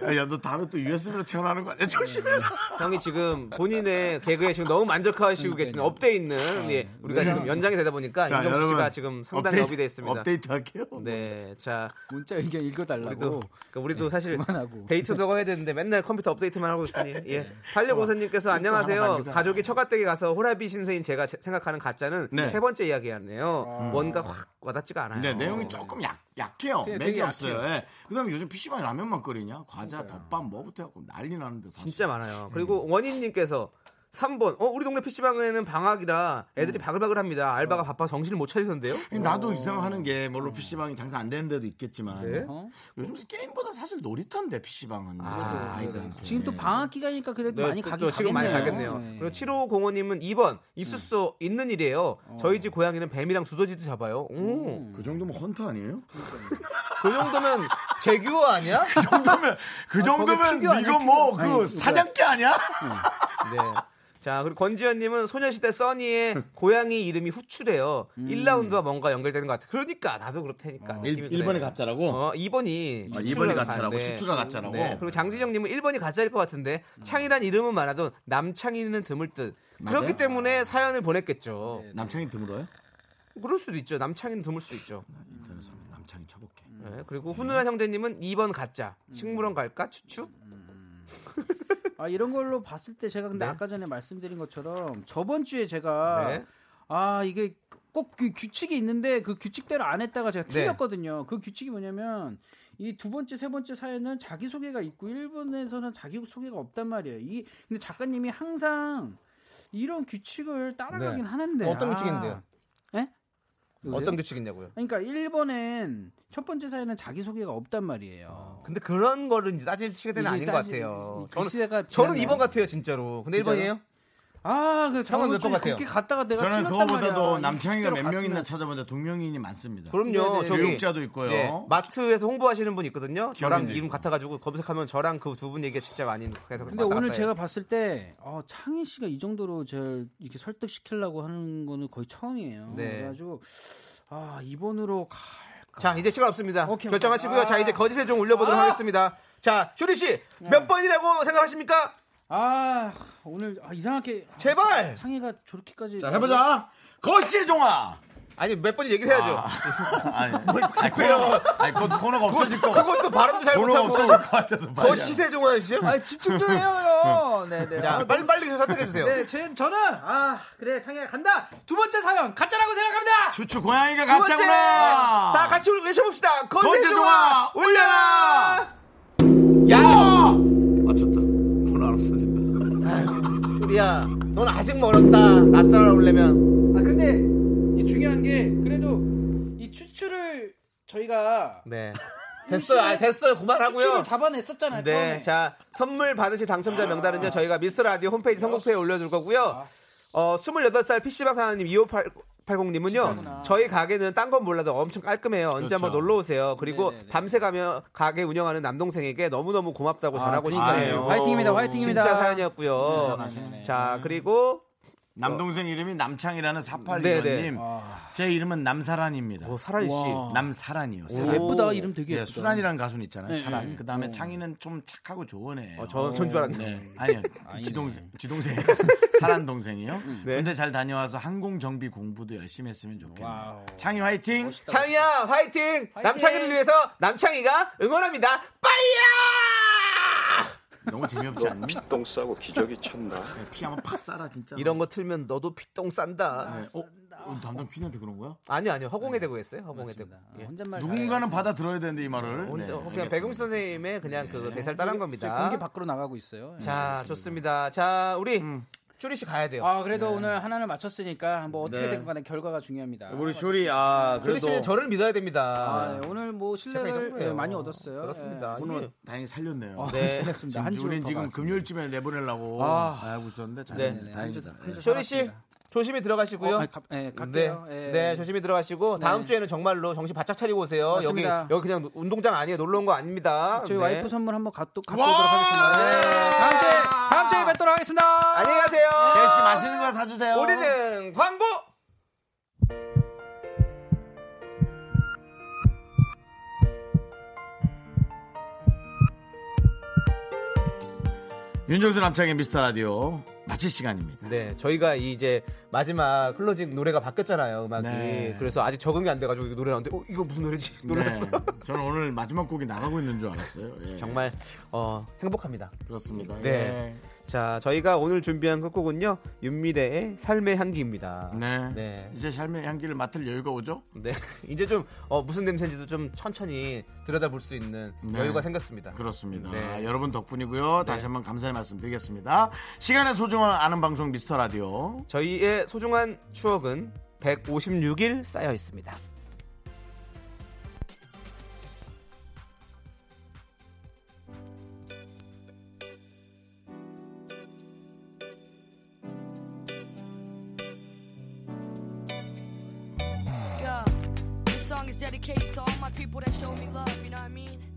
Speaker 1: 야, 야, 너 다음에 또 USB로 태어나는 거 아니야? 조심해라.
Speaker 2: 형이 지금 본인의 개그에 지금 너무 만족하시고 계시는 업돼 있는 예, 우리가 지금 연장이 되다 보니까
Speaker 1: 아, 자,
Speaker 2: 윤정수
Speaker 1: 여러분,
Speaker 2: 씨가 지금 상당히 업이 돼 있습니다.
Speaker 1: 업데이트 할게요.
Speaker 2: 네, 자
Speaker 7: 문자 의견
Speaker 2: 우리도
Speaker 7: 읽어달라고.
Speaker 2: 그러니까
Speaker 1: 예,
Speaker 2: 우리도 사실
Speaker 7: 그만하고.
Speaker 2: 데이트도 하고 해야 되는데 맨날 컴퓨터 업데이트만 하고 있으니 예. 8654님께서
Speaker 1: 하나
Speaker 2: 안녕하세요.
Speaker 1: 남기잖아.
Speaker 2: 가족이 처가댁에 가서 호라비 신세인 제가 제- 생각하는 가짜는
Speaker 1: 네. 음.
Speaker 2: 세 번째 이야기였네요. 뭔가 확 와닿지가 않아요.
Speaker 1: 네, 내용이 조금 약, 약해요.
Speaker 7: 네,
Speaker 1: 맥이
Speaker 7: 되게
Speaker 1: 없어요. 예. 그 다음에 요즘 PC방에 라면만 끓이냐? 과자, 덮밥, 뭐부터 해갖고 난리 나는데 사실.
Speaker 2: 진짜
Speaker 1: 음.
Speaker 2: 많아요. 그리고 원인님께서 3번. 어, 우리 동네 PC방에는 방학이라
Speaker 1: 음.
Speaker 2: 애들이 바글바글 합니다. 알바가 바빠 정신을 못 차리던데요?
Speaker 1: 나도 이상하는 게, 물론 PC방이 장사 안 되는 데도 있겠지만.
Speaker 2: 어. 네.
Speaker 1: 요즘 게임보다 사실 놀이터인데, PC방은. 아, 이들
Speaker 7: 지금 또 방학 기간이니까 그래도 많이
Speaker 2: 네, 또-
Speaker 7: 가긴
Speaker 2: 또 지금 많이
Speaker 7: 가겠네요. 음.
Speaker 2: 가겠네요.
Speaker 7: 예.
Speaker 2: 그리고 7505님은 2번. 있을 수 있는 일이에요.
Speaker 7: 어.
Speaker 2: 저희 집 고양이는 뱀이랑 두더지도 잡아요. 오.
Speaker 7: 음.
Speaker 1: 그 정도면 헌터 아니에요?
Speaker 2: 그 정도면 재규어 아니야?
Speaker 1: 그 정도면, 그 정도면
Speaker 7: 피규어 아니야,
Speaker 1: 이거 뭐, 그 사장기 아니야?
Speaker 2: 네. 자, 그리고 권지현님은 소녀시대 써니의 고양이 이름이 후추래요.
Speaker 7: 음.
Speaker 2: 1라운드와 뭔가 연결되는 것 같아. 그러니까, 나도
Speaker 7: 어.
Speaker 2: 그렇다니까. 느낌이
Speaker 1: 일 1번에
Speaker 2: 그래요.
Speaker 1: 갑자라고?
Speaker 2: 어, 2번이.
Speaker 1: 아,
Speaker 2: 추출하는
Speaker 1: 2번이 가짜라고?
Speaker 2: 반대.
Speaker 1: 추출아 가짜라고?
Speaker 2: 네. 그리고 장지정님은 1번이 가짜일 것 같은데
Speaker 7: 음.
Speaker 2: 창이란 이름은 많아도 남창이는 드물 듯. 그렇기 때문에 사연을 보냈겠죠.
Speaker 7: 네.
Speaker 1: 남창이 드물어요?
Speaker 2: 그럴 수도 있죠. 남창이는 드물 수도 있죠.
Speaker 1: 인터넷 로 남창이 쳐볼게.
Speaker 2: 네. 그리고 훈훈한 형제님은 2번 가짜. 식물원 갈까? 추추?
Speaker 7: 아 이런 걸로 봤을 때 제가 근데
Speaker 2: 네.
Speaker 7: 아까 전에 말씀드린 것처럼 저번 주에 제가
Speaker 2: 네.
Speaker 7: 아 이게 꼭 그 규칙이 있는데 그 규칙대로 안 했다가 제가
Speaker 2: 네.
Speaker 7: 틀렸거든요. 그 규칙이 뭐냐면 이 두 번째 세 번째 사연은 자기 소개가 있고 일본에서는 자기 소개가 없단 말이에요. 이 근데 작가님이 항상 이런 규칙을 따라가긴
Speaker 2: 네.
Speaker 7: 하는데
Speaker 2: 어떤
Speaker 7: 아,
Speaker 2: 규칙인데요?
Speaker 7: 예? 요새?
Speaker 2: 어떤 규칙이냐고요?
Speaker 7: 그러니까 일본엔 첫 번째 사연은 자기 소개가 없단 말이에요.
Speaker 2: 근데 어, 그런 거를 이제 따질 시대는
Speaker 7: 이제
Speaker 2: 아닌 것
Speaker 7: 따지-
Speaker 2: 같아요.
Speaker 7: 그 시대가
Speaker 2: 저는
Speaker 7: 지났나요?
Speaker 2: 2번 같아요, 진짜로. 근데
Speaker 7: 진짜요?
Speaker 2: 1번이에요?
Speaker 7: 아, 그
Speaker 2: 형은
Speaker 7: 저번
Speaker 2: 몇번
Speaker 7: 주에
Speaker 2: 같아요?
Speaker 7: 그렇게 갔다가 내가
Speaker 1: 저는
Speaker 7: 틀렸단
Speaker 1: 그거보다도
Speaker 7: 말이야.
Speaker 1: 남창이가
Speaker 7: 이거
Speaker 1: 몇 명 있나
Speaker 7: 갔으면-
Speaker 1: 찾아봤는데 동명이인이 많습니다.
Speaker 2: 그럼요.
Speaker 7: 네네.
Speaker 2: 저기
Speaker 1: 교육자도 있고요.
Speaker 2: 마트에서 홍보하시는 분 있거든요. 저랑
Speaker 1: 기업인들.
Speaker 2: 이름 같아가지고 검색하면 저랑 그 두 분 얘기가 진짜 많이 해서
Speaker 7: 근데 오늘 제가 봤을 때 어, 창희 씨가 이 정도로 제 이렇게 설득시키려고 하는 거는 거의 처음이에요.
Speaker 2: 네.
Speaker 7: 그래가지고 아 이번으로 갈까?
Speaker 2: 자 이제 시간 없습니다.
Speaker 7: 오케이, 아!
Speaker 2: 결정하시고요.
Speaker 7: 오케이.
Speaker 2: 자 이제 거짓의 종 올려보도록 하겠습니다. 자 쇼리 씨
Speaker 7: 네.
Speaker 2: 몇 번이라고 생각하십니까?
Speaker 7: 아 오늘 아, 이상하게 아,
Speaker 2: 제발.
Speaker 7: 창희가 저렇게까지
Speaker 1: 자 해보자. 거실 종아.
Speaker 2: 아니 몇 번이 얘기를 해야죠.
Speaker 1: 아니, 아니, 코너, 아니 곧 코너가 없어질 거.
Speaker 2: 그것도 발음도 잘
Speaker 1: 코너가
Speaker 2: 못하고
Speaker 1: 뭐 없어질 것 같아서. 빨리
Speaker 2: 거시세 종아시죠?
Speaker 7: 아 집중 좀 해요. 네네.
Speaker 2: 자 빨리 빨리 선택해 주세요.
Speaker 7: 네, 제, 저는 아 그래 창희가 간다. 두 번째 사연 가짜라고 생각합니다.
Speaker 1: 주추 고양이가
Speaker 2: 두 번째!
Speaker 1: 가짜구나.
Speaker 2: 다 같이 외쳐봅시다. 거세
Speaker 1: 거세 종아
Speaker 2: 종아 올려라.
Speaker 1: 야. 맞췄다. 코너 안 없어진다.
Speaker 2: 쇼리야, 넌 아직 멀었다. 나 따라오려면
Speaker 7: 아 근데 이 중요한 게 그래도 이 추추를 저희가
Speaker 2: 네. 됐어요, 아, 됐어요. 그만하고요.
Speaker 7: 추추를 잡아냈었잖아요. 처음에. 아.
Speaker 2: 네, 자 선물 받으실 당첨자 명단은요 저희가 미스 라디오 홈페이지 선곡표에 올려둘 거고요. 어, 28살 PC방 사장님 2580님은요 저희 가게는 딴 건 몰라도 엄청 깔끔해요. 언제 한번
Speaker 7: 그렇죠.
Speaker 2: 놀러 오세요. 그리고
Speaker 7: 네,
Speaker 2: 밤새 가며 가게 운영하는 남동생에게 너무너무 고맙다고 전하고
Speaker 7: 아, 그러니까요. 네,
Speaker 2: 싶네요.
Speaker 7: 화이팅입니다, 화이팅입니다.
Speaker 2: 진짜 사연이었고요. 자 그리고
Speaker 1: 남동생 이름이 남창이라는
Speaker 2: 네,
Speaker 1: 4825님.
Speaker 2: 네.
Speaker 1: 제 이름은 남사란입니다.
Speaker 2: 어, 사란 씨.
Speaker 1: 남사란이요. 사란.
Speaker 7: 예쁘다 이름 되게
Speaker 1: 예,
Speaker 7: 예쁘다. 네, 어.
Speaker 1: 수란이라는 가수는 있잖아요. 사란. 그다음에 창이는 좀 착하고 좋은애.
Speaker 2: 어, 저, 전줄 알았네.
Speaker 1: 네. 아니요. 지동생, 지동생. 사란 동생이요.
Speaker 2: 네.
Speaker 1: 군대 잘 다녀와서 항공정비 공부도 열심히 했으면 좋겠네요. 창이 화이팅!
Speaker 2: 창이야, 화이팅! 남창이를 위해서 남창이가 응원합니다. 빠이야!
Speaker 1: 너무 재미없지 않니?
Speaker 9: 똥 싸고 기저귀 쳤나?
Speaker 1: 네, 피 한번 팍 쏴라 진짜.
Speaker 2: 이런 거 틀면 너도 피똥 싼다.
Speaker 7: 아,
Speaker 1: 네. 어? 우리 담당 피디한테 그런 거야?
Speaker 2: 아니요, 아니요.
Speaker 7: 네.
Speaker 2: 허공에 대고 했어요. 허공에 대고. 예.
Speaker 7: 아, 혼잣말
Speaker 1: 누군가는 받아 들어야 되는데 이 말을.
Speaker 2: 오늘
Speaker 1: 네,
Speaker 2: 어, 그냥
Speaker 1: 알겠습니다.
Speaker 2: 백웅 선생님의 그냥 그 대사를 따라한 겁니다.
Speaker 7: 공개 밖으로 나가고 있어요. 예.
Speaker 2: 자, 좋습니다. 음. 자, 우리 쭈리 씨 가야 돼요.
Speaker 7: 아 그래도 오늘 하나는 맞췄으니까 뭐 어떻게
Speaker 1: 네.
Speaker 7: 된 간에 결과가 중요합니다.
Speaker 1: 우리 쇼리 아
Speaker 2: 쭈리
Speaker 1: 그래도
Speaker 2: 씨는 저를 믿어야 됩니다.
Speaker 7: 아, 예, 오늘 뭐
Speaker 2: 제가
Speaker 7: 신뢰를
Speaker 2: 이런
Speaker 7: 예,
Speaker 2: 거예요.
Speaker 7: 많이 얻었어요.
Speaker 2: 그렇습니다.
Speaker 1: 오늘 다행히 살렸네요.
Speaker 7: 예.
Speaker 2: 네.
Speaker 7: 잘했습니다.
Speaker 1: 지금
Speaker 7: 한
Speaker 1: 우린
Speaker 7: 주는
Speaker 1: 지금 금요일쯤에 내보내려고
Speaker 7: 아.
Speaker 1: 하고 있었는데 잘
Speaker 2: 네.
Speaker 1: 네. 다행이다.
Speaker 7: 한 주-
Speaker 2: 쇼리 씨 조심히 들어가시고요.
Speaker 7: 어, 아니, 가- 예, 갈게요.
Speaker 2: 네,
Speaker 7: 예.
Speaker 2: 네, 조심히 들어가시고 다음
Speaker 7: 네.
Speaker 2: 주에는 정말로 정신 바짝 차리고 오세요.
Speaker 7: 맞습니다.
Speaker 2: 여기 여기 그냥 운동장 아니에요. 놀러 온 거 아닙니다.
Speaker 7: 저희
Speaker 2: 네.
Speaker 7: 와이프 선물 한번 갖고 갖고
Speaker 1: 와!
Speaker 7: 오도록 하겠습니다. 네. 다음 주에 다음 주에 뵙도록 하겠습니다.
Speaker 2: 안녕히 가세요.
Speaker 1: 대시 네. 맛있는 거 사주세요.
Speaker 2: 우리는 광고.
Speaker 1: 윤정수 남창의 미스터 라디오 마칠 시간입니다.
Speaker 2: 네, 저희가 이 이제 마지막 클로징 노래가 바뀌었잖아요, 음악이.
Speaker 1: 네.
Speaker 2: 그래서 아직 적응이 안 돼가지고 이 노래 나오는데, 어, 이거 무슨 노래지? 놀랐어.
Speaker 1: 네. 저는 오늘 마지막 곡이 나가고 있는 줄 알았어요. 예.
Speaker 2: 정말 어, 행복합니다.
Speaker 1: 그렇습니다. 예.
Speaker 2: 네. 자, 저희가 오늘 준비한 끝곡은요, 윤미래의 삶의 향기입니다.
Speaker 1: 예. 네.
Speaker 2: 네.
Speaker 1: 이제 삶의 향기를 맡을 여유가 오죠?
Speaker 2: 네. 이제 좀 어, 무슨 냄새인지도 좀 천천히 들여다볼 수 있는
Speaker 1: 네.
Speaker 2: 여유가 생겼습니다.
Speaker 1: 그렇습니다.
Speaker 2: 네.
Speaker 1: 아, 여러분 덕분이고요. 다시 한번 감사의 말씀 드리겠습니다. 시간의 소중함 아는 방송 미스터 라디오.
Speaker 2: 저희의 소중한 추억은 156일 쌓여 있습니다.
Speaker 5: Yeah. This song is dedicated to all my people that show me love, you know what I mean?